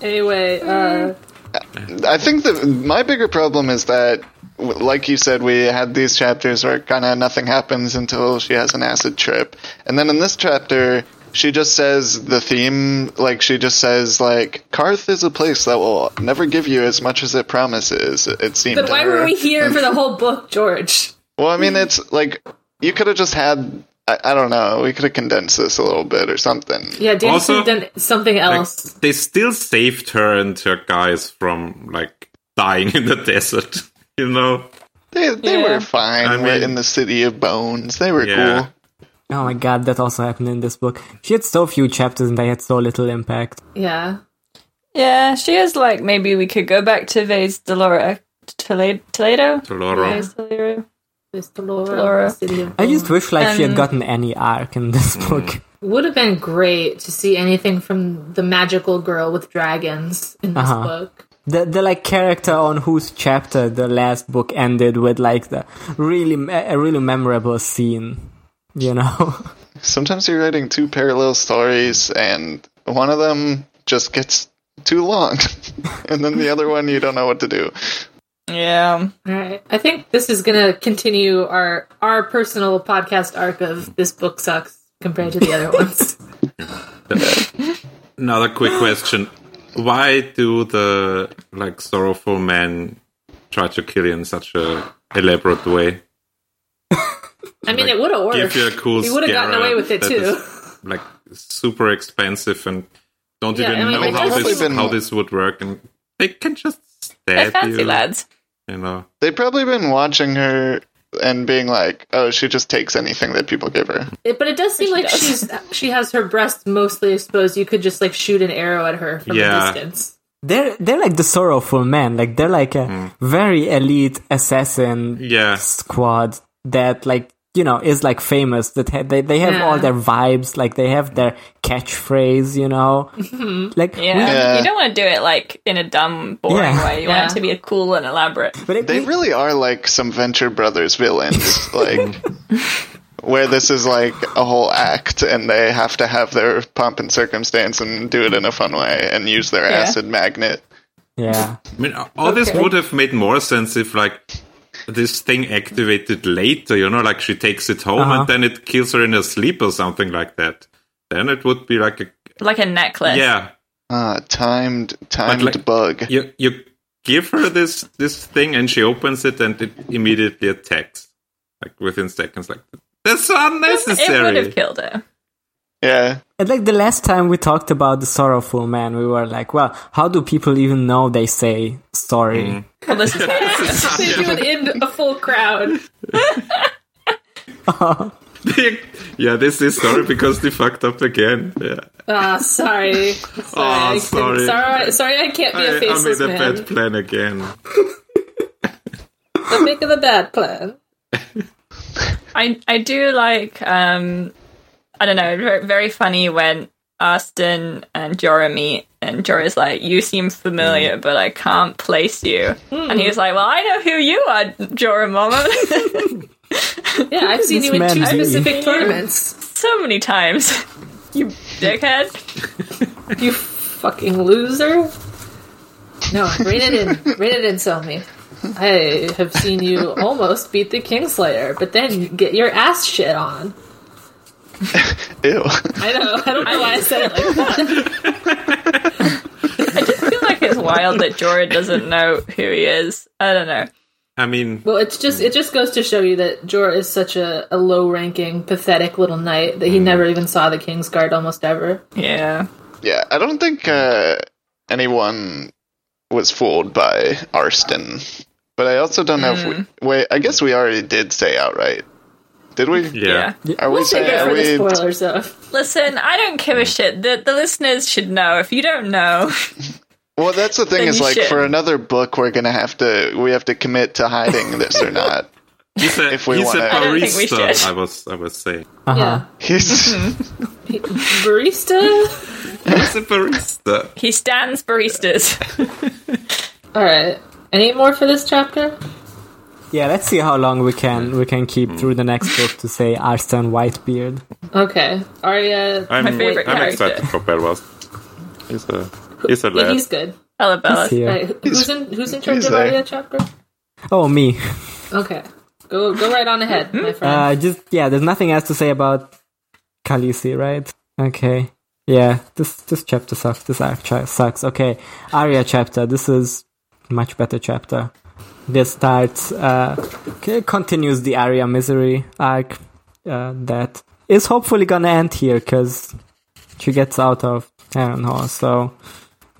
[SPEAKER 2] Anyway,
[SPEAKER 5] Mm.
[SPEAKER 2] uh,
[SPEAKER 3] I think that my bigger problem is that, w- like you said, we had these chapters where kind of nothing happens until she has an acid trip, and then in this chapter she just says the theme, like she just says like Karth is a place that will never give you as much as it promises. It seemed.
[SPEAKER 2] but
[SPEAKER 3] to
[SPEAKER 2] why
[SPEAKER 3] her.
[SPEAKER 2] were we here for the whole book, George?
[SPEAKER 3] Well, I mean, it's like you could have just had. I, I don't know. We could have condensed this a little bit or something.
[SPEAKER 2] Yeah, David
[SPEAKER 6] Also-
[SPEAKER 2] should have done something
[SPEAKER 6] Like,
[SPEAKER 2] else.
[SPEAKER 6] they still saved her and her guys from like dying in the desert. You know?
[SPEAKER 3] They, they
[SPEAKER 4] Yeah.
[SPEAKER 3] were fine.
[SPEAKER 6] I
[SPEAKER 3] we're
[SPEAKER 6] mean-
[SPEAKER 3] in the city of bones. They were
[SPEAKER 6] Yeah.
[SPEAKER 3] cool.
[SPEAKER 5] Oh my god, that also happened in this book. She had so few chapters and they had so little impact.
[SPEAKER 2] yeah.
[SPEAKER 4] Yeah, she is like, maybe we could go back to Vase Dolora Toledo? Toledo?
[SPEAKER 6] Doloro.
[SPEAKER 4] Vase Toledo?
[SPEAKER 2] There's Dolora,
[SPEAKER 4] Dolora.
[SPEAKER 2] the city of
[SPEAKER 5] I just
[SPEAKER 2] bones.
[SPEAKER 5] wish like she had
[SPEAKER 4] Um,
[SPEAKER 5] gotten any arc in this book.
[SPEAKER 2] would have been great to see anything from the magical girl with dragons in this
[SPEAKER 5] Uh-huh.
[SPEAKER 2] book.
[SPEAKER 5] The the like character on whose chapter the last book ended with like the really me- a really memorable scene, you know.
[SPEAKER 3] Sometimes you're writing two parallel stories, and one of them just gets too long, and then the other one you don't know what to do.
[SPEAKER 4] Yeah.
[SPEAKER 2] All right. I think this is going to continue our our personal podcast arc of this book sucks compared to the other ones.
[SPEAKER 6] Another quick question. Why do the like sorrowful men try to kill you in such a elaborate way?
[SPEAKER 2] I mean, it would have
[SPEAKER 6] Give
[SPEAKER 2] worked.
[SPEAKER 6] you a cool
[SPEAKER 2] We would have gotten
[SPEAKER 6] scarab
[SPEAKER 2] away with it
[SPEAKER 6] that
[SPEAKER 2] too.
[SPEAKER 6] is, like super expensive and don't
[SPEAKER 2] Yeah,
[SPEAKER 6] even
[SPEAKER 2] I mean,
[SPEAKER 6] know
[SPEAKER 2] like,
[SPEAKER 6] how
[SPEAKER 3] that's
[SPEAKER 6] this
[SPEAKER 3] even-
[SPEAKER 6] how this would work and they can just
[SPEAKER 4] They're
[SPEAKER 6] stab
[SPEAKER 4] fancy
[SPEAKER 6] you.
[SPEAKER 4] lads.
[SPEAKER 6] You know.
[SPEAKER 3] They've probably been watching her and being like, "Oh, she just takes anything that people give her."
[SPEAKER 2] It- but it does seem
[SPEAKER 4] She
[SPEAKER 2] like
[SPEAKER 4] does.
[SPEAKER 2] she's she has her breast mostly exposed. You could just like shoot an arrow at her from
[SPEAKER 6] Yeah.
[SPEAKER 2] a distance.
[SPEAKER 5] They're they're like the sorrowful men. Like they're like a very elite assassin
[SPEAKER 6] Yeah.
[SPEAKER 5] squad that like you know is like famous. That ha- they they have
[SPEAKER 2] Yeah.
[SPEAKER 5] all their vibes. Like they have their catchphrase. You know, like we-
[SPEAKER 4] Yeah.
[SPEAKER 3] Yeah.
[SPEAKER 4] You don't want to do it like in a dumb, boring
[SPEAKER 5] Yeah.
[SPEAKER 4] way. You
[SPEAKER 2] Yeah.
[SPEAKER 4] want it to be cool and elaborate.
[SPEAKER 5] but it,
[SPEAKER 6] Mm-hmm.
[SPEAKER 3] They
[SPEAKER 5] we-
[SPEAKER 3] really are like some Venture Brothers villains, like where this is like a whole act, and they have to have their pomp and circumstance and do it in a fun way and use their acid magnet.
[SPEAKER 5] yeah.
[SPEAKER 6] I mean, all this would have made more sense if, like, this thing activated later, you know, like she takes it home
[SPEAKER 5] Uh-huh.
[SPEAKER 6] and then it kills her in her sleep or something like that. Then it would be like a.
[SPEAKER 4] Like a necklace.
[SPEAKER 6] Yeah.
[SPEAKER 3] Ah, timed timed
[SPEAKER 6] like-
[SPEAKER 3] bug.
[SPEAKER 6] You, you give her this, this thing and she opens it and it immediately attacks. Like, within seconds. Like, that's so
[SPEAKER 4] It would have
[SPEAKER 6] unnecessary.
[SPEAKER 4] killed her.
[SPEAKER 3] Yeah,
[SPEAKER 5] And like the last time we talked about the sorrowful man, we were like, well, how do people even know they say sorry?
[SPEAKER 4] Well, this is
[SPEAKER 2] they do it in a full crowd.
[SPEAKER 6] yeah, this is sorry because they fucked up again. Yeah.
[SPEAKER 2] Ah, sorry. Sorry, I couldn't-
[SPEAKER 6] Ah, sorry.
[SPEAKER 2] sorry, sorry, I can't be
[SPEAKER 6] I,
[SPEAKER 2] a
[SPEAKER 6] I
[SPEAKER 2] faceless
[SPEAKER 6] made a
[SPEAKER 2] man.
[SPEAKER 6] bad plan again.
[SPEAKER 2] I'm making a bad plan.
[SPEAKER 4] I I do like um I don't know very, very funny when Austin and Jorah meet and Jorah's like you seem familiar but I can't place you and he's like well I know who you are Jorah Mama
[SPEAKER 2] Yeah, I've seen you in
[SPEAKER 5] man
[SPEAKER 2] two
[SPEAKER 5] doing?
[SPEAKER 2] specific tournaments.
[SPEAKER 4] so many times you dickhead
[SPEAKER 2] You fucking loser. No, rein it in. Rein it in, sell me. I have seen you almost beat the Kingslayer, but then you get your ass shit on.
[SPEAKER 3] ew.
[SPEAKER 2] I know. I don't know why I said it like that.
[SPEAKER 4] I feel like it's wild that Jorah doesn't know who he is I don't know
[SPEAKER 6] I mean,
[SPEAKER 2] Well, it's just it just goes to show you that Jorah is such a, a low ranking, pathetic little knight
[SPEAKER 6] Mm.
[SPEAKER 2] that he never even saw the King's Guard almost ever.
[SPEAKER 4] yeah
[SPEAKER 3] yeah, I don't think uh, anyone was fooled by Arston, but I also don't know if we. Wait, I guess we already did say outright. Did we?
[SPEAKER 6] yeah.
[SPEAKER 4] yeah.
[SPEAKER 3] Are we
[SPEAKER 2] Thank
[SPEAKER 3] saying?
[SPEAKER 2] you
[SPEAKER 3] Are
[SPEAKER 2] for the
[SPEAKER 3] we?
[SPEAKER 2] spoilers, though.
[SPEAKER 4] Listen, I don't give a shit. The, the listeners should know. If you don't know,
[SPEAKER 3] Well, that's the thing
[SPEAKER 4] Then
[SPEAKER 3] is
[SPEAKER 4] you
[SPEAKER 3] like
[SPEAKER 4] should.
[SPEAKER 3] for another book, we're gonna have to we have to commit to hiding this or not.
[SPEAKER 6] He's a,
[SPEAKER 3] If we
[SPEAKER 6] he's a
[SPEAKER 3] wanna- I
[SPEAKER 4] don't think we
[SPEAKER 6] barista,
[SPEAKER 4] should.
[SPEAKER 6] I was I was saying.
[SPEAKER 2] Yeah.
[SPEAKER 3] Uh-huh. He's
[SPEAKER 2] Barista?
[SPEAKER 6] He's a barista.
[SPEAKER 4] He stands baristas.
[SPEAKER 2] Alright. Any more for this chapter?
[SPEAKER 5] Yeah, let's see how long we can we can keep through the next book to say Arstan Whitebeard.
[SPEAKER 2] Okay. Arya.
[SPEAKER 6] I'm,
[SPEAKER 4] My favorite
[SPEAKER 6] I'm
[SPEAKER 4] character.
[SPEAKER 6] excited for Belwas. He's a he's a
[SPEAKER 2] Yeah,
[SPEAKER 6] lad.
[SPEAKER 2] he's good.
[SPEAKER 4] Alabella.
[SPEAKER 5] Here.
[SPEAKER 2] Alright, who- who's in who's in charge
[SPEAKER 3] he's
[SPEAKER 2] of
[SPEAKER 3] there.
[SPEAKER 2] Arya chapter?
[SPEAKER 5] Oh me.
[SPEAKER 2] Okay. Go go right on ahead, my friend.
[SPEAKER 5] Uh, just yeah, there's nothing else to say about Khaleesi, right? Okay. Yeah, this this chapter sucks. This arc cha- sucks. Okay, Arya chapter. This is much better chapter. This starts uh, c- continues the Arya misery arc uh, that is hopefully gonna end here because she gets out of Iron Hall. So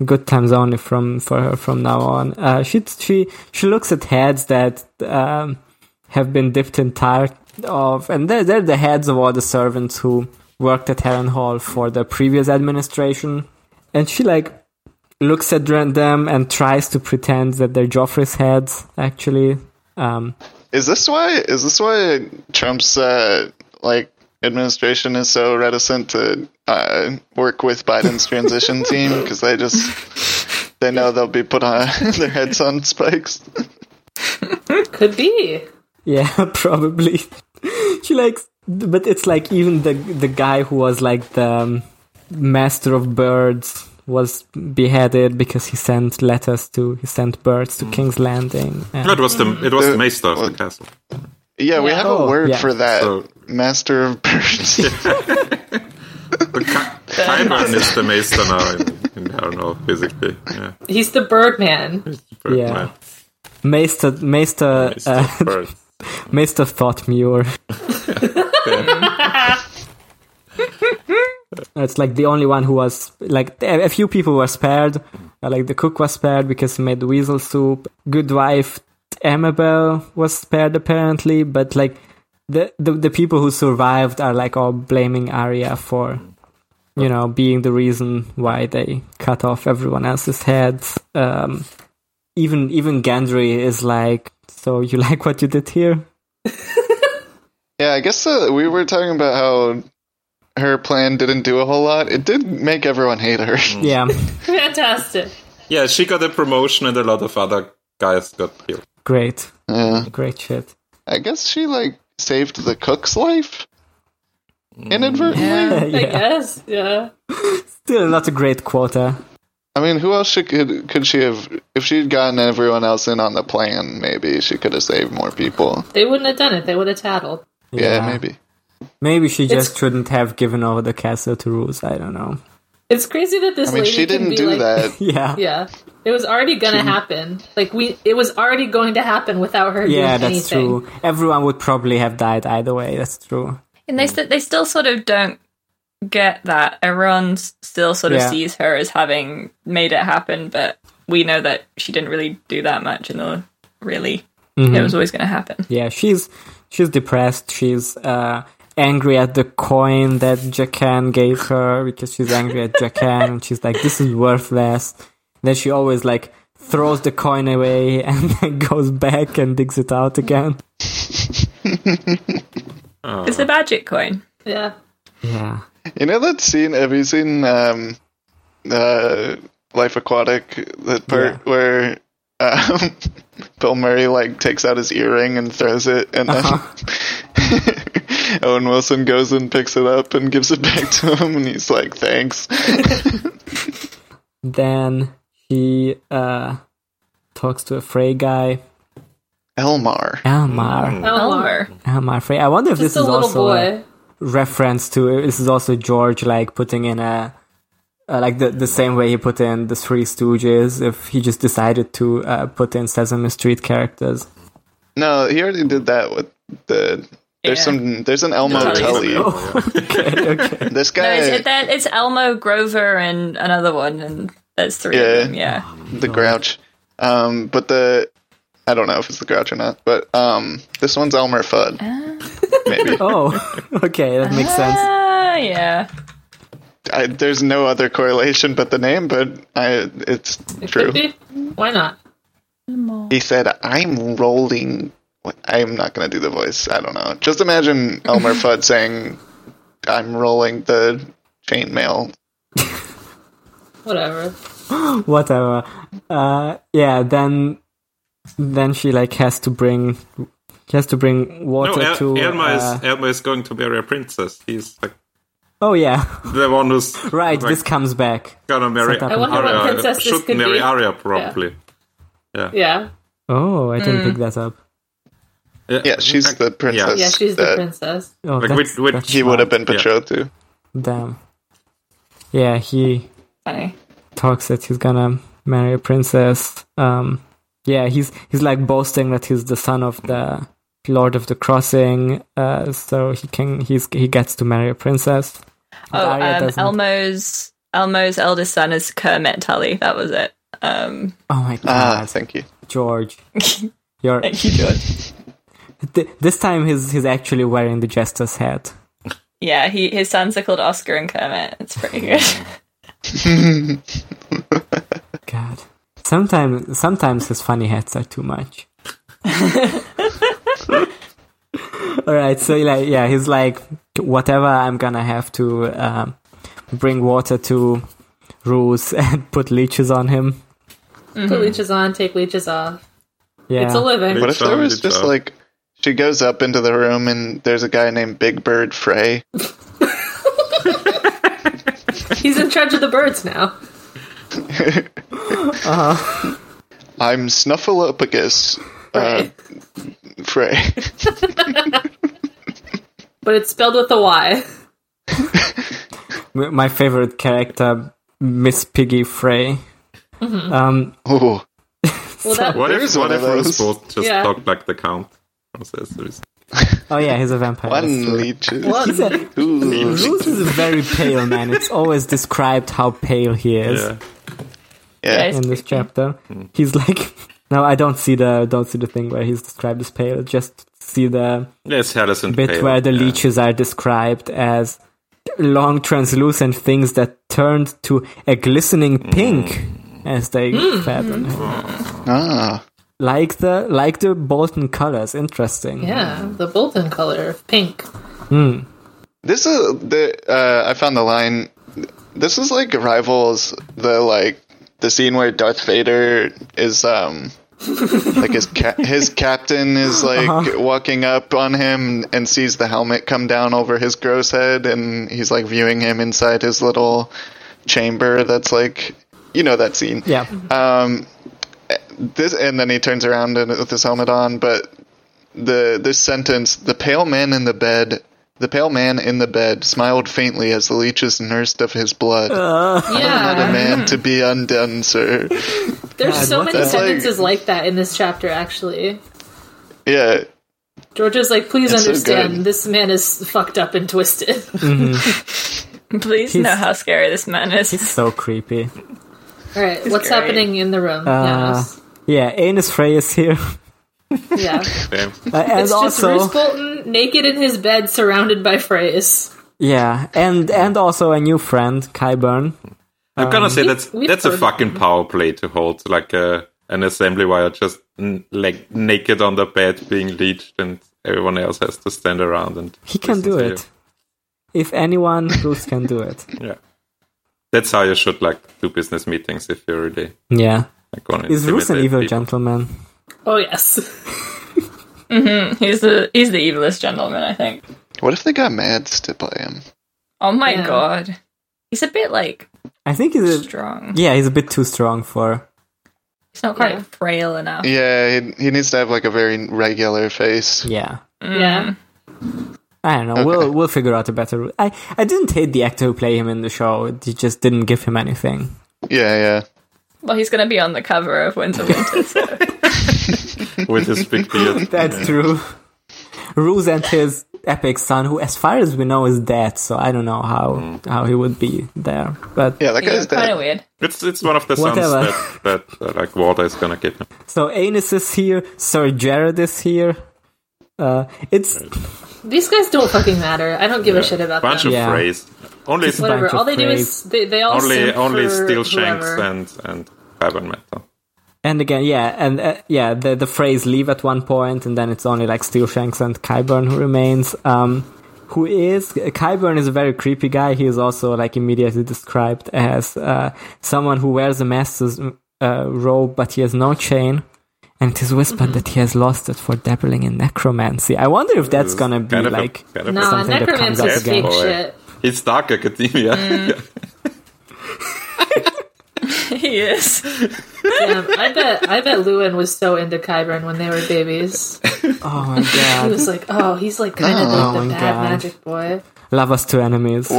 [SPEAKER 5] good times only from for her from now on. Uh, she she she looks at heads that um, have been dipped in tar of, and they're, they're the heads of all the servants who worked at Heron Hall for the previous administration. And she like looks at dr- them and tries to pretend that they're Joffrey's heads. Actually, um,
[SPEAKER 3] Is this why? Is this why Trump's uh, like administration is so reticent to uh, work with Biden's transition team because they just they know they'll be put on their heads on spikes.
[SPEAKER 2] Could be.
[SPEAKER 5] Yeah, probably. she likes, but it's like even the the guy who was like the um, master of birds was beheaded because he sent letters to he sent birds to King's Landing. Uh, And
[SPEAKER 6] No, it was the it was
[SPEAKER 3] Uh,
[SPEAKER 6] the maester of the castle.
[SPEAKER 3] Yeah, we have
[SPEAKER 5] Oh,
[SPEAKER 3] a word
[SPEAKER 5] yeah.
[SPEAKER 3] for that.
[SPEAKER 6] So-
[SPEAKER 3] Master of birds.
[SPEAKER 6] But Ky-
[SPEAKER 5] Uh,
[SPEAKER 6] Kyburn is the maester now. In, in, I don't know physically. Yeah,
[SPEAKER 2] He's the Birdman.
[SPEAKER 6] Bird
[SPEAKER 5] Yeah.
[SPEAKER 6] man.
[SPEAKER 5] Maester Maester
[SPEAKER 6] Maester
[SPEAKER 5] uh,
[SPEAKER 6] of birds.
[SPEAKER 5] Maester Thoughtmure. It's like the only one who was like a a few people were spared. Uh, Like the cook was spared because he made the weasel soup. Good wife Amabel was spared apparently, but like the the, the people who survived are like all blaming Arya for you know being the reason why they cut off everyone else's heads. Um, even even Gendry is like, so you like what you did here?
[SPEAKER 3] yeah, I guess uh, we were talking about how her plan didn't do a whole lot. It did make everyone hate her.
[SPEAKER 5] Yeah,
[SPEAKER 2] Fantastic.
[SPEAKER 6] Yeah, she got a promotion, and a lot of other guys got killed.
[SPEAKER 5] great,
[SPEAKER 3] yeah.
[SPEAKER 5] great shit.
[SPEAKER 3] I guess she like saved the cook's life inadvertently.
[SPEAKER 2] I
[SPEAKER 5] yeah,
[SPEAKER 2] guess. Yeah.
[SPEAKER 5] still not a great quota.
[SPEAKER 3] I mean, who else she could could she have? If she'd gotten everyone else in on the plan, maybe she could have saved more people.
[SPEAKER 2] They wouldn't have done it. They would have tattled.
[SPEAKER 3] Yeah, maybe.
[SPEAKER 5] Maybe she just shouldn't have given over the castle to Rose. I don't know.
[SPEAKER 2] It's crazy that this
[SPEAKER 3] I mean,
[SPEAKER 2] lady
[SPEAKER 3] she
[SPEAKER 2] can
[SPEAKER 3] didn't
[SPEAKER 2] be
[SPEAKER 3] do
[SPEAKER 2] like,
[SPEAKER 3] that.
[SPEAKER 5] Yeah,
[SPEAKER 2] Yeah, it was already gonna happen. Like we, it was already going to happen without her.
[SPEAKER 5] yeah,
[SPEAKER 2] doing
[SPEAKER 5] that's
[SPEAKER 2] anything.
[SPEAKER 5] true. Everyone would probably have died either way. That's true.
[SPEAKER 4] And they st- they still sort of don't get that. Everyone s- still sort of
[SPEAKER 5] Yeah.
[SPEAKER 4] sees her as having made it happen, but we know that she didn't really do that much, and uh, really, it was always going to happen.
[SPEAKER 5] Yeah, she's she's depressed. Sheshe's uh, angry at the coin that Jacan gave her because she's angry at Jacan, and she's like, "This is worthless." Then she always like throws the coin away and then goes back and digs it out again.
[SPEAKER 6] Uh,
[SPEAKER 4] It's the magic coin.
[SPEAKER 2] Yeah,
[SPEAKER 5] Yeah.
[SPEAKER 3] You know that scene? Have you seen um, uh, Life Aquatic? That part where um, Bill Murray like takes out his earring and throws it, and then
[SPEAKER 5] Uh-huh.
[SPEAKER 3] Owen Wilson goes and picks it up and gives it back to him, and he's like, "Thanks."
[SPEAKER 5] Then she uh, talks to a Frey guy,
[SPEAKER 3] Elmar.
[SPEAKER 6] Mm.
[SPEAKER 5] Elmar.
[SPEAKER 3] Oh.
[SPEAKER 2] Elmar,
[SPEAKER 5] Elmar Frey. I wonder if
[SPEAKER 2] just
[SPEAKER 5] this
[SPEAKER 2] a
[SPEAKER 5] is
[SPEAKER 2] little
[SPEAKER 5] also a
[SPEAKER 2] boy.
[SPEAKER 5] reference to. This is also George like putting in a. Uh, like the the same way he put in the Three Stooges, if he just decided to uh, put in Sesame Street characters.
[SPEAKER 3] No, he already did that with the. There's
[SPEAKER 4] Yeah.
[SPEAKER 3] some. There's an Elmo
[SPEAKER 4] Tully.
[SPEAKER 3] Tully.
[SPEAKER 6] Oh.
[SPEAKER 3] This
[SPEAKER 4] No,
[SPEAKER 3] guy.
[SPEAKER 4] it's, it, that- it's Elmo Grover and another one, and there's three
[SPEAKER 3] Yeah.
[SPEAKER 4] of them. Yeah,
[SPEAKER 3] the Grouch. Um, but the. I don't know if it's the Grouch or not, but um, this one's Elmer Fudd. Maybe.
[SPEAKER 5] Oh, okay, that makes sense.
[SPEAKER 4] Ah, yeah.
[SPEAKER 3] I, there's no other correlation but the name, but I, it's true.
[SPEAKER 2] Could be. Why not?
[SPEAKER 3] He said, "I'm rolling." I'm not gonna do the voice. I don't know. Just imagine Elmer Fudd saying, "I'm rolling the chainmail."
[SPEAKER 2] Whatever.
[SPEAKER 5] whatever. Uh, yeah, then then she like has to bring she has to bring
[SPEAKER 6] No,
[SPEAKER 5] water
[SPEAKER 6] El-
[SPEAKER 5] to.
[SPEAKER 6] Elma,
[SPEAKER 5] uh,
[SPEAKER 6] is, Elma is going to marry a princess. He's like
[SPEAKER 5] oh yeah,
[SPEAKER 6] the one who's
[SPEAKER 5] right.
[SPEAKER 6] like,
[SPEAKER 5] this comes back.
[SPEAKER 6] gonna marry
[SPEAKER 5] I
[SPEAKER 2] wonder what
[SPEAKER 6] Arya.
[SPEAKER 2] princess this
[SPEAKER 6] Should
[SPEAKER 2] could
[SPEAKER 6] marry
[SPEAKER 2] be.
[SPEAKER 6] Arya probably.
[SPEAKER 2] Yeah.
[SPEAKER 5] Oh, I didn't pick
[SPEAKER 4] Mm.
[SPEAKER 5] that up.
[SPEAKER 3] Yeah, she's the princess.
[SPEAKER 2] Yeah, she's the
[SPEAKER 3] that
[SPEAKER 2] princess.
[SPEAKER 5] Oh,
[SPEAKER 6] Like,
[SPEAKER 5] that's,
[SPEAKER 6] which- which-
[SPEAKER 5] that's
[SPEAKER 3] He would have been
[SPEAKER 6] Yeah.
[SPEAKER 3] betrothed to.
[SPEAKER 5] smart. Damn. Yeah, he
[SPEAKER 4] Funny.
[SPEAKER 5] talks that he's gonna marry a princess. Um, yeah, he's he's like boasting that he's the son of the Lord of the Crossing, uh, so he can he's he gets to marry a princess. But
[SPEAKER 4] Oh,
[SPEAKER 5] Arya
[SPEAKER 4] um,
[SPEAKER 5] doesn't.
[SPEAKER 4] Elmo's Elmo's eldest son is Kermit Tully. That was it. Um,
[SPEAKER 5] Oh my
[SPEAKER 3] Ah,
[SPEAKER 5] god,
[SPEAKER 3] thank you.
[SPEAKER 5] George, you're
[SPEAKER 4] thank you, George.
[SPEAKER 5] Th- this time he's he's actually wearing the jester's hat.
[SPEAKER 4] Yeah, he his sons are called Oscar and Kermit. It's pretty good.
[SPEAKER 5] God. Sometimes sometimes his funny hats are too much. All right, so like yeah, he's like whatever I'm gonna have to um, bring water to Roos and put leeches on him.
[SPEAKER 2] Put leeches on, take leeches off.
[SPEAKER 5] Mm-hmm. Yeah,
[SPEAKER 2] It's a living.
[SPEAKER 3] What if there was just like she goes up into the room and there's a guy named Big Bird Frey?
[SPEAKER 2] He's in charge of the birds now.
[SPEAKER 3] I'm Snuffleupagus uh,
[SPEAKER 2] Right.
[SPEAKER 3] Frey.
[SPEAKER 2] but it's spelled with a Y.
[SPEAKER 5] M- my favorite character, Miss Piggy Frey.
[SPEAKER 2] Mm-hmm.
[SPEAKER 5] Um,
[SPEAKER 3] oh,
[SPEAKER 2] Well, that,
[SPEAKER 6] What
[SPEAKER 3] There's
[SPEAKER 6] if what
[SPEAKER 3] one
[SPEAKER 6] if
[SPEAKER 3] of those.
[SPEAKER 6] Roosevelt just
[SPEAKER 2] Yeah.
[SPEAKER 6] talked like the count? Princess?
[SPEAKER 5] oh yeah, he's a vampire. that's
[SPEAKER 3] one
[SPEAKER 5] true.
[SPEAKER 3] leeches.
[SPEAKER 5] He's a,
[SPEAKER 3] Ooh.
[SPEAKER 5] Roos is a very pale man. It's always described how pale he is.
[SPEAKER 6] Yeah.
[SPEAKER 3] Yeah.
[SPEAKER 4] Guys,
[SPEAKER 5] in this chapter.
[SPEAKER 6] Hmm.
[SPEAKER 5] He's like, no, I don't see the don't see the thing where he's described as pale. Just see the
[SPEAKER 6] Yes, Harrison
[SPEAKER 5] bit
[SPEAKER 6] Pale.
[SPEAKER 5] where the
[SPEAKER 6] yeah.
[SPEAKER 5] leeches are described as long translucent things that turned to a glistening
[SPEAKER 6] Hmm.
[SPEAKER 5] pink as they
[SPEAKER 2] Hmm.
[SPEAKER 5] fed on him.
[SPEAKER 3] Ah,
[SPEAKER 5] Like the like the Bolton colors. Interesting.
[SPEAKER 2] yeah, the Bolton color of pink.
[SPEAKER 3] this is the. Uh, I found the line. This is like rivals the like the scene where Darth Vader is um like his ca- his captain is like walking up on him and sees the helmet come down over his gross head and he's like viewing him inside his little chamber that's like you know that scene
[SPEAKER 5] Yeah.
[SPEAKER 3] Um, this, and then he turns around and with his helmet on. But the this sentence: the pale man in the bed, the pale man in the bed, smiled faintly as the leeches nursed of his blood. Not a
[SPEAKER 2] Yeah,
[SPEAKER 3] man to be undone, sir.
[SPEAKER 2] there's so
[SPEAKER 5] what
[SPEAKER 2] many
[SPEAKER 5] the-
[SPEAKER 2] sentences like that in this chapter. Actually,
[SPEAKER 3] Yeah,
[SPEAKER 2] George is like, please
[SPEAKER 3] It's so
[SPEAKER 2] understand,
[SPEAKER 3] good.
[SPEAKER 2] this man is fucked up and twisted.
[SPEAKER 4] please know how scary this man is.
[SPEAKER 5] So creepy.
[SPEAKER 2] All right, what's
[SPEAKER 4] scary.
[SPEAKER 2] happening in the room?
[SPEAKER 5] Uh, Yeah, Anus Frey is here.
[SPEAKER 2] Yes. yeah,
[SPEAKER 5] Uh,
[SPEAKER 6] Yeah.
[SPEAKER 5] and
[SPEAKER 2] it's just
[SPEAKER 5] also
[SPEAKER 2] Bruce Bolton naked in his bed, surrounded by phrase.
[SPEAKER 5] Yeah. And and also a new friend, Kyburn.
[SPEAKER 6] I'm
[SPEAKER 5] Um,
[SPEAKER 6] gonna say that's
[SPEAKER 2] we've
[SPEAKER 6] that's a
[SPEAKER 2] heard-
[SPEAKER 6] fucking power play to hold like a an assembly wire just n- like naked on the bed being leached and everyone else has to stand around and
[SPEAKER 5] He can do it. If anyone, Bruce can do it.
[SPEAKER 6] Yeah, that's how you should like do business meetings if you really
[SPEAKER 5] Yeah.
[SPEAKER 6] like want to.
[SPEAKER 5] Is Bruce an
[SPEAKER 6] intimidate
[SPEAKER 5] evil
[SPEAKER 6] people.
[SPEAKER 5] gentleman?
[SPEAKER 2] Oh yes,
[SPEAKER 4] Mm-hmm. He's the he's the evilest gentleman, I think.
[SPEAKER 3] what if they got mad to play him?
[SPEAKER 4] Oh my
[SPEAKER 2] Yeah.
[SPEAKER 4] god, he's a bit like
[SPEAKER 5] I think he's a,
[SPEAKER 4] strong.
[SPEAKER 5] yeah, he's a bit too strong for.
[SPEAKER 4] He's not quite
[SPEAKER 2] Yeah.
[SPEAKER 4] frail enough.
[SPEAKER 3] Yeah, he, he needs to have like a very regular face.
[SPEAKER 5] Yeah.
[SPEAKER 4] Mm.
[SPEAKER 2] yeah.
[SPEAKER 5] I don't know. We'll we'll figure out a better. ru- I I didn't hate the actor who played him in the show. It just didn't give him anything.
[SPEAKER 3] Yeah, yeah.
[SPEAKER 4] Well, he's going to be on the cover of Winter Winter. So.
[SPEAKER 6] with his big beard.
[SPEAKER 5] That's true. Ruse and his epic son, who, as far as we know, is dead. So I don't know how how he would be there. But
[SPEAKER 3] Yeah, that
[SPEAKER 4] yeah,
[SPEAKER 3] guy's
[SPEAKER 4] kind
[SPEAKER 3] dead.
[SPEAKER 4] of weird.
[SPEAKER 6] It's it's one of the sons
[SPEAKER 5] Whatever.
[SPEAKER 6] that that uh, like water is gonna give him.
[SPEAKER 5] so Anus is here. Sir Jared is here. Uh, it's
[SPEAKER 2] these guys don't fucking matter. I don't give a shit about
[SPEAKER 6] bunch
[SPEAKER 2] them.
[SPEAKER 6] of
[SPEAKER 5] Yeah.
[SPEAKER 6] phrase. Only
[SPEAKER 2] Whatever.
[SPEAKER 5] bunch of
[SPEAKER 2] All they do
[SPEAKER 5] phrase.
[SPEAKER 2] is they, they all
[SPEAKER 6] only
[SPEAKER 2] simp
[SPEAKER 6] only
[SPEAKER 2] for
[SPEAKER 6] steel shanks
[SPEAKER 2] whoever.
[SPEAKER 6] and and carbon metal.
[SPEAKER 5] And again, yeah, and uh, yeah, the the phrase leave at one point, and then it's only like Steelshanks and Kyburn who remains. Um, who is Kyburn is a very creepy guy. He is also like immediately described as uh, someone who wears a master's uh, robe, but he has no chain. And it is whispered
[SPEAKER 4] Mm-hmm.
[SPEAKER 5] that he has lost it for dabbling in necromancy. I wonder if that's
[SPEAKER 6] It's
[SPEAKER 5] gonna be
[SPEAKER 6] kind of a-
[SPEAKER 5] like
[SPEAKER 6] kind of a
[SPEAKER 2] Nah,
[SPEAKER 5] Something that comes
[SPEAKER 2] necromancy
[SPEAKER 5] up
[SPEAKER 2] is
[SPEAKER 5] again.
[SPEAKER 2] fake
[SPEAKER 6] Boy.
[SPEAKER 2] shit.
[SPEAKER 6] He's dark academia.
[SPEAKER 2] Mm.
[SPEAKER 4] he is.
[SPEAKER 2] Damn, I bet I bet Lewin was so into Kyburn when they were babies.
[SPEAKER 5] oh my
[SPEAKER 2] He
[SPEAKER 5] god,
[SPEAKER 2] was like, oh, he's like kind of
[SPEAKER 5] Oh
[SPEAKER 2] like
[SPEAKER 5] my
[SPEAKER 2] the bad
[SPEAKER 5] God.
[SPEAKER 2] magic boy.
[SPEAKER 5] love us to enemies.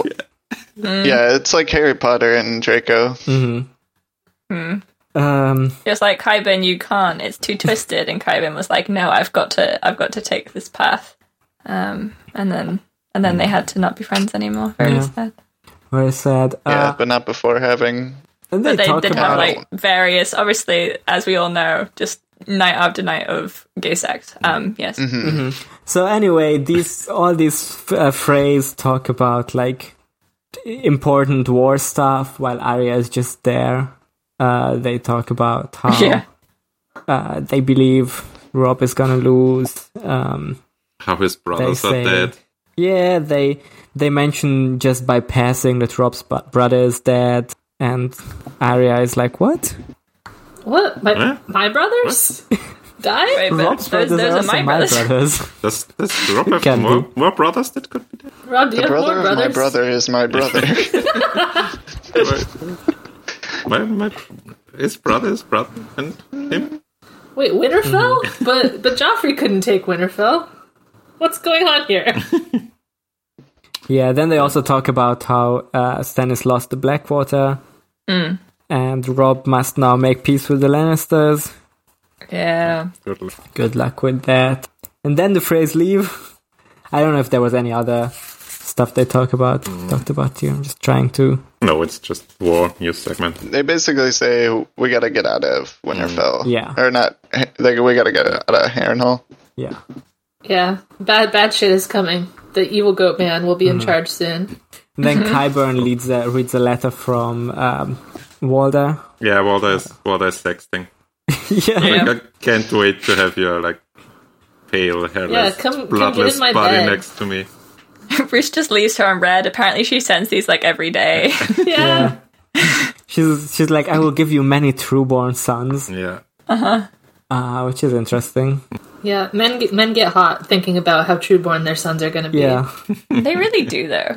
[SPEAKER 3] Yeah, it's like Harry Potter and Draco.
[SPEAKER 5] Mm-hmm.
[SPEAKER 4] Hmm.
[SPEAKER 5] Um,
[SPEAKER 4] Just like Kyburn, you can't. It's too twisted. And Kyburn was like, "No, I've got to. I've got to take this path." Um, and then, and then they had to not be friends anymore. Very
[SPEAKER 5] Yeah.
[SPEAKER 4] sad.
[SPEAKER 5] very sad.
[SPEAKER 3] Yeah,
[SPEAKER 5] Uh,
[SPEAKER 3] but not before having.
[SPEAKER 5] and they,
[SPEAKER 4] But they
[SPEAKER 5] talk
[SPEAKER 4] did
[SPEAKER 5] about
[SPEAKER 4] have like various, obviously, as we all know, just night after night of gay sex. Um, yes.
[SPEAKER 3] Mm-hmm.
[SPEAKER 5] So anyway, these all these f- uh, phrase talk about like important war stuff, while Arya is just there. Uh, they talk about how
[SPEAKER 4] Yeah.
[SPEAKER 5] uh, they believe Rob is gonna lose. Um,
[SPEAKER 6] How his
[SPEAKER 5] they
[SPEAKER 6] brothers are
[SPEAKER 5] say,
[SPEAKER 6] dead.
[SPEAKER 5] yeah, they they mention just by passing that Rob's bu- brother is dead, and Arya is like, "What?
[SPEAKER 2] What? My,
[SPEAKER 6] Huh?
[SPEAKER 2] my brothers died?
[SPEAKER 4] Wait, but
[SPEAKER 5] Rob's
[SPEAKER 4] those,
[SPEAKER 5] brothers
[SPEAKER 4] those
[SPEAKER 5] are also my brothers."
[SPEAKER 6] Does, does Rob have
[SPEAKER 5] Can
[SPEAKER 6] more,
[SPEAKER 5] do.
[SPEAKER 6] more brothers that could be dead?
[SPEAKER 2] Rob, do you
[SPEAKER 3] The
[SPEAKER 2] have
[SPEAKER 3] brother
[SPEAKER 2] more
[SPEAKER 3] of
[SPEAKER 2] brothers?
[SPEAKER 3] my brother is my brother.
[SPEAKER 6] my, my, his brother, his brother, and him.
[SPEAKER 2] Wait, Winterfell?
[SPEAKER 6] Mm-hmm.
[SPEAKER 2] but but Joffrey couldn't take Winterfell. What's going on here?
[SPEAKER 5] Yeah, then they also talk about how uh, Stannis lost to Blackwater, and Rob must now make peace with the Lannisters.
[SPEAKER 4] Yeah.
[SPEAKER 6] Good luck.
[SPEAKER 5] Good luck with that. And then the phrase "leave." I don't know if there was any other stuff they talk about talked about here. I'm just trying to.
[SPEAKER 6] No, it's just war news segment.
[SPEAKER 3] they basically say we got to get out of Winterfell.
[SPEAKER 5] yeah.
[SPEAKER 3] or not. Like we got to get out of Harrenhal.
[SPEAKER 5] Yeah,
[SPEAKER 2] yeah, bad bad shit is coming. The evil goat man will be
[SPEAKER 6] Mm-hmm.
[SPEAKER 2] in charge soon.
[SPEAKER 5] and then Kyburn leads a, reads a letter from um, Walder.
[SPEAKER 6] Yeah, Walter is, Walter is sexting.
[SPEAKER 5] yeah.
[SPEAKER 4] Yeah.
[SPEAKER 6] Like, I can't wait to have your like pale, hairless,
[SPEAKER 2] Yeah, come- come get in
[SPEAKER 6] bloodless
[SPEAKER 2] my
[SPEAKER 6] body
[SPEAKER 2] bed.
[SPEAKER 6] next to me.
[SPEAKER 4] Bruce just leaves her on red. Apparently, she sends these like every day.
[SPEAKER 2] Yeah.
[SPEAKER 5] she's she's like, "I will give you many trueborn sons,"
[SPEAKER 6] Yeah,
[SPEAKER 5] uh, which is interesting.
[SPEAKER 2] Yeah, men get, men get hot thinking about how trueborn their sons are going to be.
[SPEAKER 5] Yeah,
[SPEAKER 4] they really do, though.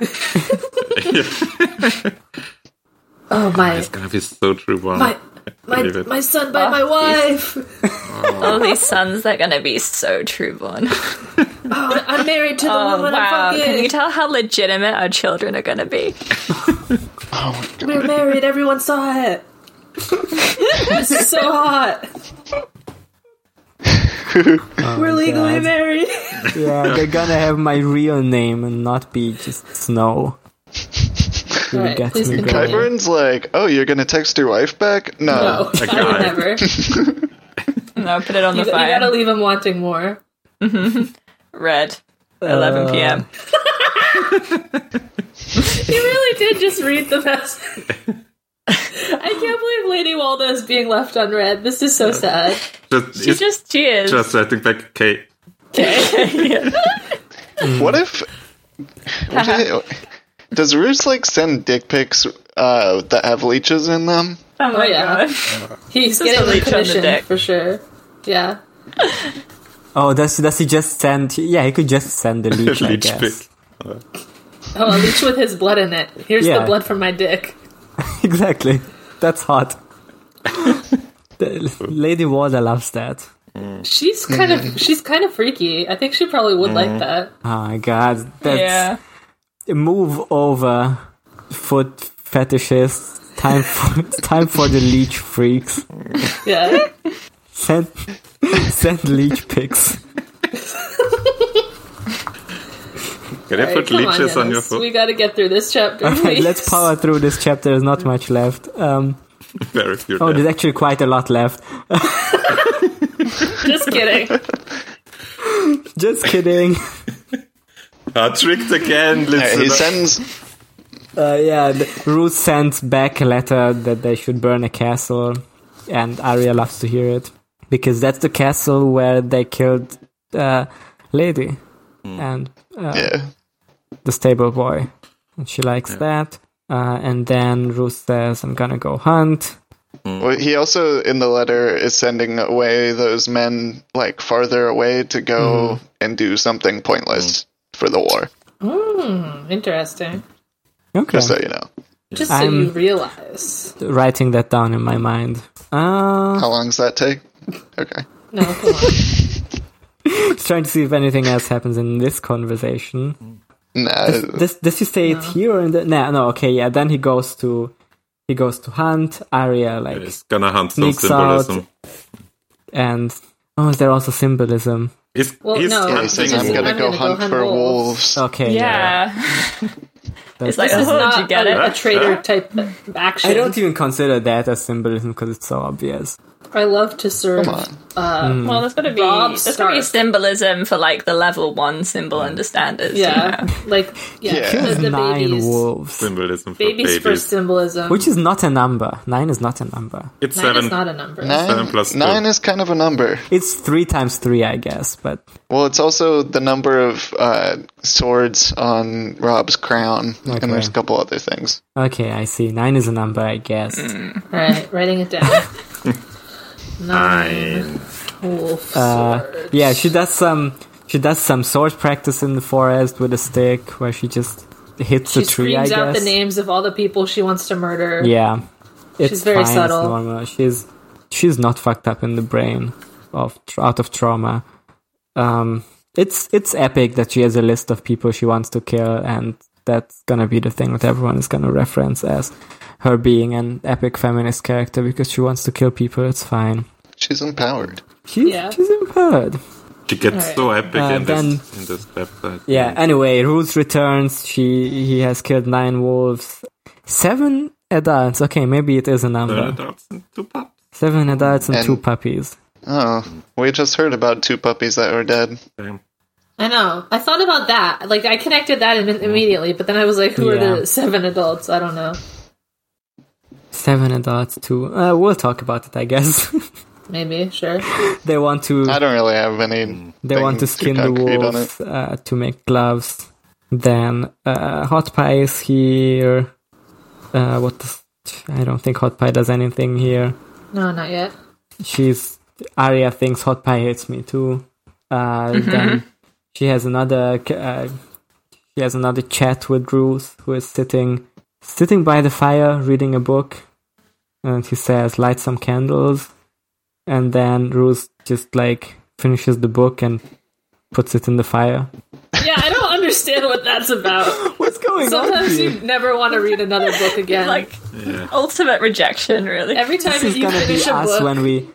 [SPEAKER 2] Oh my
[SPEAKER 6] it's gonna be so true. One.
[SPEAKER 2] my my,
[SPEAKER 6] Believe it.
[SPEAKER 2] my son by my
[SPEAKER 5] Ah.
[SPEAKER 4] Oh,
[SPEAKER 2] wife.
[SPEAKER 4] All these sons are gonna be so trueborn.
[SPEAKER 2] Oh, I'm married to the
[SPEAKER 4] Oh
[SPEAKER 2] woman
[SPEAKER 4] wow!
[SPEAKER 2] I'm
[SPEAKER 4] Can you
[SPEAKER 2] fucking.
[SPEAKER 4] tell how legitimate our children are gonna be?
[SPEAKER 2] we We're married. Everyone saw it. this is so hot. We're legally
[SPEAKER 5] Oh, God.
[SPEAKER 2] married.
[SPEAKER 5] yeah, they're gonna have my real name and not be just Snow. Really
[SPEAKER 2] Alright,
[SPEAKER 5] gets
[SPEAKER 2] please
[SPEAKER 5] me
[SPEAKER 2] continue.
[SPEAKER 5] going.
[SPEAKER 3] Kyburn's like, oh, you're gonna text your wife back? No.
[SPEAKER 2] No, I
[SPEAKER 6] guy.
[SPEAKER 2] would never. You,
[SPEAKER 4] No, put it on the
[SPEAKER 2] you
[SPEAKER 4] fire.
[SPEAKER 2] gotta leave him wanting more.
[SPEAKER 4] Red. 11 p.m.
[SPEAKER 2] You really did just read the message. I can't believe Lady Waldo is being left unread. This is so sad.
[SPEAKER 6] just,
[SPEAKER 4] She
[SPEAKER 6] it's
[SPEAKER 4] just
[SPEAKER 6] just,
[SPEAKER 4] cheers.
[SPEAKER 6] writing back. Okay,
[SPEAKER 3] What if? what if- does Roos like send dick pics uh, that have leeches in them?
[SPEAKER 4] oh my
[SPEAKER 2] yeah.
[SPEAKER 4] god!
[SPEAKER 2] He's
[SPEAKER 4] is a
[SPEAKER 2] getting the
[SPEAKER 4] leech on the
[SPEAKER 2] commission
[SPEAKER 4] dick.
[SPEAKER 2] for sure. Yeah.
[SPEAKER 5] Oh, does does he just send? Yeah, he could just send the leech. I
[SPEAKER 6] leech
[SPEAKER 5] guess.
[SPEAKER 6] pic.
[SPEAKER 2] Oh, a leech with his blood in it. Here's
[SPEAKER 5] Yeah.
[SPEAKER 2] the blood from my dick.
[SPEAKER 5] Exactly. That's hot. The- Lady Warder loves that.
[SPEAKER 2] She's kind
[SPEAKER 5] Mm-hmm.
[SPEAKER 2] of she's kind of freaky. I think she probably would like that.
[SPEAKER 5] Oh my god, that's
[SPEAKER 4] Yeah.
[SPEAKER 5] move over, foot fetishes. Time for it's time for the leech freaks.
[SPEAKER 2] Yeah.
[SPEAKER 5] Send send leech pics.
[SPEAKER 6] Can I put
[SPEAKER 2] Come on,
[SPEAKER 6] leeches on, your
[SPEAKER 2] Dennis.
[SPEAKER 6] foot?
[SPEAKER 2] we got to get through this chapter.
[SPEAKER 5] Alright,
[SPEAKER 2] please.
[SPEAKER 5] let's power through this chapter. There's not much left. Um,
[SPEAKER 6] Very few.
[SPEAKER 5] oh,
[SPEAKER 6] left.
[SPEAKER 5] there's actually quite a lot left.
[SPEAKER 2] Just kidding.
[SPEAKER 5] Just kidding.
[SPEAKER 6] Ah, tricked again.
[SPEAKER 3] Yeah,
[SPEAKER 6] Listen,
[SPEAKER 3] he sends.
[SPEAKER 5] Uh, yeah, the, Ruth sends back a letter that they should burn a castle. and Arya loves to hear it because that's the castle where they killed uh, Lady and uh,
[SPEAKER 3] Yeah.
[SPEAKER 5] the stable boy, and she likes that. Uh, and then Ruth says, "I'm gonna go hunt."
[SPEAKER 3] Well, he also in the letter is sending away those men like farther away to go and do something pointless for the war.
[SPEAKER 2] Hmm, Interesting.
[SPEAKER 5] Okay,
[SPEAKER 3] Just so you know,
[SPEAKER 2] Just so
[SPEAKER 5] I'm-
[SPEAKER 2] you realize.
[SPEAKER 5] writing that down in my mind. Uh,
[SPEAKER 3] how long does that take? Okay.
[SPEAKER 2] No, come on.
[SPEAKER 5] just trying to see if anything else happens in this conversation.
[SPEAKER 3] Nah.
[SPEAKER 5] does does he say it here or in the no no okay yeah then he goes to he goes to hunt Arya like
[SPEAKER 6] It's gonna hunt some
[SPEAKER 5] Sneaks
[SPEAKER 6] symbolism.
[SPEAKER 5] out. and oh is there also symbolism
[SPEAKER 6] He's,
[SPEAKER 2] Well,
[SPEAKER 6] he's
[SPEAKER 2] no,
[SPEAKER 3] yeah,
[SPEAKER 6] hunting
[SPEAKER 3] he says,
[SPEAKER 2] Hunting
[SPEAKER 3] I'm
[SPEAKER 2] is-
[SPEAKER 3] gonna, go, hunt, for wolves.
[SPEAKER 5] okay
[SPEAKER 4] Yeah. it's like,
[SPEAKER 2] This is
[SPEAKER 4] oh, do you
[SPEAKER 2] not
[SPEAKER 4] get
[SPEAKER 2] a,
[SPEAKER 4] it?
[SPEAKER 2] a traitor type of action.
[SPEAKER 5] I don't even consider that as symbolism because it's so obvious
[SPEAKER 2] I love to serve. uh,
[SPEAKER 3] Come on.
[SPEAKER 5] Mm.
[SPEAKER 4] Well, there's gonna be
[SPEAKER 2] Rob
[SPEAKER 4] there's gonna be
[SPEAKER 2] Stark.
[SPEAKER 4] symbolism for like the level one symbol understanders.
[SPEAKER 2] Yeah, like yeah,
[SPEAKER 3] Yeah.
[SPEAKER 2] the-
[SPEAKER 5] Kills
[SPEAKER 2] the
[SPEAKER 5] nine
[SPEAKER 2] babies.
[SPEAKER 5] wolves
[SPEAKER 6] symbolism for
[SPEAKER 2] Babies,
[SPEAKER 6] babies.
[SPEAKER 2] for symbolism.
[SPEAKER 5] which is not a number nine is not a number
[SPEAKER 6] it's
[SPEAKER 2] nine
[SPEAKER 6] seven.
[SPEAKER 2] is not a number.
[SPEAKER 6] Seven
[SPEAKER 3] Nine,
[SPEAKER 6] plus two.
[SPEAKER 3] nine is kind of a number.
[SPEAKER 5] it's three times three I guess but
[SPEAKER 3] Well, it's also the number of uh, swords on Rob's crown,
[SPEAKER 5] Okay.
[SPEAKER 3] and there's a couple other things.
[SPEAKER 5] okay I see nine is a number I guess
[SPEAKER 2] All right, writing it down. Nine
[SPEAKER 6] Nine.
[SPEAKER 2] wolf swords.
[SPEAKER 5] Uh, yeah she does some she does some sword practice in the forest with a stick where she just hits
[SPEAKER 2] She
[SPEAKER 5] the tree
[SPEAKER 2] screams
[SPEAKER 5] I guess
[SPEAKER 2] out the names of all the people she wants to murder.
[SPEAKER 5] Yeah, it's
[SPEAKER 2] very
[SPEAKER 5] fine, it's
[SPEAKER 2] subtle.
[SPEAKER 5] normal. She's she's not fucked up in the brain of tra- out of trauma. Um, it's it's epic that she has a list of people she wants to kill, and that's gonna be the thing that everyone is gonna reference as her being an epic feminist character because she wants to kill people. It's fine.
[SPEAKER 3] She's empowered.
[SPEAKER 5] She's
[SPEAKER 2] Yeah.
[SPEAKER 5] she's empowered.
[SPEAKER 6] She gets so epic
[SPEAKER 5] Uh,
[SPEAKER 6] in,
[SPEAKER 5] then-
[SPEAKER 6] this, in this chapter.
[SPEAKER 5] Yeah. Anyway, Ruth returns. She he has killed nine wolves, seven adults. Okay, maybe it is a
[SPEAKER 6] Seven
[SPEAKER 5] number.
[SPEAKER 6] adults and two pups.
[SPEAKER 5] Seven adults and
[SPEAKER 3] And-
[SPEAKER 5] two puppies.
[SPEAKER 3] Oh, we just heard about two puppies that were dead.
[SPEAKER 6] Damn.
[SPEAKER 2] I know. I thought about that. Like I connected that im- immediately, but then I was like, who
[SPEAKER 5] Yeah.
[SPEAKER 2] are the seven adults? I don't know.
[SPEAKER 5] Seven adults too. Uh, we'll talk about it, I guess.
[SPEAKER 2] Maybe sure.
[SPEAKER 5] they want to.
[SPEAKER 3] I don't really have
[SPEAKER 6] Hmm.
[SPEAKER 3] any.
[SPEAKER 5] They want to
[SPEAKER 3] things too
[SPEAKER 5] skin the
[SPEAKER 3] concrete on
[SPEAKER 5] wolves uh, to make gloves. Then uh, hot pie is here. Uh, what? Does, I don't think hot pie does anything here.
[SPEAKER 2] No, not yet.
[SPEAKER 5] She's Arya thinks hot pie hates me too. Uh,
[SPEAKER 2] Mm-hmm.
[SPEAKER 5] Then she has another. c- Uh, she has another chat with Ruth, who is sitting sitting by the fire reading a book, and he says, "Light some candles." and then Ruth just like finishes the book and puts it in the fire.
[SPEAKER 2] Yeah, I don't understand what that's about.
[SPEAKER 5] What's going
[SPEAKER 2] Sometimes you never want to read another book again.
[SPEAKER 4] Like ultimate rejection, really.
[SPEAKER 2] every time
[SPEAKER 5] This is
[SPEAKER 2] you
[SPEAKER 5] gonna be
[SPEAKER 2] finish a
[SPEAKER 5] us
[SPEAKER 2] book,
[SPEAKER 5] when we,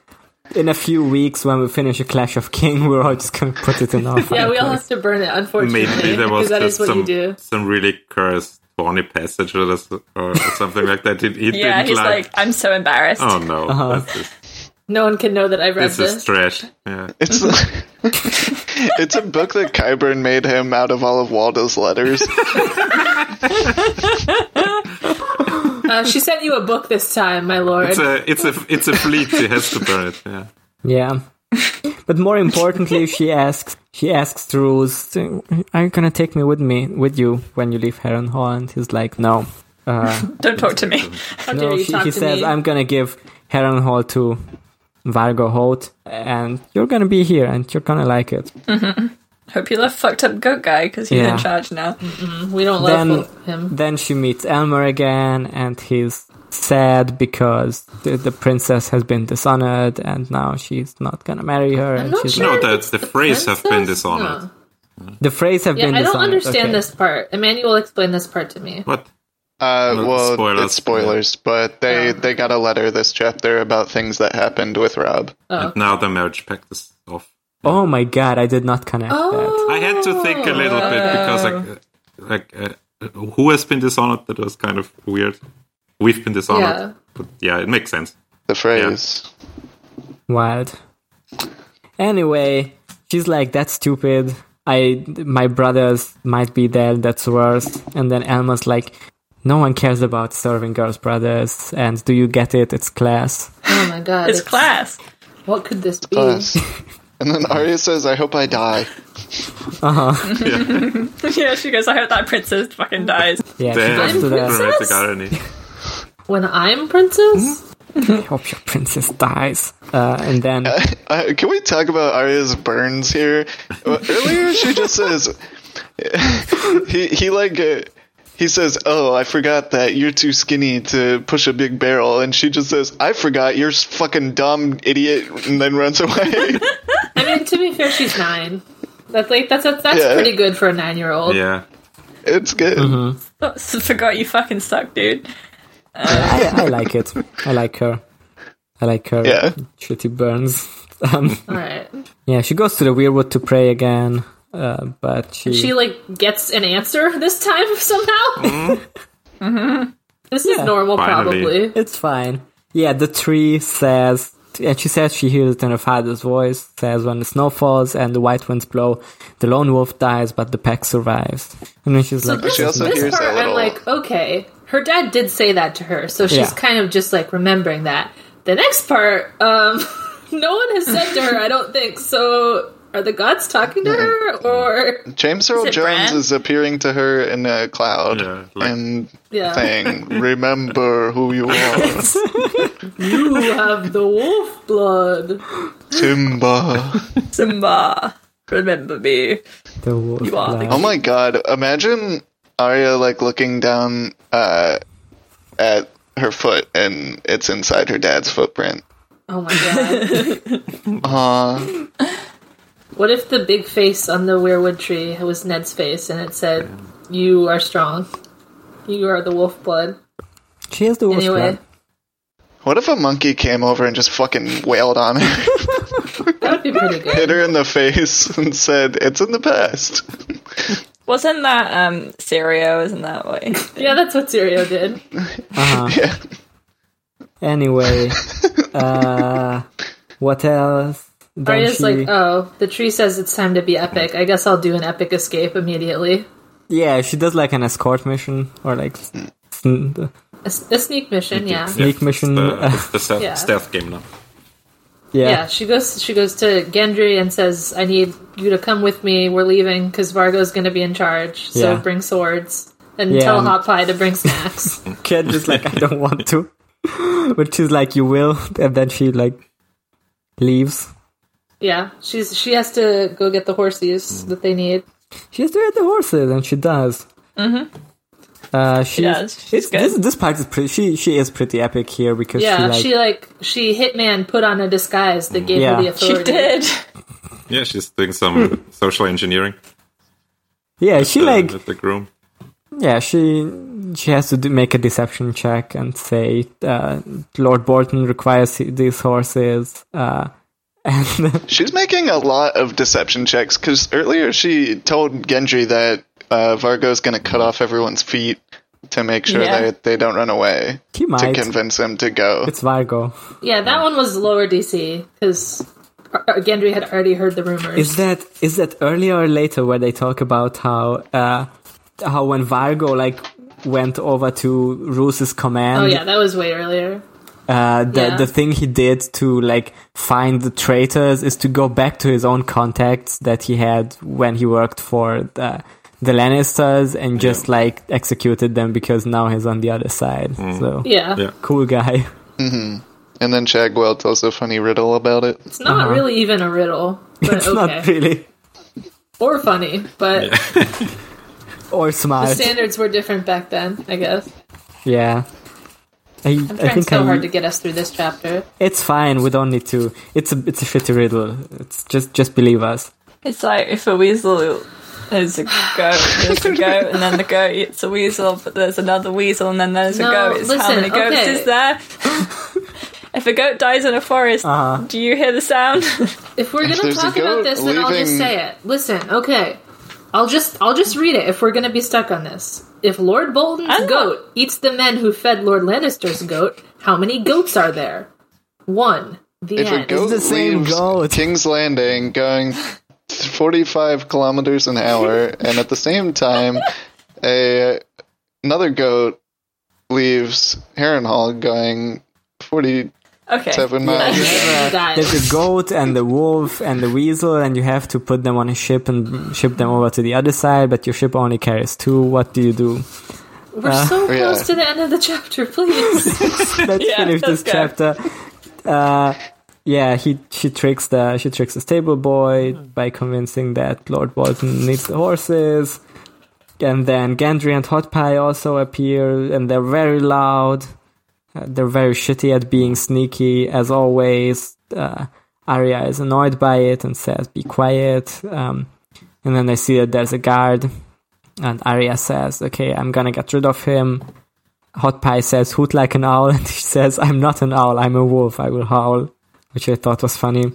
[SPEAKER 5] in a few weeks, when we finish a Clash of King, we're all just gonna put it in our.
[SPEAKER 2] yeah, we all
[SPEAKER 5] fireplace.
[SPEAKER 2] have to burn it. Unfortunately,
[SPEAKER 6] Maybe there was
[SPEAKER 2] because that is what
[SPEAKER 6] just
[SPEAKER 2] you
[SPEAKER 6] some,
[SPEAKER 2] do.
[SPEAKER 6] some really cursed, horny passage or, this- or something like that. He, he
[SPEAKER 4] yeah,
[SPEAKER 6] didn't
[SPEAKER 4] he's like, I'm so embarrassed.
[SPEAKER 6] oh no,
[SPEAKER 5] Uh-huh.
[SPEAKER 6] this, is,
[SPEAKER 2] No one can know that I read
[SPEAKER 6] this
[SPEAKER 2] this.
[SPEAKER 6] is trash. Yeah.
[SPEAKER 3] It's it's a book that Kyburn made him out of all of Waldo's letters.
[SPEAKER 2] Uh, she sent you a book this time, my lord.
[SPEAKER 6] It's a it's a it's a fleet. He has to burn it. Yeah.
[SPEAKER 5] Yeah. But more importantly, she asks. She asks Ruth, "Are you gonna take me with me, with you, when you leave Harrenhal?" And he's like, "No,
[SPEAKER 4] Don't talk to me.
[SPEAKER 2] How dare
[SPEAKER 5] No,
[SPEAKER 2] you
[SPEAKER 5] she,
[SPEAKER 2] talk
[SPEAKER 5] he
[SPEAKER 2] to
[SPEAKER 5] says,
[SPEAKER 2] me?
[SPEAKER 5] I'm gonna give Harrenhal to Vargo Holt, and you're gonna be here, and you're gonna like it.
[SPEAKER 4] Hope you love fucked up goat guy because he's
[SPEAKER 5] Yeah.
[SPEAKER 4] in charge now.
[SPEAKER 2] we don't
[SPEAKER 5] Then,
[SPEAKER 2] love him.
[SPEAKER 5] then she meets Elmer again, and he's sad because the, the princess has been dishonored, and now she's not gonna marry her.
[SPEAKER 2] I'm
[SPEAKER 5] And
[SPEAKER 2] not
[SPEAKER 5] she's
[SPEAKER 2] sure.
[SPEAKER 5] like,
[SPEAKER 2] if
[SPEAKER 6] No, the-
[SPEAKER 2] it's
[SPEAKER 6] the phrase have been
[SPEAKER 2] princess?
[SPEAKER 6] dishonored.
[SPEAKER 2] No.
[SPEAKER 5] the phrase have
[SPEAKER 2] Yeah,
[SPEAKER 5] been
[SPEAKER 2] I don't
[SPEAKER 5] dishonored.
[SPEAKER 2] understand
[SPEAKER 5] okay.
[SPEAKER 2] this part. Emmanuel, explain this part to me.
[SPEAKER 6] What?
[SPEAKER 3] Uh, well,
[SPEAKER 6] spoilers.
[SPEAKER 3] it's spoilers, but they they got a letter this chapter about things that happened with Rob.
[SPEAKER 2] Oh.
[SPEAKER 6] And now the marriage pact is off.
[SPEAKER 5] Oh my god, I did not connect
[SPEAKER 2] Oh.
[SPEAKER 5] that.
[SPEAKER 6] I had to think a little bit because like like uh, who has been dishonored? That was kind of weird. We've been
[SPEAKER 2] Yeah.
[SPEAKER 6] dishonored. But yeah, it makes sense.
[SPEAKER 3] The phrase.
[SPEAKER 5] Wild. Anyway, she's like, "That's stupid." I, my brothers might be dead. That's worse. And then Elma's like, No one cares about serving girls, brothers. And do you get it? It's class.
[SPEAKER 2] Oh my god.
[SPEAKER 4] It's class.
[SPEAKER 2] What could this be?
[SPEAKER 3] Class. and then Arya says, I hope I die.
[SPEAKER 4] yeah, she goes, I hope that princess fucking dies.
[SPEAKER 5] Yeah, she
[SPEAKER 6] Damn,
[SPEAKER 5] goes to the.
[SPEAKER 6] dramatic irony.
[SPEAKER 2] When I'm princess?
[SPEAKER 6] Mm-hmm.
[SPEAKER 5] I hope your princess dies. Uh, and then
[SPEAKER 3] Uh, can we talk about Arya's burns here? Uh, Earlier, she just says he he like uh, he says, "Oh, I forgot that you're too skinny to push a big barrel," and she just says, "I forgot you're s- fucking dumb idiot," and then runs away.
[SPEAKER 2] I mean, to be fair, she's nine. That's like that's that's
[SPEAKER 3] Yeah.
[SPEAKER 2] pretty good for a nine-year-old.
[SPEAKER 6] Yeah.
[SPEAKER 3] it's good.
[SPEAKER 6] Mm-hmm.
[SPEAKER 4] Oh, Forgot you fucking suck, dude.
[SPEAKER 5] I, I like it. I like her. I like her.
[SPEAKER 3] Yeah.
[SPEAKER 5] Shitty burns. Um,
[SPEAKER 2] All right.
[SPEAKER 5] yeah, she goes to the weirwood to pray again, uh, but she,
[SPEAKER 2] She like gets an answer this time somehow. This is normal,
[SPEAKER 6] Mm-hmm. Finally.
[SPEAKER 2] probably.
[SPEAKER 5] it's fine. Yeah, the tree says, and she says she hears it in her father's voice. Says when the snow falls and the white winds blow, the lone wolf dies, but the pack survives. And then she's like,
[SPEAKER 2] This,
[SPEAKER 3] she also
[SPEAKER 2] this
[SPEAKER 3] hears
[SPEAKER 2] part,
[SPEAKER 3] a little-
[SPEAKER 2] I'm like, okay, her dad did say that to her, so she's
[SPEAKER 5] Yeah.
[SPEAKER 2] kind of just like remembering that. The next part, um, no one has said to her, I don't think. So, are the gods talking to her, or
[SPEAKER 3] James Earl
[SPEAKER 4] it
[SPEAKER 3] Jones
[SPEAKER 4] Bran?
[SPEAKER 3] is appearing to her in a cloud
[SPEAKER 6] Yeah, like-
[SPEAKER 3] and
[SPEAKER 2] Yeah.
[SPEAKER 3] saying, "Remember who you are,
[SPEAKER 2] you have the wolf blood?
[SPEAKER 3] Simba."
[SPEAKER 4] Simba, remember me.
[SPEAKER 5] the wolf.
[SPEAKER 4] You are the
[SPEAKER 5] lies."
[SPEAKER 3] Oh my god! Imagine Arya like looking down uh, at her foot, and it's inside her dad's footprint.
[SPEAKER 2] Oh my god.
[SPEAKER 3] Aw,
[SPEAKER 2] What if the big face on the weirwood tree was Ned's face and it said, You are strong. You are the wolf blood.
[SPEAKER 5] She has the wolf.
[SPEAKER 2] Anyway,
[SPEAKER 5] blood.
[SPEAKER 3] what if a monkey came over and just fucking wailed on her,
[SPEAKER 2] that would be pretty
[SPEAKER 3] hit
[SPEAKER 2] good.
[SPEAKER 3] her in the face, and said, "It's in the past."
[SPEAKER 4] Wasn't that um Sirio? Isn't that what?
[SPEAKER 2] Yeah, that's what Sirio did.
[SPEAKER 3] yeah,
[SPEAKER 5] Uh-huh. Anyway, uh, what else? Then
[SPEAKER 2] Arya's
[SPEAKER 5] she-
[SPEAKER 2] like, Oh, the tree says it's time to be epic. I guess I'll do an epic escape immediately.
[SPEAKER 5] Yeah, she does like an escort mission or like
[SPEAKER 2] Mm.
[SPEAKER 5] sn-
[SPEAKER 2] A, s- a sneak mission, yeah.
[SPEAKER 5] sneak mission.
[SPEAKER 6] The,
[SPEAKER 5] Uh,
[SPEAKER 6] it's the stealth,
[SPEAKER 2] Yeah.
[SPEAKER 6] stealth game now.
[SPEAKER 5] yeah.
[SPEAKER 2] Yeah, she goes. She goes to Gendry and says, "I need you to come with me. We're leaving because Vargo's going to be in charge. So
[SPEAKER 5] Yeah.
[SPEAKER 2] bring swords and
[SPEAKER 5] Yeah,
[SPEAKER 2] tell
[SPEAKER 5] and-
[SPEAKER 2] Hot Pie to bring snacks."
[SPEAKER 5] Kid is like, I don't want to, but she's like, you will, and then she like leaves.
[SPEAKER 2] yeah, she's she has to go get the horses that they need.
[SPEAKER 5] She has to get the horses, and she does. Mm-hmm. Uh, she,
[SPEAKER 4] does. She's
[SPEAKER 5] it's- This, this part is pretty. She she is pretty epic here because
[SPEAKER 2] Yeah,
[SPEAKER 5] she like
[SPEAKER 2] she like she hitman put on a disguise that gave
[SPEAKER 5] Yeah.
[SPEAKER 2] her the
[SPEAKER 5] She
[SPEAKER 2] authority.
[SPEAKER 4] She did.
[SPEAKER 6] Yeah, she's doing some
[SPEAKER 2] Hmm.
[SPEAKER 6] social engineering.
[SPEAKER 5] yeah she
[SPEAKER 6] uh,
[SPEAKER 5] like
[SPEAKER 6] at the groom.
[SPEAKER 5] Yeah, she she has to do, make a deception check and say uh, Lord Bolton requires these horses. Uh, and
[SPEAKER 3] she's making a lot of deception checks because earlier she told Gendry that uh, Vargo's gonna cut off everyone's feet to make sure
[SPEAKER 4] Yeah.
[SPEAKER 3] that they don't run away
[SPEAKER 5] he
[SPEAKER 3] to
[SPEAKER 5] might.
[SPEAKER 3] convince him to go.
[SPEAKER 5] It's Vargo.
[SPEAKER 2] Yeah, that one was lower DC because Gendry had already heard the rumors.
[SPEAKER 5] Is that is that earlier or later where they talk about how uh, how when Vargo like went over to Roos's command,
[SPEAKER 2] oh yeah, that was way earlier.
[SPEAKER 5] uh, the
[SPEAKER 2] Yeah.
[SPEAKER 5] the thing he did to like find the traitors is to go back to his own contacts that he had when he worked for the the Lannisters and just like executed them because now he's on the other side. So
[SPEAKER 2] Yeah,
[SPEAKER 6] Yeah.
[SPEAKER 5] cool guy.
[SPEAKER 3] And then Shagwell tells a funny riddle about it.
[SPEAKER 2] it's not really even a riddle, but
[SPEAKER 5] Uh-huh. it's
[SPEAKER 2] okay,
[SPEAKER 5] not really
[SPEAKER 2] or funny, but
[SPEAKER 5] or smart.
[SPEAKER 2] standards were different back then. I guess.
[SPEAKER 5] yeah. I, I
[SPEAKER 2] Trying
[SPEAKER 5] think
[SPEAKER 2] so
[SPEAKER 5] I-
[SPEAKER 2] hard to get us through this chapter.
[SPEAKER 5] it's fine. We don't need to. It's a it's a shitty riddle. It's just just believe us.
[SPEAKER 4] It's like if a weasel is a goat, there's a goat, and then the goat eats a weasel, but there's another weasel, and then there's
[SPEAKER 2] No,
[SPEAKER 4] a goat. It's how
[SPEAKER 2] listen,
[SPEAKER 4] many goats
[SPEAKER 2] okay.
[SPEAKER 4] is there? if a goat dies in a forest,
[SPEAKER 2] Uh-huh.
[SPEAKER 4] do you hear the sound?
[SPEAKER 2] If we're gonna
[SPEAKER 3] there's a
[SPEAKER 2] talk about
[SPEAKER 3] goat
[SPEAKER 2] this, then I'll just
[SPEAKER 3] leaving-
[SPEAKER 2] say it. Listen, okay. I'll just I'll just read it if we're gonna be stuck on this. If Lord Bolton's
[SPEAKER 4] I'm not-
[SPEAKER 2] goat eats the men who fed Lord Lannister's goat, how many goats are there? One. The
[SPEAKER 3] If a
[SPEAKER 2] end.
[SPEAKER 3] goat
[SPEAKER 5] the same
[SPEAKER 3] leaves
[SPEAKER 5] goat.
[SPEAKER 3] King's Landing going 45 kilometers an hour, and at the same time, a another goat leaves Harrenhal going 47
[SPEAKER 4] Okay.
[SPEAKER 3] miles.
[SPEAKER 5] There's
[SPEAKER 2] Guys,
[SPEAKER 5] a goat and the wolf and the weasel, and you have to put them on a ship and ship them over to the other side. But your ship only carries two. What do you do?
[SPEAKER 2] we're so
[SPEAKER 5] uh,
[SPEAKER 3] Oh, Yeah.
[SPEAKER 2] close to the end of the chapter, please.
[SPEAKER 5] Let's
[SPEAKER 4] Yeah,
[SPEAKER 5] finish this
[SPEAKER 4] let's go.
[SPEAKER 5] chapter. Uh, yeah, he she tricks the she tricks the stable boy by convincing that Lord Bolton needs the horses, and then Gandry and Hot Pie also appear, and they're very loud. Uh, they're very shitty at being sneaky, as always. Uh, Arya is annoyed by it and says, "Be quiet." Um, and then they see that there's a guard, and Arya says, "Okay, I'm gonna get rid of him." Hot Pie says, hoot like an owl, and she says, I'm not an owl, I'm a wolf, I will howl, which I thought was funny.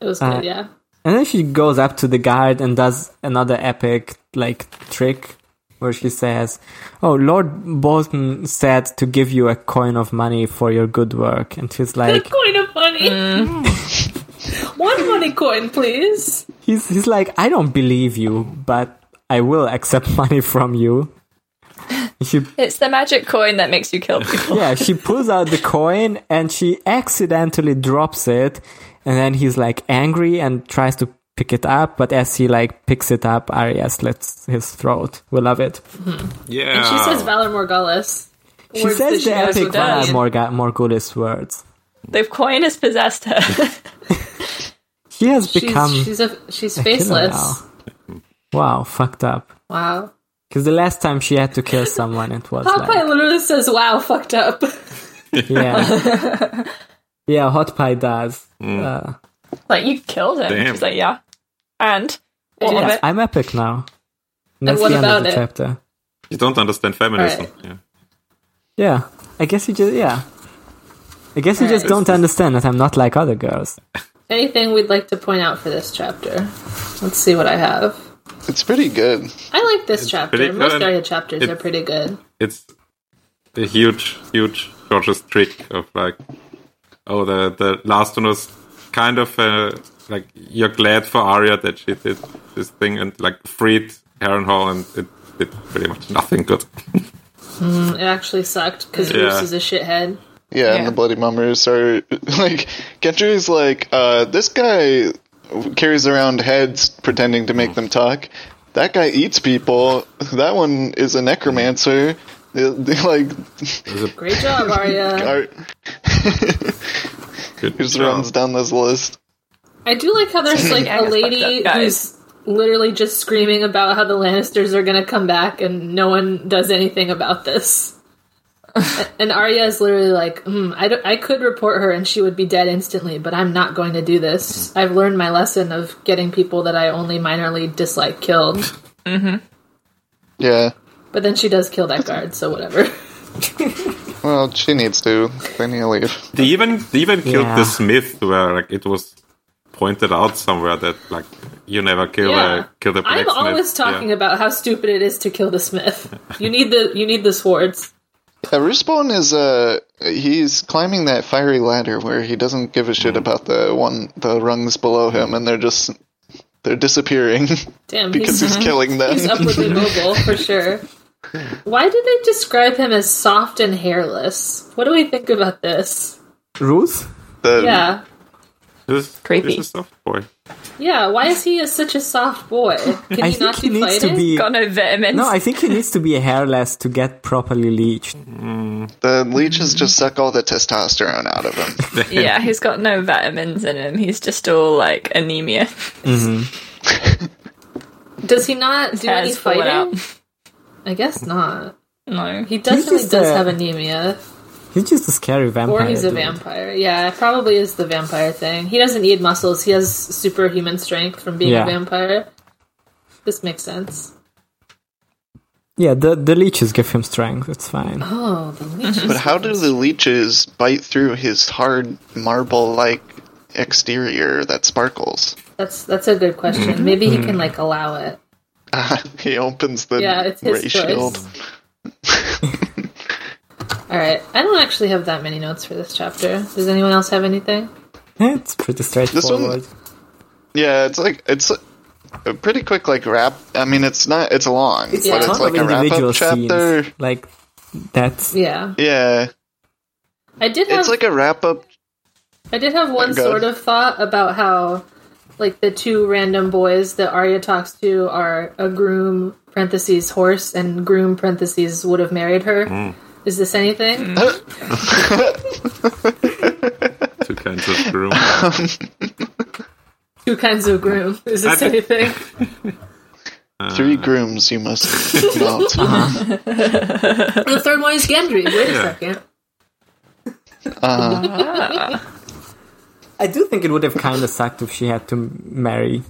[SPEAKER 2] It was
[SPEAKER 5] Uh,
[SPEAKER 2] good, yeah.
[SPEAKER 5] And then she goes up to the guard and does another epic, like, trick, where she says, Oh, Lord Bolton said to give you a coin of money for your good work. And she's
[SPEAKER 2] A
[SPEAKER 5] like,
[SPEAKER 2] coin of money.
[SPEAKER 6] Mm.
[SPEAKER 2] One money coin, please.
[SPEAKER 5] he's, he's like, I don't believe you, but I will accept money from you. She
[SPEAKER 4] It's the magic coin that makes you kill people.
[SPEAKER 5] yeah, she pulls out the coin and she accidentally drops it, and then he's like angry and tries to pick it up, but as he like picks it up, Arya slits his throat. We love it.
[SPEAKER 6] Yeah.
[SPEAKER 2] She says Valor Morghulis.
[SPEAKER 5] She says the epic
[SPEAKER 4] does.
[SPEAKER 5] Valar Morga- Morghulis words.
[SPEAKER 4] The coin has possessed her.
[SPEAKER 5] She has become
[SPEAKER 2] She's, she's, a, she's
[SPEAKER 5] killer
[SPEAKER 2] faceless.
[SPEAKER 5] now. Wow, fucked up.
[SPEAKER 2] Wow.
[SPEAKER 5] Because the last time she had to kill someone, it was
[SPEAKER 2] Popeye
[SPEAKER 5] like
[SPEAKER 2] literally says, wow, fucked up.
[SPEAKER 5] yeah, yeah. Hot pie does. Uh,
[SPEAKER 4] like you killed him.
[SPEAKER 6] Damn.
[SPEAKER 4] She's like, yeah. And what
[SPEAKER 2] Yeah.
[SPEAKER 4] of it?
[SPEAKER 5] I'm epic now. And that's
[SPEAKER 2] what
[SPEAKER 5] the end of
[SPEAKER 2] about
[SPEAKER 5] the
[SPEAKER 2] it?
[SPEAKER 5] chapter.
[SPEAKER 6] You don't understand feminism.
[SPEAKER 2] Alright.
[SPEAKER 6] Yeah.
[SPEAKER 5] Yeah, I guess you just yeah. I guess you just don't understand that I'm not like other girls.
[SPEAKER 2] Anything we'd like to point out for this chapter? Let's see what I have.
[SPEAKER 3] It's pretty good.
[SPEAKER 2] I like this chapter.
[SPEAKER 6] pretty
[SPEAKER 2] Most
[SPEAKER 6] good.
[SPEAKER 2] Arya chapters
[SPEAKER 6] It-
[SPEAKER 2] are pretty good.
[SPEAKER 6] It's a huge, huge gorgeous trick of like, oh, the the last one was kind of uh, like you're glad for Arya that she did this thing and like freed Harrenhal and it did pretty much nothing good.
[SPEAKER 2] It actually sucked because
[SPEAKER 6] Yeah.
[SPEAKER 2] Bruce is a shithead.
[SPEAKER 3] Yeah, and
[SPEAKER 4] Yeah.
[SPEAKER 3] the bloody mummers are like Gendry's like, uh, this guy carries around heads pretending to make them talk. That guy eats people. That one is a necromancer. They- they, like
[SPEAKER 2] Great job, Arya.
[SPEAKER 3] art
[SPEAKER 6] Good
[SPEAKER 3] just
[SPEAKER 6] job.
[SPEAKER 3] runs down this list.
[SPEAKER 2] I do like how there's like
[SPEAKER 4] Yeah,
[SPEAKER 2] a
[SPEAKER 4] it's fucked
[SPEAKER 2] lady
[SPEAKER 4] up, guys.
[SPEAKER 2] who's literally just screaming about how the Lannisters are going to come back, and no one does anything about this. A- and Arya is literally like, mm, I, don't- I could report her and she would be dead instantly, but I'm not going to do this.
[SPEAKER 6] Mm-hmm.
[SPEAKER 2] I've learned my lesson of getting people that I only minorly dislike killed.
[SPEAKER 3] Yeah.
[SPEAKER 2] But then she does kill that guard, so whatever.
[SPEAKER 3] Well, she needs to. They need to leave.
[SPEAKER 6] They even they even killed
[SPEAKER 5] Yeah.
[SPEAKER 6] the Smith where like it was pointed out somewhere that like you never kill
[SPEAKER 2] Yeah.
[SPEAKER 6] the kill the
[SPEAKER 2] I'm
[SPEAKER 6] blacksmith.
[SPEAKER 2] always talking about how stupid it is to kill the smith. You need the you need the swords.
[SPEAKER 3] Yeah, Roosbone is uh he's climbing that fiery ladder where he doesn't give a shit about the one the rungs below him and they're just they're disappearing
[SPEAKER 2] Damn,
[SPEAKER 3] because Mm-hmm. he's
[SPEAKER 2] he's,
[SPEAKER 3] killing them.
[SPEAKER 2] he's upwardly mobile for sure. Why did they describe him as soft and hairless? What do we think about this?
[SPEAKER 5] Ruth?
[SPEAKER 3] The-
[SPEAKER 2] Yeah,
[SPEAKER 6] This,
[SPEAKER 4] Creepy.
[SPEAKER 6] This is soft boy.
[SPEAKER 2] yeah. Why is he a, such a soft boy? Can
[SPEAKER 5] I
[SPEAKER 2] he
[SPEAKER 5] think
[SPEAKER 2] not
[SPEAKER 5] he
[SPEAKER 2] be
[SPEAKER 5] needs
[SPEAKER 2] fighting?
[SPEAKER 5] to be.
[SPEAKER 4] Got no vitamins.
[SPEAKER 5] No, I think he needs to be a hairless to get properly leached.
[SPEAKER 3] The leeches just suck all the testosterone out of him.
[SPEAKER 4] yeah, he's got no vitamins in him. He's just all like anemia.
[SPEAKER 2] Does he not do any
[SPEAKER 4] Has fallen out.
[SPEAKER 2] fighting? I guess not.
[SPEAKER 4] No.
[SPEAKER 2] He definitely
[SPEAKER 5] just
[SPEAKER 2] does
[SPEAKER 5] a-
[SPEAKER 2] have anemia,
[SPEAKER 5] He's just a scary vampire.
[SPEAKER 2] or he's a
[SPEAKER 5] dude.
[SPEAKER 2] vampire. Yeah, it probably is the vampire thing. He doesn't need muscles. He has superhuman strength from being
[SPEAKER 5] Yeah.
[SPEAKER 2] a vampire. This makes sense.
[SPEAKER 5] Yeah, the the leeches give him strength. It's fine.
[SPEAKER 2] Oh, the leech.
[SPEAKER 3] But how do the leeches bite through his hard marble like exterior that sparkles?
[SPEAKER 2] That's that's a good question. Maybe he can
[SPEAKER 5] Mm-hmm.
[SPEAKER 2] like allow it.
[SPEAKER 3] he opens the
[SPEAKER 2] Yeah, it's his
[SPEAKER 3] ray shield.
[SPEAKER 2] choice. All right, I don't actually have that many notes for this chapter. Does anyone else have anything?
[SPEAKER 5] It's pretty straightforward.
[SPEAKER 3] Yeah, it's like it's a pretty quick like wrap. I mean, it's not it's long,
[SPEAKER 2] a
[SPEAKER 3] but
[SPEAKER 2] ton
[SPEAKER 3] it's like a wrap up chapter.
[SPEAKER 5] Like That's
[SPEAKER 2] Yeah,
[SPEAKER 3] Yeah,
[SPEAKER 2] I did have
[SPEAKER 3] it's like a wrap up.
[SPEAKER 2] I did have one
[SPEAKER 3] Go.
[SPEAKER 2] sort of thought about how, like, the two random boys that Arya talks to are a groom parentheses horse and groom parentheses would have married her.
[SPEAKER 6] Mm.
[SPEAKER 2] Is this anything?
[SPEAKER 6] Two kinds of groom.
[SPEAKER 2] Two kinds of groom. Is this
[SPEAKER 6] I think-
[SPEAKER 2] anything?
[SPEAKER 3] Three grooms you must mount.
[SPEAKER 2] Uh-huh. And the third one is Gendry. Wait a
[SPEAKER 6] Yeah.
[SPEAKER 2] second.
[SPEAKER 5] I do think it would have kind of sucked if she had to marry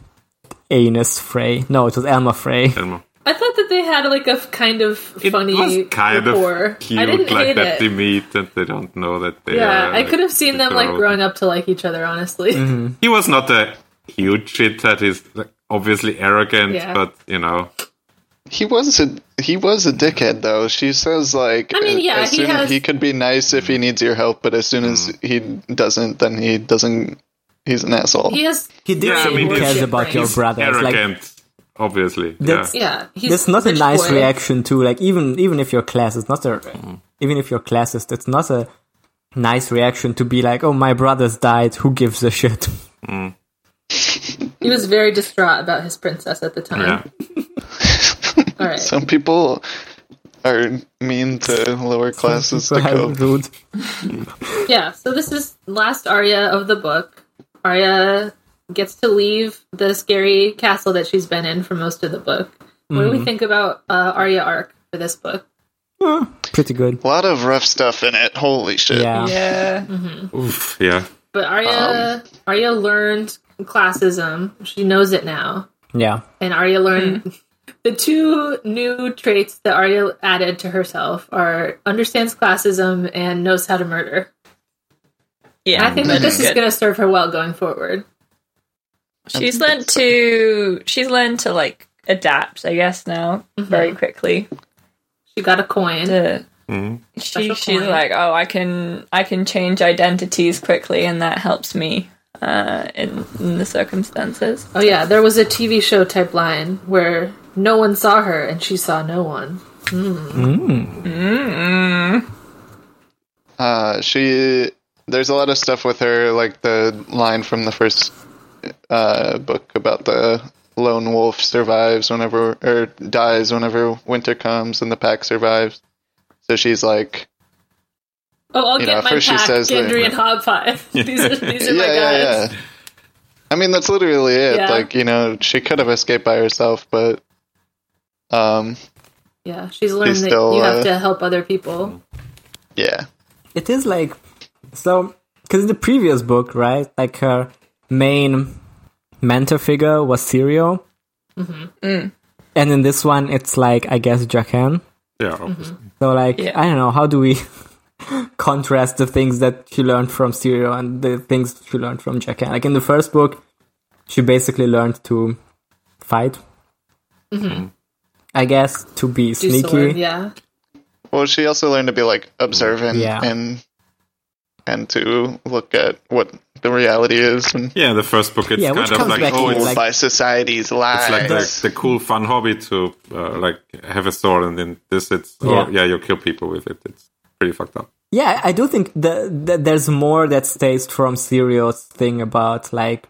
[SPEAKER 5] Anus Frey. No, it was Elma Frey.
[SPEAKER 6] Elmo.
[SPEAKER 2] I thought that they had like a f- kind of
[SPEAKER 6] It
[SPEAKER 2] funny
[SPEAKER 6] was kind
[SPEAKER 2] rapport.
[SPEAKER 6] of cute,
[SPEAKER 2] I didn't
[SPEAKER 6] like
[SPEAKER 2] hate
[SPEAKER 6] that
[SPEAKER 2] it.
[SPEAKER 6] they meet and they don't know that they.
[SPEAKER 2] yeah,
[SPEAKER 6] are,
[SPEAKER 2] I could have seen them like
[SPEAKER 6] adorable.
[SPEAKER 2] growing up to like each other. Honestly,
[SPEAKER 6] Mm. He was not a huge shithead. He's like, obviously arrogant,
[SPEAKER 2] Yeah.
[SPEAKER 6] but you know,
[SPEAKER 3] He was a he was a dickhead though. She says like
[SPEAKER 2] I mean, yeah,
[SPEAKER 3] as
[SPEAKER 2] he
[SPEAKER 3] soon,
[SPEAKER 2] has-
[SPEAKER 3] he could be nice if he needs your help, but as soon as he doesn't, then he doesn't. He's an asshole.
[SPEAKER 2] he has
[SPEAKER 5] He did
[SPEAKER 6] Yeah, I
[SPEAKER 5] say
[SPEAKER 6] mean,
[SPEAKER 5] who
[SPEAKER 6] he's-
[SPEAKER 5] cares about your
[SPEAKER 2] He's
[SPEAKER 5] brother. It's like
[SPEAKER 6] arrogant. obviously,
[SPEAKER 5] That's-
[SPEAKER 6] yeah.
[SPEAKER 2] yeah. He's
[SPEAKER 5] that's not a
[SPEAKER 2] rich
[SPEAKER 5] nice
[SPEAKER 2] boy.
[SPEAKER 5] reaction to like even even if you're classist, not a even if you're classist, it's not a nice reaction to be like, oh my brother's died, who gives a shit?
[SPEAKER 2] He was very distraught about his princess at the time.
[SPEAKER 6] yeah.
[SPEAKER 2] All right.
[SPEAKER 3] Some people are mean to lower classes to
[SPEAKER 5] Well,
[SPEAKER 3] cope.
[SPEAKER 5] rude.
[SPEAKER 2] Yeah, so this is last Arya of the book. Arya gets to leave the scary castle that she's been in for most of the book. What do we think about uh, Arya arc for this book?
[SPEAKER 5] Uh, Pretty good.
[SPEAKER 3] A lot of rough stuff in it. Holy shit!
[SPEAKER 5] Yeah.
[SPEAKER 4] Yeah.
[SPEAKER 6] Oof, yeah.
[SPEAKER 2] But Arya Arya learned classism. She knows it now.
[SPEAKER 5] Yeah.
[SPEAKER 2] And Arya learned the two new traits that Arya added to herself are understands classism and knows how to murder.
[SPEAKER 4] Yeah.
[SPEAKER 2] I think that this is
[SPEAKER 4] good.
[SPEAKER 2] going to serve her well going forward.
[SPEAKER 4] She's learned to she's learned to like adapt, I guess, now
[SPEAKER 2] Mm-hmm.
[SPEAKER 4] very quickly.
[SPEAKER 2] She got a coin.
[SPEAKER 4] The
[SPEAKER 2] Special
[SPEAKER 4] she she's
[SPEAKER 2] coin.
[SPEAKER 4] like, oh, I can I can change identities quickly, and that helps me uh, in, in the circumstances.
[SPEAKER 2] Oh yeah, there was a TV show type line where no one saw her and she saw no one.
[SPEAKER 3] Uh, she there's a lot of stuff with her, like the line from the first uh, book about the lone wolf survives whenever or dies whenever winter comes, and the pack survives. So she's like,
[SPEAKER 2] Oh, I'll
[SPEAKER 3] You
[SPEAKER 2] get
[SPEAKER 3] know,
[SPEAKER 2] my
[SPEAKER 3] first she
[SPEAKER 2] pack,
[SPEAKER 3] says that-
[SPEAKER 2] Gendry and Hogpie. these are, these are Oh my
[SPEAKER 3] yeah,
[SPEAKER 2] guys.
[SPEAKER 3] yeah, yeah. I mean, that's literally it.
[SPEAKER 2] Yeah.
[SPEAKER 3] Like, you know, she could have escaped by herself, but um,
[SPEAKER 2] Yeah, she's learned
[SPEAKER 3] She's
[SPEAKER 2] that
[SPEAKER 3] still,
[SPEAKER 2] you have
[SPEAKER 3] uh,
[SPEAKER 2] to help other people.
[SPEAKER 3] yeah,
[SPEAKER 5] it is like so because in the previous book right like her main mentor figure was Sirio and in this one it's like I guess Jacan
[SPEAKER 6] Yeah, obviously.
[SPEAKER 2] Mm-hmm.
[SPEAKER 5] so like
[SPEAKER 4] Yeah.
[SPEAKER 5] I don't know how do we contrast the things that she learned from Sirio and the things she learned from Jacan like in the first book she basically learned to fight I guess to be
[SPEAKER 2] Do
[SPEAKER 5] sneaky
[SPEAKER 2] sword, yeah.
[SPEAKER 3] Well, she also learned to be like observant
[SPEAKER 5] Yeah.
[SPEAKER 3] and and to look at what the reality is and
[SPEAKER 6] Yeah, the first book it's
[SPEAKER 5] Yeah, which
[SPEAKER 6] kind of
[SPEAKER 5] comes
[SPEAKER 6] like
[SPEAKER 5] back
[SPEAKER 6] oh,
[SPEAKER 5] in,
[SPEAKER 6] it's
[SPEAKER 3] ruled
[SPEAKER 5] like-
[SPEAKER 3] by society's lies.
[SPEAKER 6] it's like the, the cool, fun hobby to uh, like have a sword, and then this it's oh
[SPEAKER 5] Yeah.
[SPEAKER 6] yeah, you kill people with it. It's pretty fucked up.
[SPEAKER 5] Yeah, I do think the, the, there's more that stays from Sirius thing about like,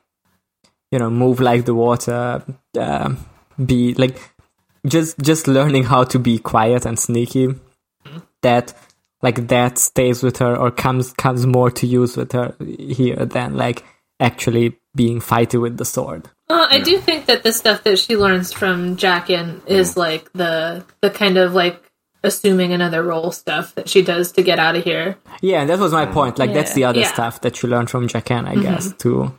[SPEAKER 5] you know, move like the water, uh, be like, just just learning how to be quiet and sneaky. That like that stays with her or comes comes more to use with her here than like actually being fighty with the sword.
[SPEAKER 2] Uh, I do think that the stuff that she learns from Jackin is like the the kind of like assuming another role stuff that she does to get out of here.
[SPEAKER 5] Yeah, and that was my point. Like that's the other
[SPEAKER 2] Yeah. Mm-hmm.
[SPEAKER 5] stuff that you learn from Jacan, I guess, to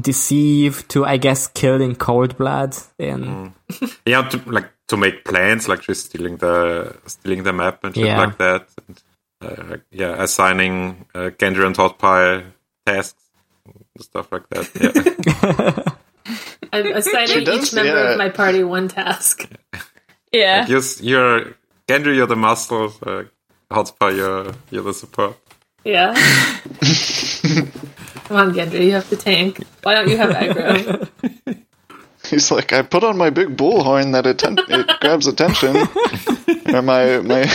[SPEAKER 5] deceive, to I guess kill in cold blood in.
[SPEAKER 3] Mm.
[SPEAKER 6] Yeah, to, like to make plans, like she's stealing the stealing the map and shit
[SPEAKER 5] Yeah.
[SPEAKER 6] like that, and uh, like, yeah, assigning uh, Gendry and Hot Pie tasks, and stuff like that. Yeah.
[SPEAKER 2] I'm assigning each
[SPEAKER 3] does,
[SPEAKER 2] member
[SPEAKER 3] yeah.
[SPEAKER 2] of my party one task.
[SPEAKER 4] Yeah,
[SPEAKER 6] you're, s- you're Gendry, you're the muscle. Uh, Hot Pie, you're you're the support.
[SPEAKER 2] Yeah. Come on, Gendry, you have to tank. Why don't you have aggro?
[SPEAKER 3] He's like, I put on my big bullhorn that atten- it grabs attention, or my my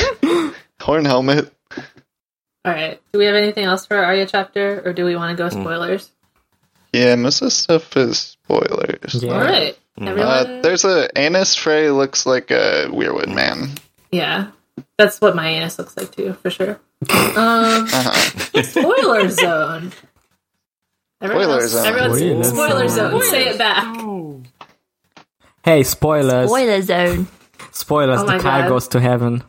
[SPEAKER 3] Horn helmet.
[SPEAKER 2] All right. Do we have anything else for our Arya chapter, or do we want to go spoilers?
[SPEAKER 3] Yeah, most of the stuff is spoilers.
[SPEAKER 5] Yeah.
[SPEAKER 2] All right. Mm.
[SPEAKER 3] Uh,
[SPEAKER 2] Everyone.
[SPEAKER 3] there's a Anus Frey looks like a weirwood man.
[SPEAKER 2] yeah, that's what my anus looks like too, for sure. Um,
[SPEAKER 3] Uh-huh.
[SPEAKER 2] spoiler zone. Everyone
[SPEAKER 3] Spoiler
[SPEAKER 2] else-
[SPEAKER 3] zone.
[SPEAKER 2] everyone-
[SPEAKER 5] Spoiler
[SPEAKER 2] spoiler
[SPEAKER 5] zone.
[SPEAKER 2] zone. Say it back.
[SPEAKER 5] Hey, spoilers.
[SPEAKER 4] Spoiler zone.
[SPEAKER 5] Spoilers,
[SPEAKER 2] Oh
[SPEAKER 5] the
[SPEAKER 2] my
[SPEAKER 5] car
[SPEAKER 2] God.
[SPEAKER 5] goes to heaven.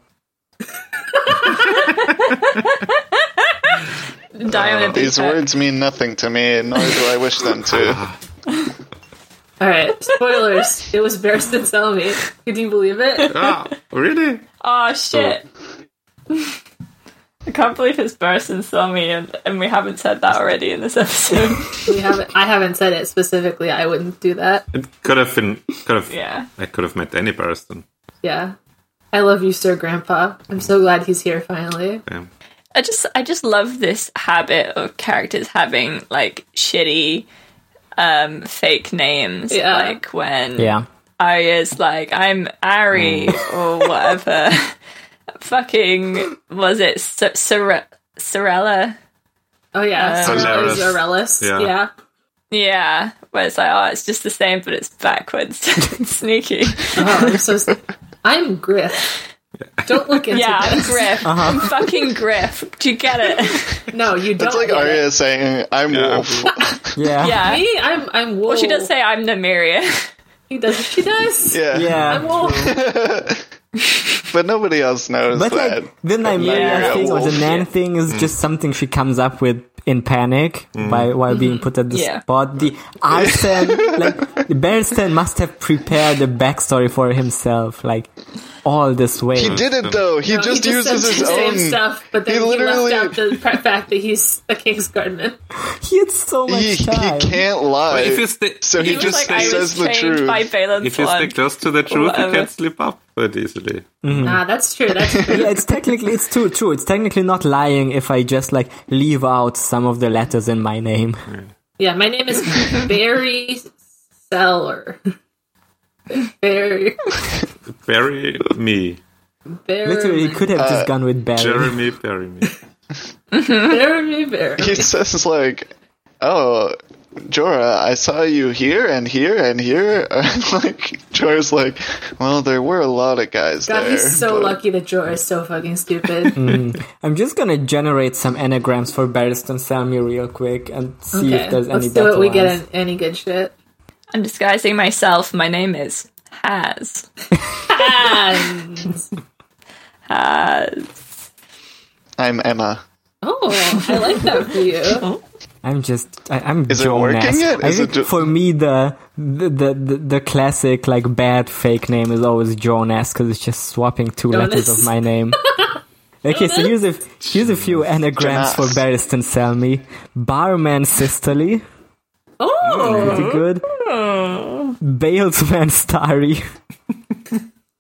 [SPEAKER 4] Die on a big
[SPEAKER 3] These
[SPEAKER 4] fat-
[SPEAKER 3] words mean nothing to me, nor do I wish them to.
[SPEAKER 2] All right. Spoilers. it was Barristan Selmy. Can you believe it?
[SPEAKER 6] Ah, really?
[SPEAKER 4] Oh shit. I can't believe it's Burson saw me and, and we haven't said that already in this episode.
[SPEAKER 2] We haven't. I haven't said it specifically. I wouldn't do that.
[SPEAKER 6] It could have been. Could have.
[SPEAKER 4] yeah.
[SPEAKER 6] I could have met any person.
[SPEAKER 2] Yeah. I love you, Sir Grandpa. I'm so glad he's here finally.
[SPEAKER 6] Damn.
[SPEAKER 4] I just I just love this habit of characters having like shitty um fake names.
[SPEAKER 2] Yeah.
[SPEAKER 4] Like when
[SPEAKER 5] Yeah.
[SPEAKER 4] Arya's like, I'm Ari or whatever. Fucking was it Sor- Sor- Sorella?
[SPEAKER 2] Oh yeah,
[SPEAKER 4] Uh,
[SPEAKER 2] Sorrellis.
[SPEAKER 6] Sorrellis.
[SPEAKER 2] Sorrellis.
[SPEAKER 6] Yeah.
[SPEAKER 2] Yeah.
[SPEAKER 4] Yeah. Where it's like, oh, it's just the same, but it's backwards. Sneaky.
[SPEAKER 2] Oh, I'm so. s- I'm Griff. Don't look into
[SPEAKER 4] Yeah, I'm
[SPEAKER 2] this.
[SPEAKER 4] Griff. I'm fucking Griff. Do you get it?
[SPEAKER 2] No, you don't.
[SPEAKER 3] It's like
[SPEAKER 2] get it.
[SPEAKER 3] Arya saying, "I'm Wolf."
[SPEAKER 5] Yeah.
[SPEAKER 4] Yeah.
[SPEAKER 2] Me, I'm. I'm Wolf.
[SPEAKER 4] Well, she does say I'm Nymeria.
[SPEAKER 2] He does. She does.
[SPEAKER 3] yeah.
[SPEAKER 5] Yeah.
[SPEAKER 2] I'm Wolf.
[SPEAKER 3] but nobody else knows
[SPEAKER 5] But
[SPEAKER 3] that.
[SPEAKER 5] like the Nymeria
[SPEAKER 4] Yeah.
[SPEAKER 5] thing or the
[SPEAKER 3] Wolf.
[SPEAKER 5] Nan thing
[SPEAKER 3] Mm.
[SPEAKER 5] is just something she comes up with in panic by while
[SPEAKER 2] Mm-hmm.
[SPEAKER 5] being put at the
[SPEAKER 4] Yeah.
[SPEAKER 5] spot. The Arsen like Bernstein must have prepared a backstory for himself, like all this way.
[SPEAKER 3] he didn't though. He
[SPEAKER 2] No,
[SPEAKER 3] just
[SPEAKER 2] he
[SPEAKER 3] uses
[SPEAKER 2] says
[SPEAKER 3] his
[SPEAKER 2] the
[SPEAKER 3] own.
[SPEAKER 2] same stuff, but then
[SPEAKER 3] He
[SPEAKER 2] he,
[SPEAKER 3] literally-
[SPEAKER 2] left out the pre- fact that he's a king's guardian.
[SPEAKER 5] He had so much
[SPEAKER 3] He, he
[SPEAKER 5] time.
[SPEAKER 3] can't lie.
[SPEAKER 6] If you stay,
[SPEAKER 3] so he,
[SPEAKER 4] He was
[SPEAKER 3] just
[SPEAKER 4] like, I was
[SPEAKER 3] says the
[SPEAKER 4] trained
[SPEAKER 3] truth.
[SPEAKER 4] by Balin's
[SPEAKER 6] if you stay
[SPEAKER 4] blood.
[SPEAKER 6] close to the truth, you
[SPEAKER 4] Whatever.
[SPEAKER 6] can slip up that easily.
[SPEAKER 5] Hmm.
[SPEAKER 2] Nah, Ah, that's true. That's true.
[SPEAKER 5] Yeah, it's technically it's too true. It's technically not lying if I just like leave out some of the letters in my name.
[SPEAKER 2] yeah, my name is Barry Seller. Barry.
[SPEAKER 6] Bury me,
[SPEAKER 2] Barry.
[SPEAKER 5] Literally, he could have just gone with Barry.
[SPEAKER 6] Jeremy, bury me.
[SPEAKER 2] Barry. Barry.
[SPEAKER 3] he says like, "Oh, Jorah, I saw you here and here and here." And like Jorah's like, "Well, there were a lot of guys
[SPEAKER 2] God,
[SPEAKER 3] there."
[SPEAKER 2] he's so
[SPEAKER 3] but-
[SPEAKER 2] lucky that Jorah is so fucking stupid.
[SPEAKER 5] Hmm. I'm just gonna generate some anagrams for Barristan Selmy real quick and see if there's
[SPEAKER 2] let's
[SPEAKER 5] any
[SPEAKER 2] do
[SPEAKER 5] better
[SPEAKER 2] it. We get
[SPEAKER 5] ones.
[SPEAKER 2] an- any good shit.
[SPEAKER 4] I'm disguising myself. My name is Has.
[SPEAKER 2] And
[SPEAKER 4] Has.
[SPEAKER 3] I'm uh, Emma.
[SPEAKER 2] oh, I like that for you.
[SPEAKER 5] I'm just I, I'm
[SPEAKER 3] Is it
[SPEAKER 5] Jonas.
[SPEAKER 3] working yet?
[SPEAKER 5] I
[SPEAKER 3] Is
[SPEAKER 5] think
[SPEAKER 3] it ju-
[SPEAKER 5] for me the the, the the the classic like bad fake name is always Jonas because it's just swapping two
[SPEAKER 2] Jonas.
[SPEAKER 5] letters of my name. Okay, so here's a here's a few anagrams for
[SPEAKER 3] Jonas.
[SPEAKER 5] Barristan Selmy. Barman Sisterly,
[SPEAKER 2] Oh,
[SPEAKER 5] pretty good. Balesman Starry,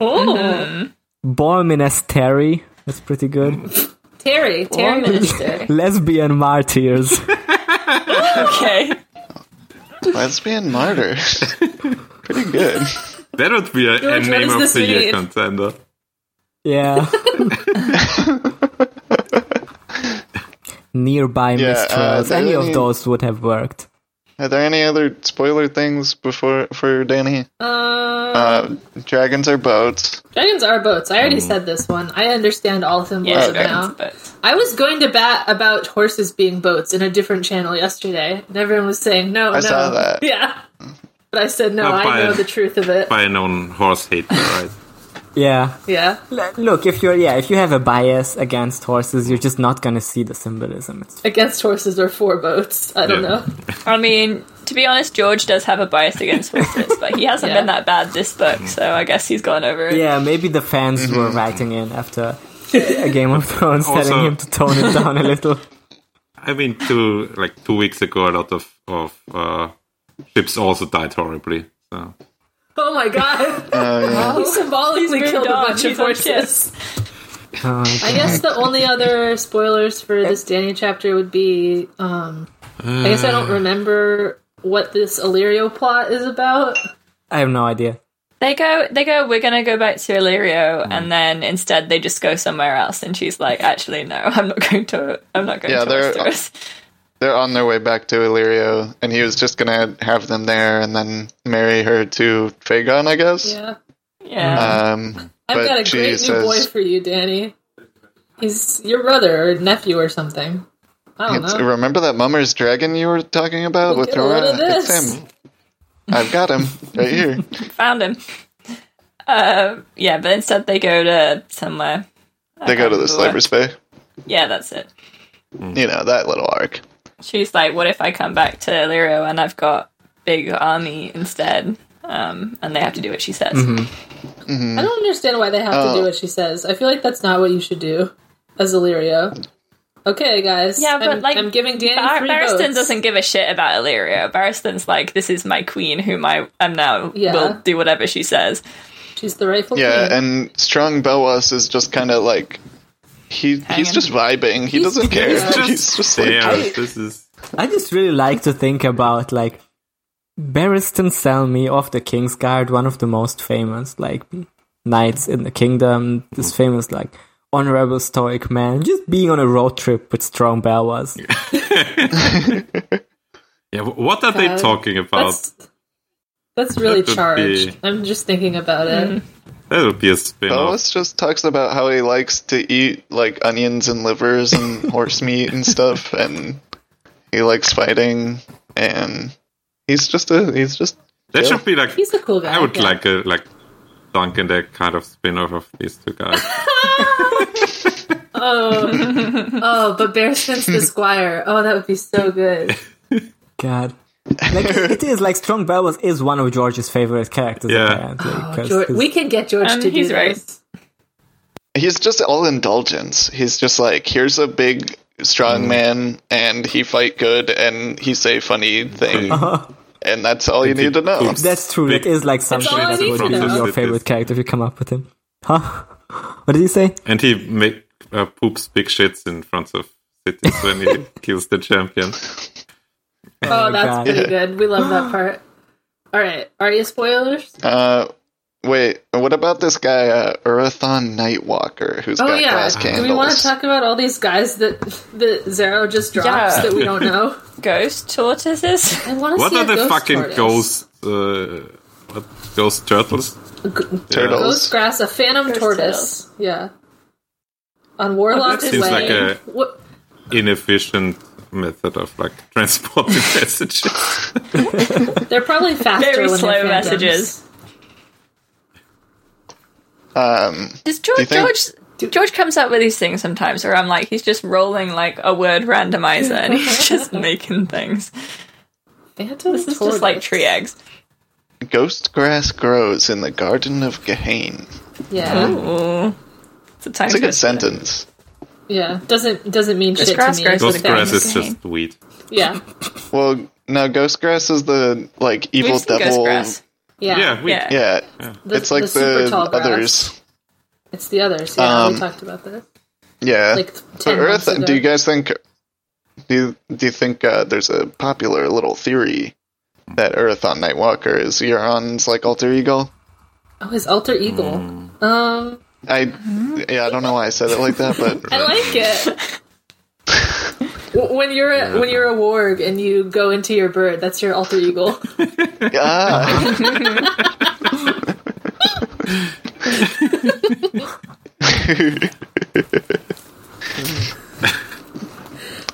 [SPEAKER 2] oh,
[SPEAKER 5] Borminas Terry, that's pretty good.
[SPEAKER 2] Terry, Terry Minister.
[SPEAKER 5] Lesbian Martyrs.
[SPEAKER 4] Okay.
[SPEAKER 3] Lesbian martyr. Pretty good.
[SPEAKER 6] That would be a, a
[SPEAKER 2] George, what
[SPEAKER 6] name
[SPEAKER 2] does
[SPEAKER 6] of
[SPEAKER 2] this
[SPEAKER 6] the year
[SPEAKER 2] mean?
[SPEAKER 6] contender.
[SPEAKER 5] Yeah. Nearby
[SPEAKER 3] Yeah, uh,
[SPEAKER 5] mistress.
[SPEAKER 3] there
[SPEAKER 5] Any of
[SPEAKER 3] any-
[SPEAKER 5] those would have worked.
[SPEAKER 3] Are there any other spoiler things before for Danny?
[SPEAKER 2] Uh,
[SPEAKER 3] Uh, dragons are boats.
[SPEAKER 2] dragons are boats. I
[SPEAKER 5] Hmm.
[SPEAKER 2] already said this one. I understand all
[SPEAKER 4] Yeah,
[SPEAKER 2] symbolism
[SPEAKER 4] dragons,
[SPEAKER 2] now.
[SPEAKER 4] but
[SPEAKER 2] I was going to bat about horses being boats in a different channel yesterday, and everyone was saying no.
[SPEAKER 3] I
[SPEAKER 2] no.
[SPEAKER 3] saw that.
[SPEAKER 2] Yeah, but I said no.
[SPEAKER 6] Not
[SPEAKER 2] I
[SPEAKER 6] by-
[SPEAKER 2] know the truth of it.
[SPEAKER 6] By a known horse hater, right?
[SPEAKER 5] Yeah.
[SPEAKER 2] Yeah,
[SPEAKER 5] L- Look, if you're yeah, if you have a bias against horses, you're just not gonna see the symbolism. It's
[SPEAKER 2] against horses or for boats. I don't
[SPEAKER 6] Yeah.
[SPEAKER 2] know.
[SPEAKER 4] I mean, to be honest, George does have a bias against horses, but he hasn't
[SPEAKER 2] Yeah.
[SPEAKER 4] been that bad this book, so I guess he's gone over it.
[SPEAKER 5] yeah, maybe the fans
[SPEAKER 3] Mm-hmm.
[SPEAKER 5] were writing in after a Game of Thrones, telling
[SPEAKER 6] Also-
[SPEAKER 5] him to tone it down a little.
[SPEAKER 6] I mean, two like two weeks ago, a lot of of uh, ships also died horribly. So
[SPEAKER 2] Oh my god.
[SPEAKER 3] Oh,
[SPEAKER 2] He symbolically
[SPEAKER 4] He's
[SPEAKER 2] killed
[SPEAKER 4] moved
[SPEAKER 2] a
[SPEAKER 4] on.
[SPEAKER 2] bunch of
[SPEAKER 4] He's on
[SPEAKER 2] horses.
[SPEAKER 5] Oh,
[SPEAKER 2] I guess the only other spoilers for this Danny chapter would be um I
[SPEAKER 6] Uh.
[SPEAKER 2] guess I don't remember what this Illyrio plot is about.
[SPEAKER 5] I have no idea.
[SPEAKER 4] They go, they go. We're gonna go back to Illyrio,
[SPEAKER 3] Hmm.
[SPEAKER 4] and then instead they just go somewhere else. And she's like, "Actually, no, I'm not going to. I'm not going
[SPEAKER 3] Yeah,
[SPEAKER 4] to
[SPEAKER 3] they're- uh,
[SPEAKER 4] Westeros."
[SPEAKER 3] They're on their way back to Illyrio, and he was just gonna have them there and then marry her to Fagon, I guess.
[SPEAKER 2] Yeah.
[SPEAKER 4] Yeah,
[SPEAKER 3] Um,
[SPEAKER 2] I've
[SPEAKER 3] but
[SPEAKER 2] got a
[SPEAKER 3] she
[SPEAKER 2] great new
[SPEAKER 3] says,
[SPEAKER 2] boy for you, Danny. He's your brother or nephew or something. I don't
[SPEAKER 3] It's-
[SPEAKER 2] know.
[SPEAKER 3] remember that mummer's dragon you were talking about
[SPEAKER 2] Look
[SPEAKER 3] with
[SPEAKER 2] at all
[SPEAKER 3] Nora?
[SPEAKER 2] of
[SPEAKER 3] It's
[SPEAKER 2] this.
[SPEAKER 3] him. I've got him right here.
[SPEAKER 4] found him. Uh, yeah, but instead they go to somewhere.
[SPEAKER 3] They go to the slaver's bay.
[SPEAKER 4] Yeah, that's it.
[SPEAKER 3] You know that little arc.
[SPEAKER 4] She's like, "What if I come back to Illyrio and I've got big army instead?" Um, and they have to do what she says.
[SPEAKER 3] Mm-hmm.
[SPEAKER 2] I don't understand why they have
[SPEAKER 3] uh,
[SPEAKER 2] to do what she says. I feel like that's not what you should do as Illyrio. Okay, guys.
[SPEAKER 4] Yeah, but
[SPEAKER 2] I'm,
[SPEAKER 4] like
[SPEAKER 2] I'm giving Danny
[SPEAKER 4] Bar-
[SPEAKER 2] three
[SPEAKER 4] Uh, Barristan
[SPEAKER 2] votes.
[SPEAKER 4] doesn't give a shit about Illyrio. Barristan's like, "This is my queen, whom I am now
[SPEAKER 2] Yeah.
[SPEAKER 4] will do whatever she says."
[SPEAKER 2] She's the rightful
[SPEAKER 3] Yeah,
[SPEAKER 2] queen.
[SPEAKER 3] and strong Belwas is just kind of like he he's
[SPEAKER 4] Hanging.
[SPEAKER 3] just vibing. He
[SPEAKER 2] He's-
[SPEAKER 3] doesn't care.
[SPEAKER 2] he's
[SPEAKER 6] just-
[SPEAKER 3] he's just like,
[SPEAKER 6] Damn,
[SPEAKER 5] I-
[SPEAKER 6] this is
[SPEAKER 5] I just really like to think about like Barristan Selmy of the Kingsguard, one of the most famous like knights in the kingdom. This famous like honorable stoic man, just being on a road trip with strong Belwas.
[SPEAKER 6] yeah. wh- What are they
[SPEAKER 2] God.
[SPEAKER 6] talking about?
[SPEAKER 2] Uh, that's that's really
[SPEAKER 6] That would
[SPEAKER 2] charged.
[SPEAKER 6] be-
[SPEAKER 2] I'm just thinking about it.
[SPEAKER 4] Mm.
[SPEAKER 6] That would be a spin-off.
[SPEAKER 3] Belwas just talks about how he likes to eat like onions and livers and horse meat and stuff, and he likes fighting. And he's just a he's just
[SPEAKER 6] that
[SPEAKER 3] yeah.
[SPEAKER 6] should be like
[SPEAKER 2] He's a cool guy.
[SPEAKER 6] I would
[SPEAKER 2] yeah.
[SPEAKER 6] like a like Duncan that kind of spin-off of these two guys.
[SPEAKER 2] Oh, oh, but Barristan's the squire. Oh, that would be so good.
[SPEAKER 5] God. Like it is like Strong Belwas is one of George's favorite characters
[SPEAKER 6] Yeah.
[SPEAKER 5] apparently.
[SPEAKER 2] Oh,
[SPEAKER 5] 'cause-
[SPEAKER 2] George,
[SPEAKER 5] 'cause-
[SPEAKER 2] we can get George
[SPEAKER 4] Um,
[SPEAKER 2] to do
[SPEAKER 4] he's right.
[SPEAKER 2] this.
[SPEAKER 3] he's just all indulgence. He's just like here's a big strong man, and he fight good, and he say funny thing, and that's all you need to know.
[SPEAKER 6] keeps-
[SPEAKER 5] that's true.
[SPEAKER 6] Big-
[SPEAKER 5] That is like something
[SPEAKER 2] all I
[SPEAKER 5] that
[SPEAKER 2] need
[SPEAKER 5] would
[SPEAKER 2] to
[SPEAKER 5] be
[SPEAKER 2] know.
[SPEAKER 5] your favorite character if you come up with him. Huh? What did you say?
[SPEAKER 6] and he make uh, poops big shits in front of cities when he kills the champion.
[SPEAKER 2] Oh, that's
[SPEAKER 5] God.
[SPEAKER 2] pretty good. We love that part. All right, are you spoilers?
[SPEAKER 3] Uh, wait, what about this guy, uh, Urathon Nightwalker, who's
[SPEAKER 2] Oh
[SPEAKER 3] got
[SPEAKER 2] yeah.
[SPEAKER 3] glass
[SPEAKER 2] Do
[SPEAKER 3] candles?
[SPEAKER 2] we want to talk about all these guys that that Zero just drops
[SPEAKER 4] Yeah.
[SPEAKER 2] that we don't know?
[SPEAKER 4] Ghost tortoises.
[SPEAKER 2] I want to
[SPEAKER 6] What
[SPEAKER 2] see
[SPEAKER 6] are
[SPEAKER 2] a
[SPEAKER 6] the
[SPEAKER 2] ghost
[SPEAKER 6] fucking
[SPEAKER 2] tortoise.
[SPEAKER 6] ghost? Uh, what ghost turtles?
[SPEAKER 3] Turtles.
[SPEAKER 2] Ghost grass, a phantom
[SPEAKER 4] Ghost
[SPEAKER 2] tortoise. Yeah. On Warlock's
[SPEAKER 4] Seems
[SPEAKER 2] way.
[SPEAKER 6] like a-
[SPEAKER 2] What-
[SPEAKER 6] Inefficient method of like transporting messages.
[SPEAKER 2] they're probably faster.
[SPEAKER 4] Very
[SPEAKER 2] when
[SPEAKER 4] slow
[SPEAKER 2] they're phantoms.
[SPEAKER 4] messages.
[SPEAKER 3] Um,
[SPEAKER 4] Does George
[SPEAKER 3] you think-
[SPEAKER 4] George George comes up with these things sometimes where I'm like, he's just rolling like a word randomizer and he's just making things.
[SPEAKER 2] Phantom
[SPEAKER 4] This is just like tree eggs.
[SPEAKER 3] ghost grass grows in the garden of Gehain.
[SPEAKER 2] Yeah,
[SPEAKER 4] Ooh. It's a time
[SPEAKER 3] It's a good sentence.
[SPEAKER 2] yeah. Doesn't doesn't mean shit
[SPEAKER 4] grass
[SPEAKER 2] to me.
[SPEAKER 4] grows
[SPEAKER 2] It's a
[SPEAKER 4] in
[SPEAKER 6] ghost grass
[SPEAKER 2] fact.
[SPEAKER 6] is
[SPEAKER 4] Okay.
[SPEAKER 6] just weed.
[SPEAKER 2] Yeah,
[SPEAKER 3] Well, no, ghost grass is the like evil
[SPEAKER 4] We've seen ghost
[SPEAKER 3] devil.
[SPEAKER 4] grass.
[SPEAKER 2] yeah,
[SPEAKER 6] Yeah, weed.
[SPEAKER 4] Yeah.
[SPEAKER 3] Yeah, it's like
[SPEAKER 2] super
[SPEAKER 3] the,
[SPEAKER 2] tall grass.
[SPEAKER 3] others.
[SPEAKER 2] It's the others. Yeah,
[SPEAKER 3] Um,
[SPEAKER 2] we talked about this.
[SPEAKER 3] Yeah,
[SPEAKER 2] Like
[SPEAKER 3] but
[SPEAKER 2] ten months
[SPEAKER 3] Earth.
[SPEAKER 2] ago.
[SPEAKER 3] Do you guys think? Do you, do you think uh, there's a popular little theory that Earth on Nightwalker is Euron's like alter ego?
[SPEAKER 2] Oh, his alter eagle. Um,
[SPEAKER 3] I yeah, I don't know why I said it like that, but
[SPEAKER 2] I like it. W- when you're a, when you're a warg and you go into your bird, that's your alter eagle.
[SPEAKER 3] Ah.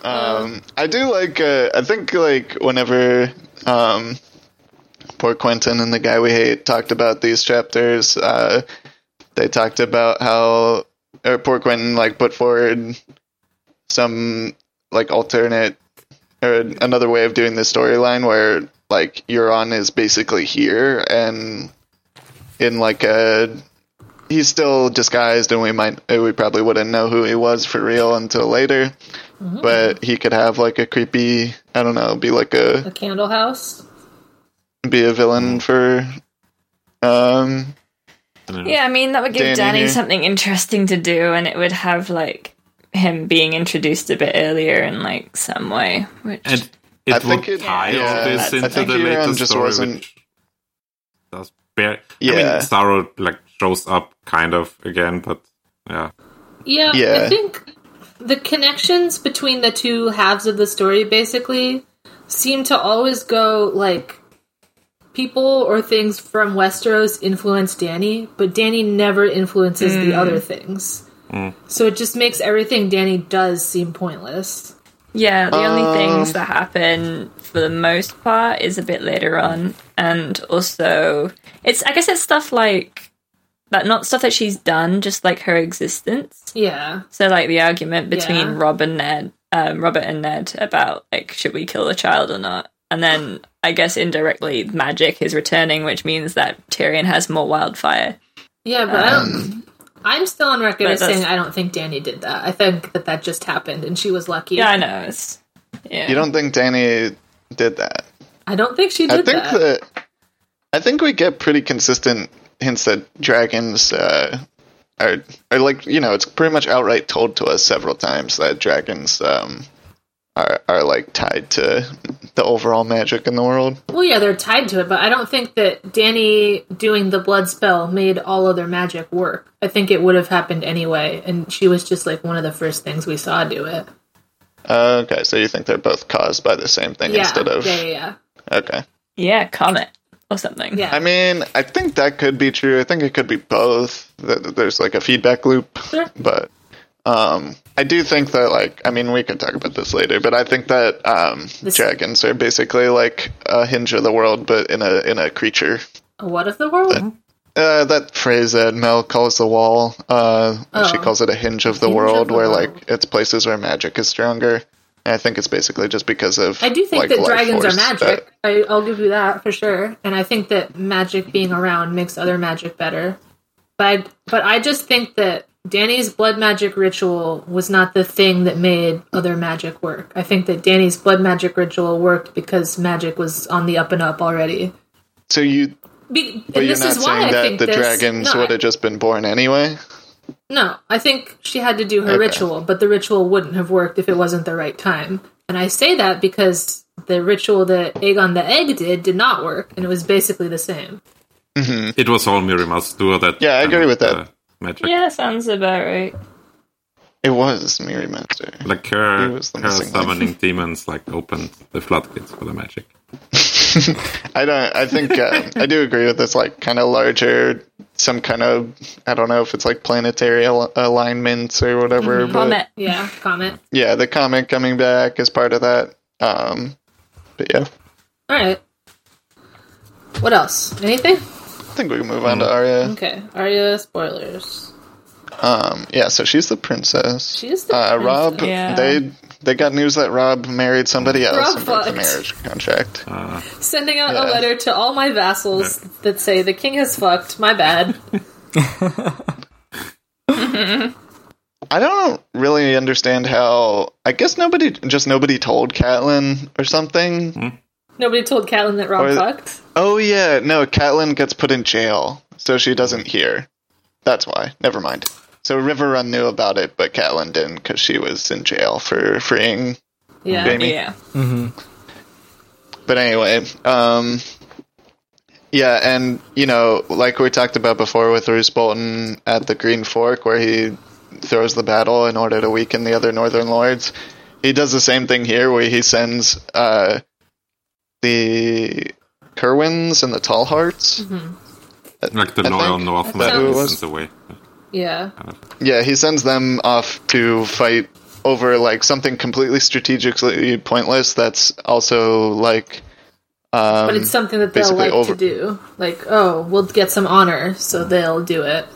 [SPEAKER 3] um, I do like. Uh, I think like whenever um, poor Quentin and the guy we hate talked about these chapters, uh, they talked about how or poor Quentin like put forward some like alternate or another way of doing the storyline where like Euron is basically here and in like a he's still disguised and we might we probably wouldn't know who he was for real until later but he could have like a creepy I don't know be like a
[SPEAKER 2] A candle house.
[SPEAKER 3] be a villain for um
[SPEAKER 4] Yeah, I mean that would give
[SPEAKER 3] Danny
[SPEAKER 4] Danny
[SPEAKER 3] here.
[SPEAKER 4] something interesting to do, and it would have like him being introduced a bit earlier in like some way. Which
[SPEAKER 6] And it
[SPEAKER 3] I think
[SPEAKER 6] would
[SPEAKER 3] it-
[SPEAKER 6] tie all
[SPEAKER 3] yeah,
[SPEAKER 6] this
[SPEAKER 3] I
[SPEAKER 6] into
[SPEAKER 3] think
[SPEAKER 6] the
[SPEAKER 3] Euron
[SPEAKER 6] later
[SPEAKER 3] just
[SPEAKER 6] story,
[SPEAKER 3] wasn't-
[SPEAKER 6] which does bare. I mean,
[SPEAKER 3] Yeah.
[SPEAKER 6] Starro like shows up kind of again, but yeah,
[SPEAKER 2] Yeah, I
[SPEAKER 3] Yeah.
[SPEAKER 2] think the connections between the two halves of the story basically seem to always go like people or things from Westeros influence Danny, but Danny never influences the other things. So it just makes everything Danny does seem pointless.
[SPEAKER 4] Yeah, the only things that happen for the most part is a bit later on, and also it's I guess it's stuff like that, not stuff that she's done, just like her existence.
[SPEAKER 2] Yeah.
[SPEAKER 4] So like the argument between
[SPEAKER 2] Yeah.
[SPEAKER 4] Rob and Ned, um, Robert and Ned about like should we kill the child or not, and then I guess indirectly magic is returning, which means that Tyrion has more wildfire.
[SPEAKER 2] Yeah, but I don't. I'm still on record
[SPEAKER 4] Um, But
[SPEAKER 2] as saying
[SPEAKER 4] that's-
[SPEAKER 2] I don't think Danny did that. I think that that just happened and she was lucky.
[SPEAKER 4] Yeah, I know. It's, yeah,
[SPEAKER 3] You don't think Danny did that?
[SPEAKER 2] I don't think she did
[SPEAKER 3] I think
[SPEAKER 2] that.
[SPEAKER 3] that I think we get pretty consistent hints that dragons uh, are are like you know it's pretty much outright told to us several times that dragons um, are are like tied to the overall magic in the world.
[SPEAKER 2] Well, yeah, they're tied to it, but I don't think that Danny doing the blood spell made all other magic work. I think it would have happened anyway, and she was just like one of the first things we saw do it.
[SPEAKER 3] Uh, okay, so you think they're both caused by the same thing
[SPEAKER 2] Yeah,
[SPEAKER 3] instead of
[SPEAKER 2] yeah, yeah, yeah.
[SPEAKER 3] okay.
[SPEAKER 4] yeah, comet or something.
[SPEAKER 2] Yeah.
[SPEAKER 3] I mean, I think that could be true. I think it could be both. Th- th- There's like a feedback loop,
[SPEAKER 2] Sure.
[SPEAKER 3] but um, I do think that like I mean, we can talk about this later, but I think that um,
[SPEAKER 2] This-
[SPEAKER 3] dragons are basically like a hinge of the world, but in a in a creature.
[SPEAKER 2] A What of the world?
[SPEAKER 3] Uh, that phrase that Mel calls the wall, uh, she
[SPEAKER 2] Oh.
[SPEAKER 3] calls it a hinge of the
[SPEAKER 2] Hinge of
[SPEAKER 3] world,
[SPEAKER 2] the
[SPEAKER 3] where
[SPEAKER 2] world.
[SPEAKER 3] like it's places where magic is stronger. And I think it's basically just because of
[SPEAKER 2] I do think
[SPEAKER 3] like,
[SPEAKER 2] that
[SPEAKER 3] life
[SPEAKER 2] dragons are
[SPEAKER 3] force that-
[SPEAKER 2] magic. I, I'll give you that for sure. And I think that magic being around makes other magic better. But but I just think that Danny's blood magic ritual was not the thing that made other magic work. I think that Danny's blood magic ritual worked because magic was on the up and up already.
[SPEAKER 3] so you
[SPEAKER 2] Be-
[SPEAKER 3] But
[SPEAKER 2] and
[SPEAKER 3] you're
[SPEAKER 2] this
[SPEAKER 3] not
[SPEAKER 2] is why
[SPEAKER 3] saying
[SPEAKER 2] I
[SPEAKER 3] that
[SPEAKER 2] think
[SPEAKER 3] the
[SPEAKER 2] this-
[SPEAKER 3] dragons
[SPEAKER 2] no,
[SPEAKER 3] would have just been born anyway?
[SPEAKER 2] No, I think she had to do her ritual, but the ritual wouldn't have worked if it wasn't the right time. And I say that because the ritual that Aegon the Egg did did not work, and it was basically the same.
[SPEAKER 6] it was all Miri must do that.
[SPEAKER 3] Hmm. Yeah, I agree
[SPEAKER 6] kind
[SPEAKER 3] with
[SPEAKER 6] of,
[SPEAKER 3] that.
[SPEAKER 6] uh, magic.
[SPEAKER 4] yeah, sounds about right.
[SPEAKER 3] It was Miri Master.
[SPEAKER 6] Like her,
[SPEAKER 3] It was the
[SPEAKER 6] her
[SPEAKER 3] missing link.
[SPEAKER 6] summoning demons like opened the floodgates for the magic.
[SPEAKER 3] I don't. I think uh, I do agree with this. Like kind of larger, some kind of I don't know if it's like planetary al- alignments or whatever.
[SPEAKER 2] Mm-hmm.
[SPEAKER 3] but-
[SPEAKER 4] Comet.
[SPEAKER 2] Yeah, comment.
[SPEAKER 3] yeah, the comet coming back is part of that. Um, but yeah,
[SPEAKER 2] All right. What else? Anything?
[SPEAKER 3] I think we can move on to Arya.
[SPEAKER 2] Okay. Arya spoilers.
[SPEAKER 3] Um, yeah, so she's the princess.
[SPEAKER 2] She's the
[SPEAKER 3] uh, Rob.
[SPEAKER 2] princess.
[SPEAKER 4] Yeah.
[SPEAKER 3] They they got news that Rob married somebody else
[SPEAKER 2] Rob
[SPEAKER 3] and broke the
[SPEAKER 2] fucked.
[SPEAKER 3] marriage contract.
[SPEAKER 2] Sending out
[SPEAKER 3] Yeah.
[SPEAKER 2] a letter to all my vassals that say the king has fucked. My bad.
[SPEAKER 3] I don't really understand how. I guess nobody, just nobody told Catelyn or something.
[SPEAKER 2] Nobody told Catelyn that Rob
[SPEAKER 3] Or-
[SPEAKER 2] fucked.
[SPEAKER 3] Oh yeah, no, Catelyn gets put in jail, so she doesn't hear. That's why. Never mind. So River Run knew about it, but Catelyn didn't because she was in jail for freeing.
[SPEAKER 2] Yeah.
[SPEAKER 3] Jamie.
[SPEAKER 4] Yeah.
[SPEAKER 3] But anyway, um, yeah, and you know, like we talked about before with Roose Bolton at the Green Fork, where he throws the battle in order to weaken the other Northern Lords. He does the same thing here, where he sends uh, the Kerwins and the Tallhearts.
[SPEAKER 6] Like the
[SPEAKER 3] I
[SPEAKER 6] loyal
[SPEAKER 3] think-
[SPEAKER 6] Northmen
[SPEAKER 2] That's how it
[SPEAKER 6] is
[SPEAKER 3] was.
[SPEAKER 6] in the way.
[SPEAKER 2] Yeah.
[SPEAKER 3] Yeah, he sends them off to fight over like something completely strategically pointless. That's also like, um,
[SPEAKER 2] But it's something that they'll
[SPEAKER 3] basically
[SPEAKER 2] like
[SPEAKER 3] over-
[SPEAKER 2] to do. Like, oh, we'll get some honor, so they'll do it.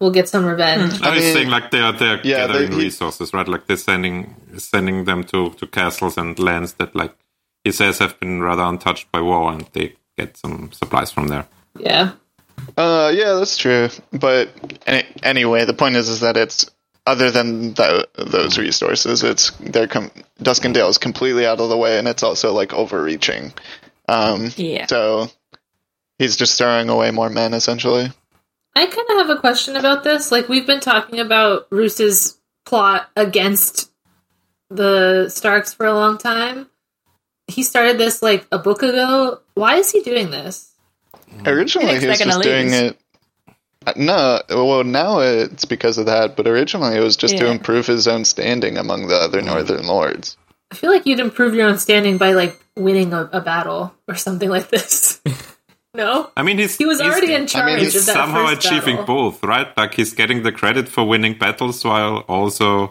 [SPEAKER 2] We'll get some revenge.
[SPEAKER 6] I, was
[SPEAKER 3] mean-
[SPEAKER 6] saying like they are they're
[SPEAKER 3] Yeah, they-
[SPEAKER 6] gathering
[SPEAKER 3] he-
[SPEAKER 6] resources, right? Like they're sending sending them to, to castles and lands that like he says have been rather untouched by war and they get some supplies from there.
[SPEAKER 2] Yeah.
[SPEAKER 3] uh, yeah, that's true. But any- anyway, the point is, is that it's other than tho- those resources, it's they're com- Duskendale is completely out of the way, and it's also like overreaching. Um,
[SPEAKER 4] Yeah.
[SPEAKER 3] so he's just throwing away more men essentially.
[SPEAKER 2] I kind of have a question about this. Like, we've been talking about Roos's plot against the Starks for a long time. He started this like a book ago. Why is he doing this?
[SPEAKER 3] Originally,
[SPEAKER 4] You think
[SPEAKER 3] he was
[SPEAKER 4] they're
[SPEAKER 3] just
[SPEAKER 4] gonna
[SPEAKER 3] doing
[SPEAKER 4] lose?
[SPEAKER 3] it. uh, No, well, now it's because of that, but originally it was just to
[SPEAKER 4] Yeah.
[SPEAKER 3] improve his own standing among the other northern lords.
[SPEAKER 2] I feel like you'd improve your own standing by like winning a, a battle or something like this. no,
[SPEAKER 6] I mean, he's
[SPEAKER 2] he was
[SPEAKER 6] he's-
[SPEAKER 2] already in charge
[SPEAKER 3] mean,
[SPEAKER 6] He's
[SPEAKER 2] of that
[SPEAKER 6] somehow
[SPEAKER 2] first
[SPEAKER 6] achieving
[SPEAKER 2] battle.
[SPEAKER 6] both, right? Like he's getting the credit for winning battles while also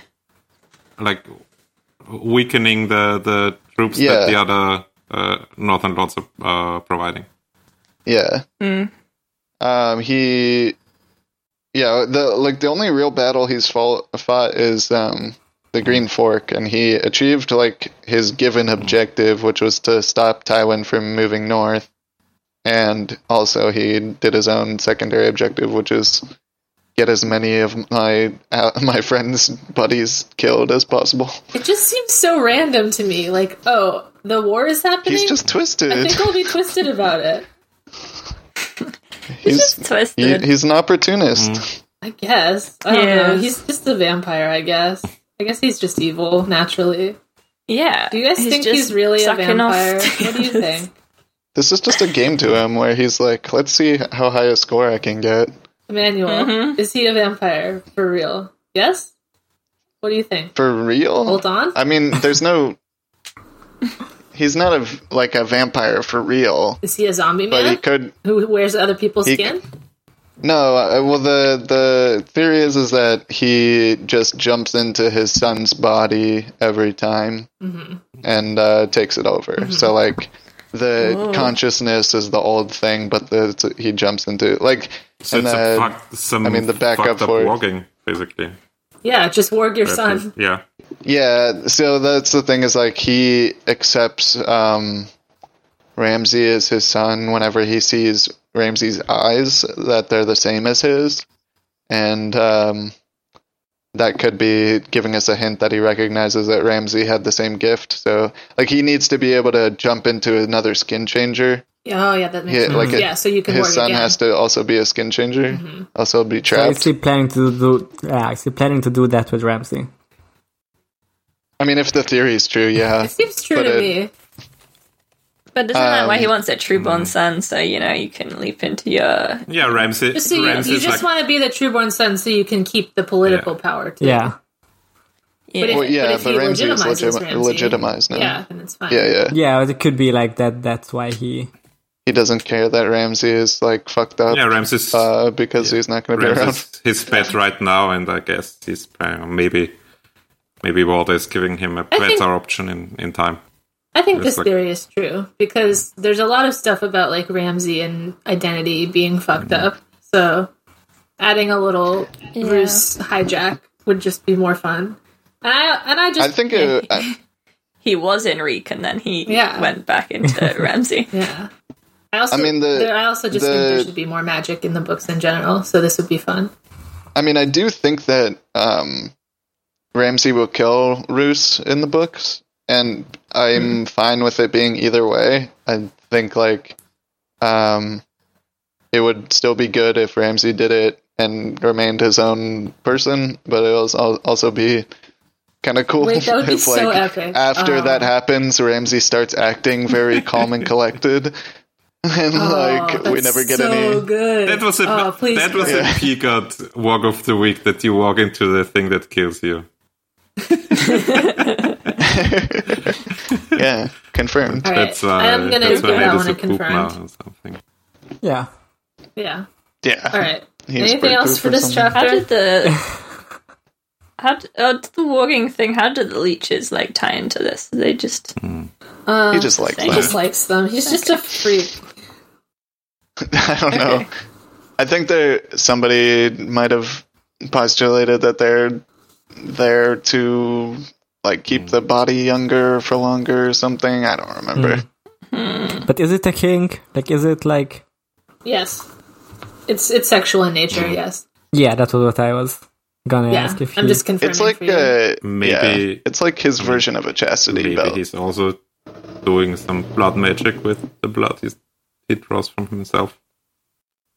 [SPEAKER 6] like weakening the the troops
[SPEAKER 3] Yeah.
[SPEAKER 6] that the other uh, northern lords are uh, providing.
[SPEAKER 3] Yeah.
[SPEAKER 2] Mm.
[SPEAKER 3] Um, he, yeah, the like the only real battle he's fought, fought is um the Green Fork, and he achieved like his given objective, which was to stop Tywin from moving north, and also he did his own secondary objective, which is get as many of my uh, my friends buddies killed as possible.
[SPEAKER 2] It just seems so random to me. Like, oh, the war is happening.
[SPEAKER 3] He's just
[SPEAKER 2] I
[SPEAKER 3] twisted.
[SPEAKER 2] think I'll be twisted about it.
[SPEAKER 3] He's he,
[SPEAKER 4] Twisted.
[SPEAKER 3] he's an opportunist.
[SPEAKER 2] I guess. I don't know.
[SPEAKER 4] Yes.
[SPEAKER 2] He's just a vampire. I guess. I guess he's just evil naturally.
[SPEAKER 4] yeah.
[SPEAKER 2] Do you guys
[SPEAKER 4] He's
[SPEAKER 2] think
[SPEAKER 4] just
[SPEAKER 2] he's really a
[SPEAKER 4] sucking off
[SPEAKER 2] vampire?
[SPEAKER 4] to
[SPEAKER 2] What do you
[SPEAKER 4] others.
[SPEAKER 2] think?
[SPEAKER 3] This is just a game to him where he's like, let's see how high a score I can get.
[SPEAKER 2] Emmanuel,
[SPEAKER 4] Mm-hmm.
[SPEAKER 2] is he a vampire for real? Yes. What do you think?
[SPEAKER 3] For real?
[SPEAKER 2] Hold on.
[SPEAKER 3] I mean, there's no. He's not a v- like a vampire for real,
[SPEAKER 2] Is he a zombie
[SPEAKER 3] but he
[SPEAKER 2] man
[SPEAKER 3] could.
[SPEAKER 2] who wears other people's
[SPEAKER 3] he-
[SPEAKER 2] skin?
[SPEAKER 3] No, uh, well, the the theory is is that he just jumps into his son's body every time
[SPEAKER 2] Mm-hmm.
[SPEAKER 3] and uh, takes it over. So like the consciousness is the old thing, but the, he jumps into like.
[SPEAKER 6] So
[SPEAKER 3] and
[SPEAKER 6] it's
[SPEAKER 3] then-
[SPEAKER 6] a fuck, some
[SPEAKER 3] I mean, the backup
[SPEAKER 6] fucked up
[SPEAKER 3] for it.
[SPEAKER 6] walking, basically.
[SPEAKER 2] Yeah, just warg your son.
[SPEAKER 6] Yeah.
[SPEAKER 3] Yeah, so that's the thing is like he accepts um Ramsey as his son whenever he sees Ramsey's eyes that they're the same as his. And um that could be giving us a hint that he recognizes that Ramsey had the same gift. So like he needs to be able to jump into another skin changer.
[SPEAKER 2] Oh yeah, that makes
[SPEAKER 3] Yeah,
[SPEAKER 2] sense.
[SPEAKER 3] like it-
[SPEAKER 2] yeah, so you can Mm-hmm.
[SPEAKER 3] His
[SPEAKER 2] warg
[SPEAKER 3] son
[SPEAKER 2] again.
[SPEAKER 3] has to also be a skin changer. Also be
[SPEAKER 5] I
[SPEAKER 3] trapped.
[SPEAKER 5] see planning to do. Yeah, I see planning to do that with Ramsey.
[SPEAKER 3] I mean if the theory is true, yeah.
[SPEAKER 2] it seems true
[SPEAKER 3] but
[SPEAKER 2] to
[SPEAKER 3] it-
[SPEAKER 2] me.
[SPEAKER 4] But isn't that why
[SPEAKER 3] Um,
[SPEAKER 4] he wants a trueborn son? So you know you can leap into your
[SPEAKER 6] Yeah, Ramsey.
[SPEAKER 2] Just so you,
[SPEAKER 6] Ramsey's
[SPEAKER 2] you just
[SPEAKER 6] like,
[SPEAKER 2] want to be the trueborn son, so you can keep the political
[SPEAKER 6] Yeah.
[SPEAKER 2] power. Too.
[SPEAKER 5] Yeah,
[SPEAKER 4] yeah.
[SPEAKER 2] if-
[SPEAKER 3] Well, yeah,
[SPEAKER 2] if
[SPEAKER 3] but
[SPEAKER 2] he
[SPEAKER 3] Ramsey is
[SPEAKER 2] legitimizes
[SPEAKER 3] legit-
[SPEAKER 2] Ramsey-
[SPEAKER 3] legitimized now.
[SPEAKER 2] yeah, and it's fine.
[SPEAKER 3] Yeah, yeah.
[SPEAKER 5] yeah. It could be like that. That's why he.
[SPEAKER 3] he doesn't care that Ramsey is like fucked up
[SPEAKER 6] yeah, Ramsey's,
[SPEAKER 3] uh, because he's not going to be around.
[SPEAKER 6] Ramsey's his bed right now, and I guess he's uh, maybe maybe Walter is giving him a better
[SPEAKER 2] think-
[SPEAKER 6] option in, in time.
[SPEAKER 2] I think
[SPEAKER 6] It's
[SPEAKER 2] this
[SPEAKER 6] like-
[SPEAKER 2] theory is true because there's a lot of stuff about like Ramsey and identity being fucked
[SPEAKER 6] Mm.
[SPEAKER 2] up. So adding a little ruse hijack would just be more fun. And I and I
[SPEAKER 3] I
[SPEAKER 2] just
[SPEAKER 3] think it, I,
[SPEAKER 4] he was Enrique and then he
[SPEAKER 2] Yeah.
[SPEAKER 4] went back into Ramsey.
[SPEAKER 2] yeah. I also
[SPEAKER 3] I mean, the-
[SPEAKER 2] there- I also just think
[SPEAKER 3] the-
[SPEAKER 2] there should be more magic in the books in general. So this would be fun.
[SPEAKER 3] I mean, I do think that um, Ramsey will kill Roos in the books, and
[SPEAKER 2] Mm-hmm.
[SPEAKER 3] I'm fine with it being either way. I think like um, it would still be good if Ramsey did it and remained his own person, but it will also be kind of cool
[SPEAKER 2] Wait, that would be so epic.
[SPEAKER 3] after
[SPEAKER 2] Oh.
[SPEAKER 3] that happens, Ramsey starts acting very calm and collected, and like
[SPEAKER 2] Oh,
[SPEAKER 3] we
[SPEAKER 2] that's
[SPEAKER 3] never get
[SPEAKER 2] so
[SPEAKER 3] any.
[SPEAKER 2] good.
[SPEAKER 6] That was a
[SPEAKER 2] oh, please.
[SPEAKER 6] that was
[SPEAKER 3] Yeah.
[SPEAKER 6] a peak out walk of the week that you walk into the thing that kills you.
[SPEAKER 3] Yeah, confirmed.
[SPEAKER 2] All right.
[SPEAKER 6] That's uh,
[SPEAKER 2] I'm gonna
[SPEAKER 6] that's
[SPEAKER 2] give
[SPEAKER 6] why
[SPEAKER 2] that
[SPEAKER 6] it is
[SPEAKER 2] one
[SPEAKER 6] a
[SPEAKER 2] a
[SPEAKER 6] poop now
[SPEAKER 2] confirmed.
[SPEAKER 6] or something.
[SPEAKER 5] Yeah.
[SPEAKER 2] Yeah.
[SPEAKER 3] Yeah.
[SPEAKER 2] All right.
[SPEAKER 3] He is
[SPEAKER 2] Anything else
[SPEAKER 3] bulletproof
[SPEAKER 2] for
[SPEAKER 3] or
[SPEAKER 2] this
[SPEAKER 3] something.
[SPEAKER 4] How
[SPEAKER 2] chapter?
[SPEAKER 4] did the how did, oh, did the walking thing? How did the leeches like tie into this? They just
[SPEAKER 3] He just likes
[SPEAKER 2] He
[SPEAKER 3] that.
[SPEAKER 2] just likes them. He's just a freak.
[SPEAKER 3] I don't know.
[SPEAKER 4] Okay.
[SPEAKER 3] I think there somebody might have postulated that they're there to like
[SPEAKER 6] Hmm.
[SPEAKER 3] keep the body younger for longer or something. I don't remember.
[SPEAKER 6] Hmm.
[SPEAKER 5] Mm. But is it a king? Like, is it like?
[SPEAKER 2] Yes. It's it's sexual in nature, yes.
[SPEAKER 5] Yeah, that was what I was gonna
[SPEAKER 2] Yeah.
[SPEAKER 5] ask. If
[SPEAKER 2] I'm
[SPEAKER 5] he-
[SPEAKER 2] just confirming
[SPEAKER 3] It's like
[SPEAKER 2] for you.
[SPEAKER 3] uh,
[SPEAKER 6] Maybe- Hmm.
[SPEAKER 3] yeah, it's like his version of a chastity
[SPEAKER 6] Maybe
[SPEAKER 3] belt.
[SPEAKER 6] he's also doing some blood magic with the blood he's, he draws from himself.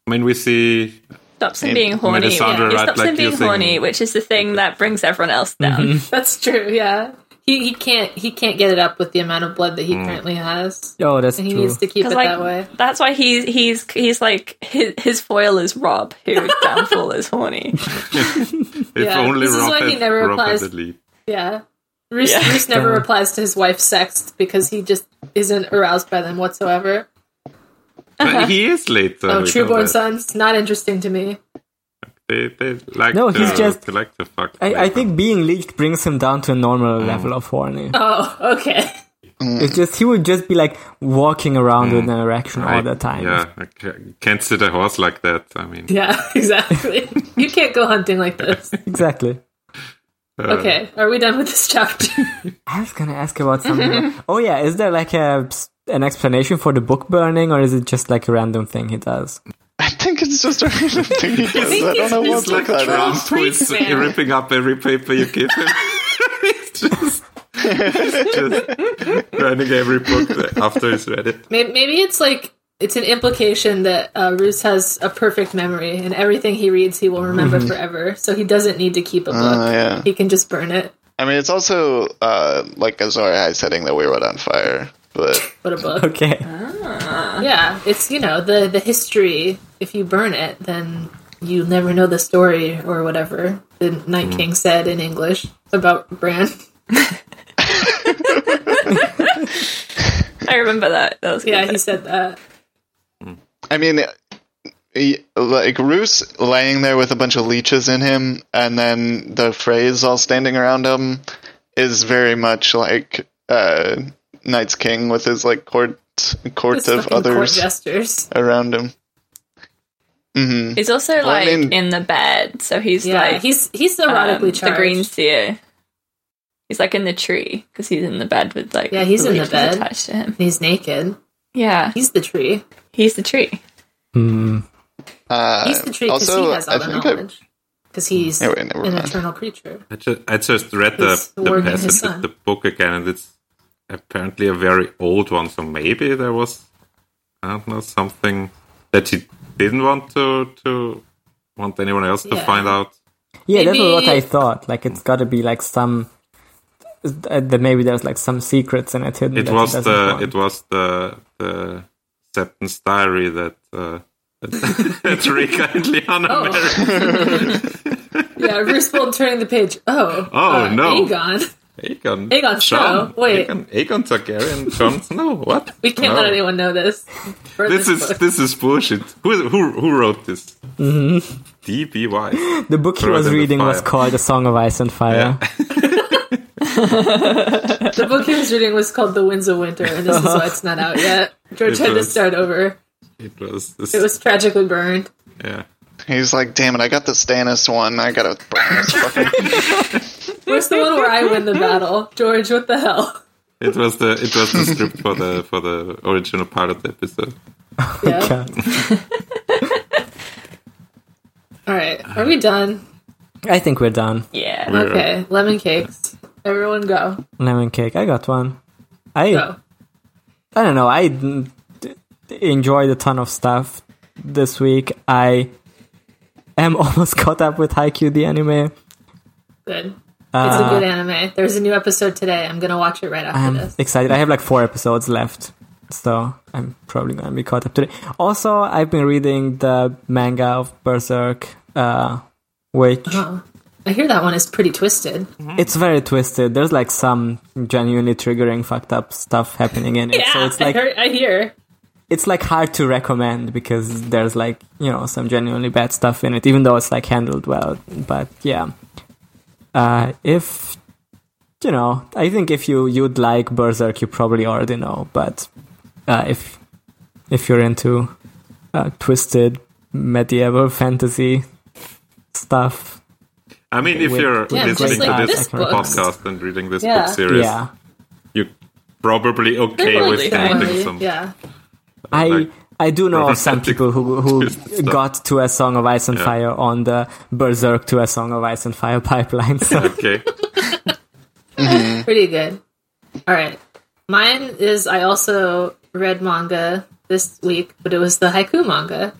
[SPEAKER 6] I mean, we see
[SPEAKER 4] stops him being horny.
[SPEAKER 6] Melisandre,
[SPEAKER 4] yeah, it
[SPEAKER 6] right,
[SPEAKER 4] stops
[SPEAKER 6] like
[SPEAKER 4] him being
[SPEAKER 6] using-
[SPEAKER 3] Mm-hmm.
[SPEAKER 4] horny, which is the thing that brings everyone else down.
[SPEAKER 2] That's true, yeah. He, he can't he can't get it up with the amount of blood that he currently has.
[SPEAKER 5] Oh, that's
[SPEAKER 2] And he
[SPEAKER 5] Mm. true.
[SPEAKER 2] needs to keep it
[SPEAKER 4] Because like
[SPEAKER 2] that way.
[SPEAKER 4] that's why he's he's he's like his, his foil is Rob, whose downfall is horny.
[SPEAKER 6] If
[SPEAKER 2] Yeah,
[SPEAKER 6] only
[SPEAKER 2] this is
[SPEAKER 6] Rob
[SPEAKER 2] why he
[SPEAKER 6] had,
[SPEAKER 2] never
[SPEAKER 6] Rob had
[SPEAKER 2] applies-
[SPEAKER 6] the lead.
[SPEAKER 2] Yeah. Reese,
[SPEAKER 4] Yeah.
[SPEAKER 2] Reese never
[SPEAKER 5] Yeah.
[SPEAKER 2] replies to his wife's sex because he just isn't aroused by them whatsoever.
[SPEAKER 6] But he is late. though,
[SPEAKER 2] Oh,
[SPEAKER 6] we know
[SPEAKER 2] Trueborn
[SPEAKER 6] that.
[SPEAKER 2] Sons, not interesting to me.
[SPEAKER 6] They, they like
[SPEAKER 5] No,
[SPEAKER 6] to,
[SPEAKER 5] he's just-
[SPEAKER 6] they like to fuck.
[SPEAKER 5] I, I
[SPEAKER 6] later.
[SPEAKER 5] think being leaked brings him down to a normal level of horny.
[SPEAKER 2] Oh, okay.
[SPEAKER 5] It's just he would just be like walking around with an erection all
[SPEAKER 6] I-
[SPEAKER 5] the time.
[SPEAKER 6] Yeah, I ca- can't sit a horse like that. I mean,
[SPEAKER 2] Yeah, exactly. you can't go hunting like this.
[SPEAKER 5] Exactly.
[SPEAKER 6] uh,
[SPEAKER 2] Okay, are we done with this chapter?
[SPEAKER 5] I was gonna ask about something. oh yeah, is there like a an explanation for the book burning, or is it just like a random thing he does?
[SPEAKER 3] I think it's just a random thing he does. I,
[SPEAKER 2] he's-
[SPEAKER 3] don't know
[SPEAKER 2] he's
[SPEAKER 3] what
[SPEAKER 6] like
[SPEAKER 3] book that
[SPEAKER 2] drunk.
[SPEAKER 3] is.
[SPEAKER 6] Trump who is
[SPEAKER 2] freak, man.
[SPEAKER 6] ripping up every paper you give him. He's just, he's just running every book after he's read it.
[SPEAKER 2] May- Maybe it's like it's an implication that uh, Roos has a perfect memory, and everything he reads, he will remember
[SPEAKER 4] Mm-hmm.
[SPEAKER 2] forever. So he doesn't need to keep a book;
[SPEAKER 4] Uh,
[SPEAKER 3] Oh, yeah.
[SPEAKER 2] he can just burn it.
[SPEAKER 3] I mean, it's also uh, like a Zora High setting that we wrote on fire, but
[SPEAKER 2] What a book!
[SPEAKER 5] Okay.
[SPEAKER 2] Yeah, it's you know the the history. If you burn it, then you never know the story or whatever the Night
[SPEAKER 4] Mm.
[SPEAKER 2] King said in English about Bran.
[SPEAKER 4] I remember that. That was
[SPEAKER 2] Yeah,
[SPEAKER 4] good.
[SPEAKER 2] he said that.
[SPEAKER 3] I mean, he- like Roos laying there with a bunch of leeches in him, and then the phrase all standing around him is very much like uh, Knight's King with his like court court
[SPEAKER 2] His
[SPEAKER 3] of
[SPEAKER 2] fucking court
[SPEAKER 3] others
[SPEAKER 2] jesters.
[SPEAKER 3] around him. hmm
[SPEAKER 4] He's also
[SPEAKER 3] I
[SPEAKER 4] like
[SPEAKER 3] mean-
[SPEAKER 4] in the bed, so he's
[SPEAKER 2] Yeah,
[SPEAKER 4] like
[SPEAKER 2] he's he's
[SPEAKER 4] um,
[SPEAKER 2] erotically charged.
[SPEAKER 4] the green seer. He's like in the tree because he's in the bed with like
[SPEAKER 2] Yeah, he's in the
[SPEAKER 4] leaves
[SPEAKER 2] bed.
[SPEAKER 4] attached to him.
[SPEAKER 2] He's naked.
[SPEAKER 4] Yeah,
[SPEAKER 2] He's the tree.
[SPEAKER 4] he's the tree.
[SPEAKER 5] Hmm.
[SPEAKER 3] Uh,
[SPEAKER 2] He's the tree because he has all the
[SPEAKER 3] I-
[SPEAKER 2] knowledge. Because he's
[SPEAKER 3] Oh, wait, never
[SPEAKER 2] an
[SPEAKER 3] mind.
[SPEAKER 2] eternal creature.
[SPEAKER 6] I just, I just read the,
[SPEAKER 2] He's
[SPEAKER 6] the
[SPEAKER 2] warning his
[SPEAKER 6] passage
[SPEAKER 2] son.
[SPEAKER 6] with the book again, and it's apparently a very old one. So maybe there was, I don't know, something that he didn't want to to want anyone else to
[SPEAKER 2] Yeah.
[SPEAKER 6] find out.
[SPEAKER 5] Yeah, that's
[SPEAKER 2] Maybe-
[SPEAKER 5] what I thought. Like it's got to be like some. Uh, that maybe there's like some secrets in it hidden.
[SPEAKER 6] It
[SPEAKER 5] that he
[SPEAKER 6] was
[SPEAKER 5] doesn't
[SPEAKER 6] the
[SPEAKER 5] want.
[SPEAKER 6] it was the the Septon's diary that uh, that Rick and Liana
[SPEAKER 2] Oh.
[SPEAKER 6] married.
[SPEAKER 2] Yeah, Roosevelt turning the page. Oh,
[SPEAKER 6] Oh, no.
[SPEAKER 2] Aegon.
[SPEAKER 6] Aegon,
[SPEAKER 2] Aegon
[SPEAKER 6] John,
[SPEAKER 2] Snow, wait.
[SPEAKER 6] Aegon, Aegon Targaryen, Jon Snow. What?
[SPEAKER 2] We can't
[SPEAKER 6] No.
[SPEAKER 2] let anyone know this. Burn
[SPEAKER 6] This is
[SPEAKER 2] book.
[SPEAKER 6] this is bullshit. Who who who wrote this?
[SPEAKER 5] Mm-hmm.
[SPEAKER 6] DB Wise.
[SPEAKER 5] the book he
[SPEAKER 6] throw it
[SPEAKER 5] was
[SPEAKER 6] in the
[SPEAKER 5] reading was
[SPEAKER 6] fire.
[SPEAKER 5] called "A Song of Ice and Fire."
[SPEAKER 2] the book he was reading was called The Winds of Winter, and this is why it's not out yet. George
[SPEAKER 6] It
[SPEAKER 2] had to
[SPEAKER 6] was-
[SPEAKER 2] start over.
[SPEAKER 6] It was this.
[SPEAKER 2] It was tragically burned.
[SPEAKER 6] yeah.
[SPEAKER 3] He's like, damn it, I got the Stannis one. I gotta burn this fucking.
[SPEAKER 2] Where's the one where I win the battle? George, what the hell?
[SPEAKER 6] It was the it was the script for the for the original pilot episode.
[SPEAKER 2] Yeah.
[SPEAKER 5] God.
[SPEAKER 2] All right. Are we done?
[SPEAKER 5] I think we're done.
[SPEAKER 4] Yeah,
[SPEAKER 6] We're-
[SPEAKER 2] Okay. Lemon cakes. Everyone go.
[SPEAKER 5] Lemon cake. I got one. I
[SPEAKER 2] Go.
[SPEAKER 5] I don't know. I n- d- enjoyed a ton of stuff this week. I am almost caught up with Haikyuu the anime.
[SPEAKER 2] Good. It's a good anime. There's a new episode today. I'm gonna watch it right after
[SPEAKER 5] I'm
[SPEAKER 2] this.
[SPEAKER 5] excited. I have like four episodes left, so I'm probably gonna be caught up today. Also, I've been reading the manga of Berserk, uh, which
[SPEAKER 2] Oh, I hear that one is pretty twisted.
[SPEAKER 5] it's very twisted. There's like some genuinely triggering, fucked up stuff happening in it. so it's like
[SPEAKER 2] I, heard, I hear.
[SPEAKER 5] it's like hard to recommend because there's like you know some genuinely bad stuff in it even though it's like handled well but yeah uh if you know i think if you you'd like berserk you probably already know but uh if if you're into uh, twisted medieval fantasy stuff
[SPEAKER 6] I mean, if
[SPEAKER 5] with-
[SPEAKER 6] you're
[SPEAKER 5] Yeah,
[SPEAKER 2] just
[SPEAKER 6] listening
[SPEAKER 2] like
[SPEAKER 6] to this,
[SPEAKER 2] this book.
[SPEAKER 6] podcast and reading this
[SPEAKER 2] Yeah.
[SPEAKER 6] book series,
[SPEAKER 5] yeah
[SPEAKER 6] you're probably okay
[SPEAKER 4] probably
[SPEAKER 6] with
[SPEAKER 4] fine.
[SPEAKER 6] doing
[SPEAKER 2] Probably,
[SPEAKER 6] some.
[SPEAKER 2] yeah.
[SPEAKER 5] I
[SPEAKER 6] Like-
[SPEAKER 5] I do know of some people who who
[SPEAKER 6] Stuff.
[SPEAKER 5] got to a Song of Ice and
[SPEAKER 6] Yeah.
[SPEAKER 5] Fire on the Berserk to a Song of Ice and Fire pipeline. So
[SPEAKER 6] Okay.
[SPEAKER 2] Pretty good. All right. Mine is I also read manga this week, but it was the haiku manga.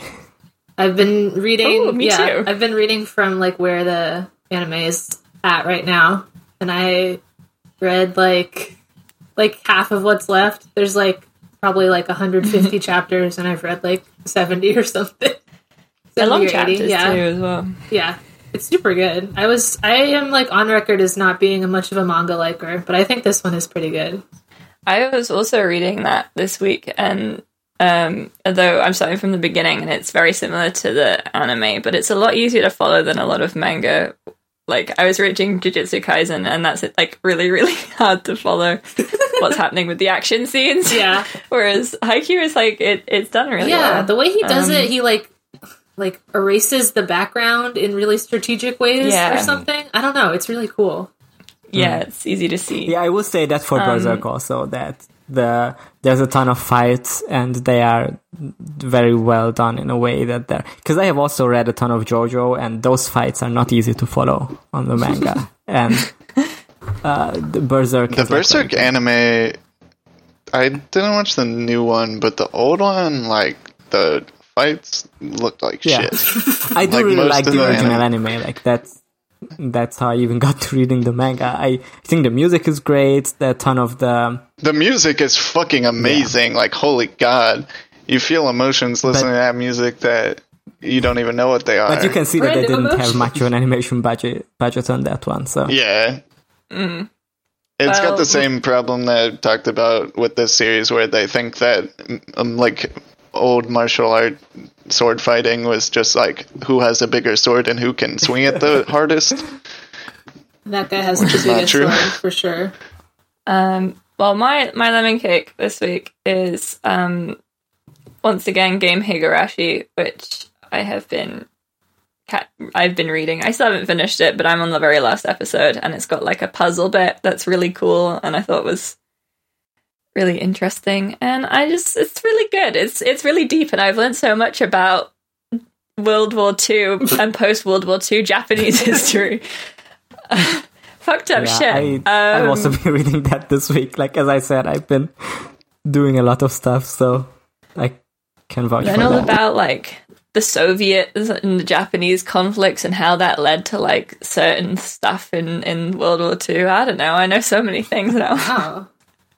[SPEAKER 2] I've been reading
[SPEAKER 4] Oh, me
[SPEAKER 2] yeah,
[SPEAKER 4] too.
[SPEAKER 2] I've been reading from like where the anime is at right now. And I read like like half of what's left. There's like probably like 150 chapters, and I've read like 70 or something.
[SPEAKER 4] They're
[SPEAKER 2] 70
[SPEAKER 4] long
[SPEAKER 2] or 80,
[SPEAKER 4] chapters too, as well.
[SPEAKER 2] yeah it's super good i was i am like on record as not being a much of a manga liker but i think this one is pretty good
[SPEAKER 4] I was also reading that this week, and um, although I'm starting from the beginning, and it's very similar to the anime, but it's a lot easier to follow than a lot of manga. Like I was reading Jujutsu Kaisen, and that's like really, really hard to follow what's happening with the action scenes.
[SPEAKER 2] Yeah.
[SPEAKER 4] Whereas Haikyuu is like it, it's done really
[SPEAKER 2] yeah
[SPEAKER 4] well.
[SPEAKER 2] the way he does it he like like erases the background in really strategic ways
[SPEAKER 4] Yeah.
[SPEAKER 2] or something i don't know it's really cool
[SPEAKER 4] yeah, it's easy to see.
[SPEAKER 5] Yeah, I will say that for Berserk also that the there's a ton of fights and they are very well done in a way that they're because I have also read a ton of JoJo and those fights are not easy to follow on the manga and uh, the Berserk.
[SPEAKER 3] The
[SPEAKER 5] is like-
[SPEAKER 3] Berserk anime, I didn't watch the new one, but the old one, like the fights looked like
[SPEAKER 5] Yeah.
[SPEAKER 3] shit.
[SPEAKER 5] I do
[SPEAKER 3] like
[SPEAKER 5] really
[SPEAKER 3] most
[SPEAKER 5] like
[SPEAKER 3] of
[SPEAKER 5] the
[SPEAKER 3] the
[SPEAKER 5] original anime. Like that's that's how I even got to reading the manga. I think the music is great. There are a ton of the
[SPEAKER 3] The music is fucking amazing. Like holy god, you feel emotions listening to that music that you don't even know what they are.
[SPEAKER 5] but you can see that they
[SPEAKER 2] Random
[SPEAKER 5] didn't have
[SPEAKER 2] emotion.
[SPEAKER 5] much of an animation budget budget on that one. So
[SPEAKER 3] Yeah. it's
[SPEAKER 4] Well-
[SPEAKER 3] got the same problem that I talked about with this series, where they think that um, like old martial art sword fighting was just like who has a bigger sword and who can swing it the hardest.
[SPEAKER 2] that guy has the
[SPEAKER 3] is not
[SPEAKER 2] biggest
[SPEAKER 3] true.
[SPEAKER 2] sword for sure
[SPEAKER 4] Um, well, my my lemon cake this week is um, once again Game Higurashi, which I have been ca- I've been reading. I still haven't finished it, but I'm on the very last episode, and it's got like a puzzle bit that's really cool, and I thought was really interesting. And I just it's really good. It's it's really deep, and I've learned so much about World War Two and post World War Two Japanese history. Fucked up
[SPEAKER 5] Yeah,
[SPEAKER 4] shit.
[SPEAKER 5] I,
[SPEAKER 4] Um,
[SPEAKER 5] I've also been reading that this week. Like as I said, I've been doing a lot of stuff, so I can vouch
[SPEAKER 4] learn
[SPEAKER 5] for
[SPEAKER 4] all
[SPEAKER 5] that.
[SPEAKER 4] about like the Soviet and the Japanese conflicts and how that led to like certain stuff in in World War Two. I don't know. I know so many things now.
[SPEAKER 2] wow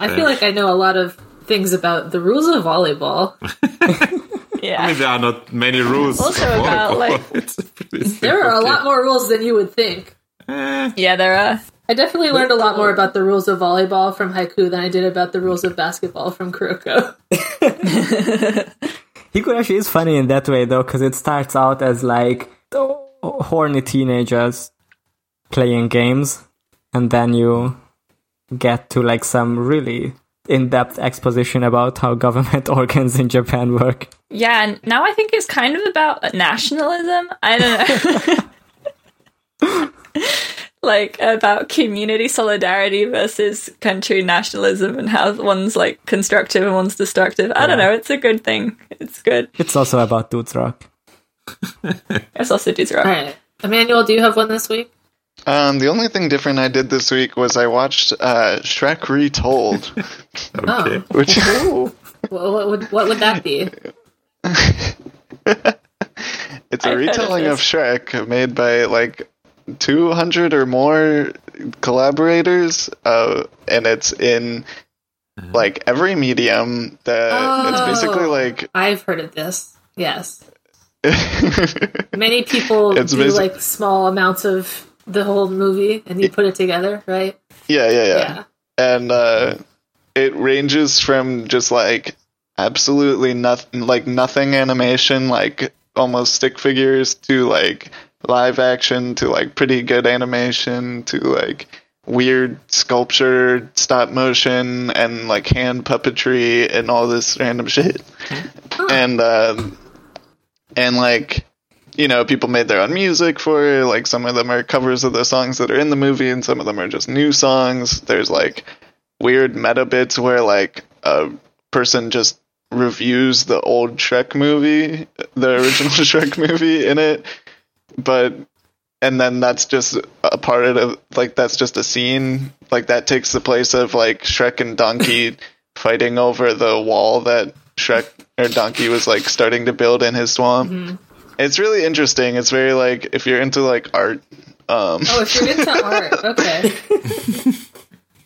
[SPEAKER 2] Oh. i feel like i know a lot of things about the rules of volleyball
[SPEAKER 4] yeah.
[SPEAKER 6] I mean, there are not many rules.
[SPEAKER 4] Also
[SPEAKER 6] of
[SPEAKER 4] about,
[SPEAKER 6] volleyball.
[SPEAKER 4] like-
[SPEAKER 6] It's a pretty
[SPEAKER 2] there are a
[SPEAKER 6] simple
[SPEAKER 2] lot more rules than you would think
[SPEAKER 4] yeah, there are.
[SPEAKER 2] I definitely learned a lot more about the rules of volleyball from Haiku than I did about the rules of basketball from Kuroko.
[SPEAKER 5] Higurashi is funny in that way though, because it starts out as like horny teenagers playing games, and then you get to like some really in-depth exposition about how government organs in Japan work.
[SPEAKER 4] Yeah, and now I think it's kind of about nationalism. I don't know. like about community solidarity versus country nationalism and how one's like constructive and one's destructive. I don't know. It's a good thing. It's good.
[SPEAKER 5] It's also about dudes rock.
[SPEAKER 4] Our sausages are up.
[SPEAKER 2] All right, Emmanuel, do you have one this week?
[SPEAKER 3] Um, the only thing different I did this week was I watched uh, Shrek Retold,
[SPEAKER 6] Okay.
[SPEAKER 3] which
[SPEAKER 2] Oh, What, what would what would that be?
[SPEAKER 3] it's a
[SPEAKER 4] I've heard of
[SPEAKER 3] retelling of
[SPEAKER 4] this.
[SPEAKER 3] Shrek made by like 200 or more collaborators, uh, and it's in like every medium that it's basically
[SPEAKER 2] Oh.
[SPEAKER 3] like
[SPEAKER 2] I've heard of this. Yes, many people
[SPEAKER 3] It's
[SPEAKER 2] do
[SPEAKER 3] basi-
[SPEAKER 2] like small amounts of the whole movie, and you put it together, right?
[SPEAKER 3] yeah, yeah, yeah.
[SPEAKER 2] Yeah.
[SPEAKER 3] And uh, it ranges from just like absolutely nothing, like nothing animation, like almost stick figures, to like live action, to like pretty good animation, to like weird sculpture, stop motion, and like hand puppetry, and all this random shit. And um, and like you know, people made their own music for it. Like some of them are covers of the songs that are in the movie, and some of them are just new songs. There's like weird meta bits where like a person just reviews the old Shrek movie, the original Shrek movie in it, but and then that's just a part of the- like that's just a scene like that takes the place of like Shrek and Donkey fighting over the wall that Shrek or Donkey was like starting to build in his swamp. It's really interesting. It's very like if you're into like art, um,
[SPEAKER 2] Oh, if you're into art, okay.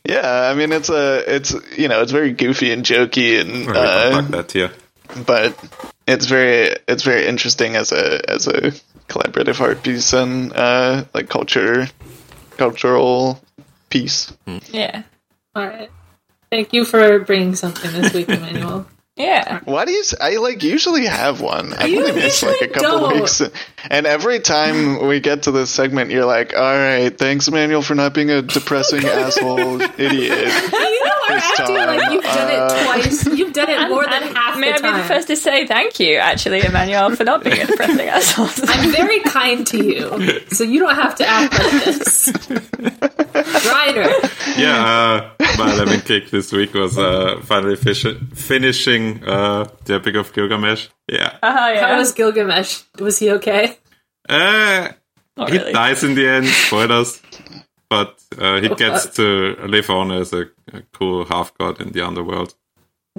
[SPEAKER 3] Yeah, I mean it's a it's you know it's very goofy and jokey and
[SPEAKER 6] We
[SPEAKER 3] uh,
[SPEAKER 6] can plug that here.
[SPEAKER 3] but it's very it's very interesting as a as a collaborative art piece and uh, like culture cultural piece.
[SPEAKER 4] Yeah.
[SPEAKER 2] All right. Thank you for bringing something this week, Emmanuel.
[SPEAKER 4] Yeah.
[SPEAKER 3] Why do you? s- I like usually have one. I
[SPEAKER 2] You
[SPEAKER 3] only miss like a
[SPEAKER 2] usually
[SPEAKER 3] couple
[SPEAKER 2] don't.
[SPEAKER 3] weeks, and every time we get to this segment, you're like, "All right, thanks, Manuel, for not being a depressing asshole idiot."
[SPEAKER 2] you are acting like you've done it twice. You've done it more than half
[SPEAKER 4] May
[SPEAKER 2] the
[SPEAKER 4] I be the
[SPEAKER 2] time.
[SPEAKER 4] first to say thank you, actually, Emmanuel, for not being a depressing asshole.
[SPEAKER 2] I'm very kind to you, so you don't have to act like this. Reiner,
[SPEAKER 6] Yeah, uh, my 11 kick this week was uh, finally fish- finishing uh, the Epic of Gilgamesh. Yeah. uh
[SPEAKER 4] Oh, yeah.
[SPEAKER 2] how was Gilgamesh? Was he okay?
[SPEAKER 4] not
[SPEAKER 6] Uh, he
[SPEAKER 4] really.
[SPEAKER 6] dies in the end, spoilers. But uh, he gets to live on as a, a cool half god in the underworld.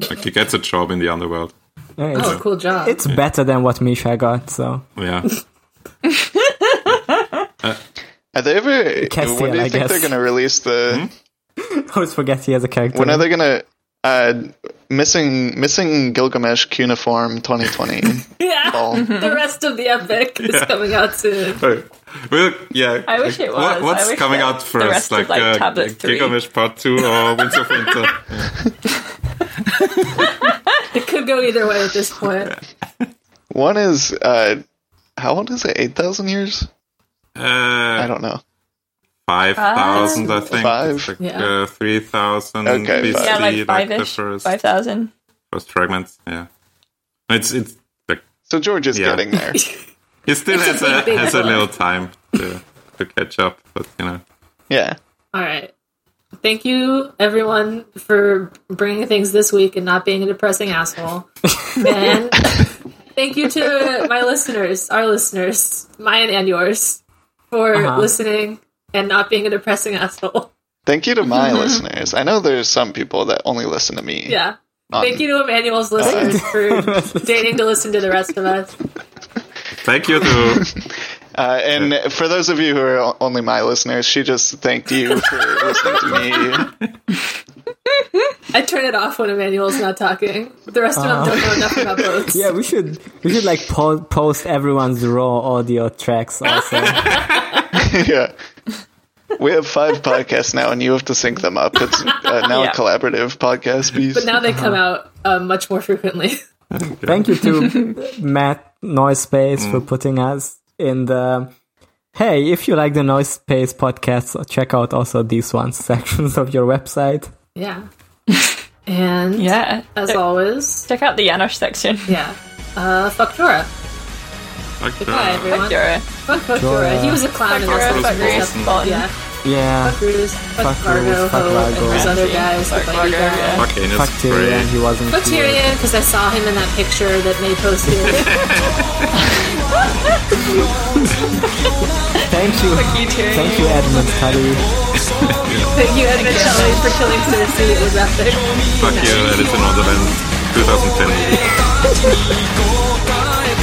[SPEAKER 6] Like he gets a job in the underworld.
[SPEAKER 5] Yeah, it's,
[SPEAKER 2] Oh, cool job.
[SPEAKER 5] it's better than what Misha got, so
[SPEAKER 6] Yeah.
[SPEAKER 3] Are they ever?
[SPEAKER 5] Castiel,
[SPEAKER 3] when do you
[SPEAKER 5] I
[SPEAKER 3] think
[SPEAKER 5] guess.
[SPEAKER 3] they're going to release the?
[SPEAKER 5] I always forget he has a character.
[SPEAKER 3] When are they going to? Uh, missing missing Gilgamesh cuneiform 2020.
[SPEAKER 2] yeah,
[SPEAKER 3] Ball.
[SPEAKER 2] the rest of the epic is coming out soon.
[SPEAKER 6] Oh, well, yeah.
[SPEAKER 4] I wish it was. I
[SPEAKER 6] what's
[SPEAKER 4] wish
[SPEAKER 6] coming
[SPEAKER 4] the-
[SPEAKER 6] out
[SPEAKER 4] the rest
[SPEAKER 6] first,
[SPEAKER 4] of, like,
[SPEAKER 6] uh,
[SPEAKER 4] tablet three.
[SPEAKER 6] Gilgamesh Part Two or Winds of Winter?
[SPEAKER 2] It could go either way at this point.
[SPEAKER 3] One is uh, how old is it? Eight thousand years? I
[SPEAKER 6] Uh,
[SPEAKER 3] don't know.
[SPEAKER 6] five thousand, I think.
[SPEAKER 3] Five?
[SPEAKER 6] It's like,
[SPEAKER 2] Yeah.
[SPEAKER 6] uh, three thousand.
[SPEAKER 3] Okay,
[SPEAKER 6] BC,
[SPEAKER 3] five.
[SPEAKER 4] yeah, like
[SPEAKER 6] like
[SPEAKER 4] five
[SPEAKER 6] the
[SPEAKER 4] ish.
[SPEAKER 6] first,
[SPEAKER 4] Five thousand.
[SPEAKER 6] first fragments. Yeah, it's it's like
[SPEAKER 3] So George is
[SPEAKER 6] Yeah.
[SPEAKER 3] getting there.
[SPEAKER 6] he still has a
[SPEAKER 2] big, big
[SPEAKER 6] has a
[SPEAKER 2] book.
[SPEAKER 6] little time to to catch up, but you know.
[SPEAKER 3] yeah.
[SPEAKER 2] All right. Thank you, everyone, for bringing things this week and not being a depressing asshole. and thank you to my listeners, our listeners, mine and yours, for
[SPEAKER 5] Uh-huh.
[SPEAKER 2] listening and not being a depressing asshole.
[SPEAKER 3] Thank you to my listeners. I know there's some people that only listen to me.
[SPEAKER 2] Mm-hmm. Yeah.
[SPEAKER 3] Um,
[SPEAKER 2] Thank you to Emmanuel's listeners for dating to listen to the rest of us.
[SPEAKER 6] Thank you to
[SPEAKER 3] Uh, and for those of you who are o- only my listeners, she just thanked you for listening to me.
[SPEAKER 2] I turn it off when Emmanuel's not talking. The rest of them don't know enough about boats.
[SPEAKER 5] Yeah, we should we should like po- post everyone's raw audio tracks also.
[SPEAKER 3] yeah. We have five podcasts now, and you have to sync them up. It's uh, now
[SPEAKER 4] Yeah.
[SPEAKER 3] a collaborative podcast piece.
[SPEAKER 2] But now they come out uh, much more frequently.
[SPEAKER 5] Thank you to Matt Noise Space for putting us in the Hey, if you like the Noise Space podcasts, check out also these ones sections of your website.
[SPEAKER 2] yeah. And
[SPEAKER 4] Yeah.
[SPEAKER 2] as always,
[SPEAKER 4] Check out the Yanosh section.
[SPEAKER 2] yeah. Uh, fuck Dora.
[SPEAKER 6] like,
[SPEAKER 2] Hi,
[SPEAKER 6] uh,
[SPEAKER 2] everyone.
[SPEAKER 4] Dora.
[SPEAKER 2] Fuck, fuck Dora. He was a clown in
[SPEAKER 4] Dora,
[SPEAKER 2] this
[SPEAKER 4] fuck
[SPEAKER 2] movie.
[SPEAKER 4] Reese, Bolton.
[SPEAKER 2] Yeah.
[SPEAKER 5] Yeah.
[SPEAKER 2] Fuck Bruce. Fuck
[SPEAKER 5] Fuck
[SPEAKER 2] Fargo,
[SPEAKER 5] Reese, fuck
[SPEAKER 2] Ho, and
[SPEAKER 5] Largo.
[SPEAKER 2] those other
[SPEAKER 4] Ramsey,
[SPEAKER 2] guys.
[SPEAKER 4] fuck
[SPEAKER 2] the lady
[SPEAKER 4] Largo,
[SPEAKER 2] guy.
[SPEAKER 4] yeah.
[SPEAKER 6] Fucking
[SPEAKER 5] Fuck
[SPEAKER 6] is
[SPEAKER 5] Tyrion, he
[SPEAKER 6] great.
[SPEAKER 5] wasn't
[SPEAKER 2] Fuck
[SPEAKER 5] here.
[SPEAKER 2] Tyrion, because I saw him in that picture that May posted.
[SPEAKER 5] Thank you.
[SPEAKER 4] You too.
[SPEAKER 5] Thank you, Edmund Tully.
[SPEAKER 2] Thank you, Edmund Shelley, for killing Cersei. It was epic.
[SPEAKER 6] Fuck you, Edison Wonderland, 2010.
[SPEAKER 7] Goodbye.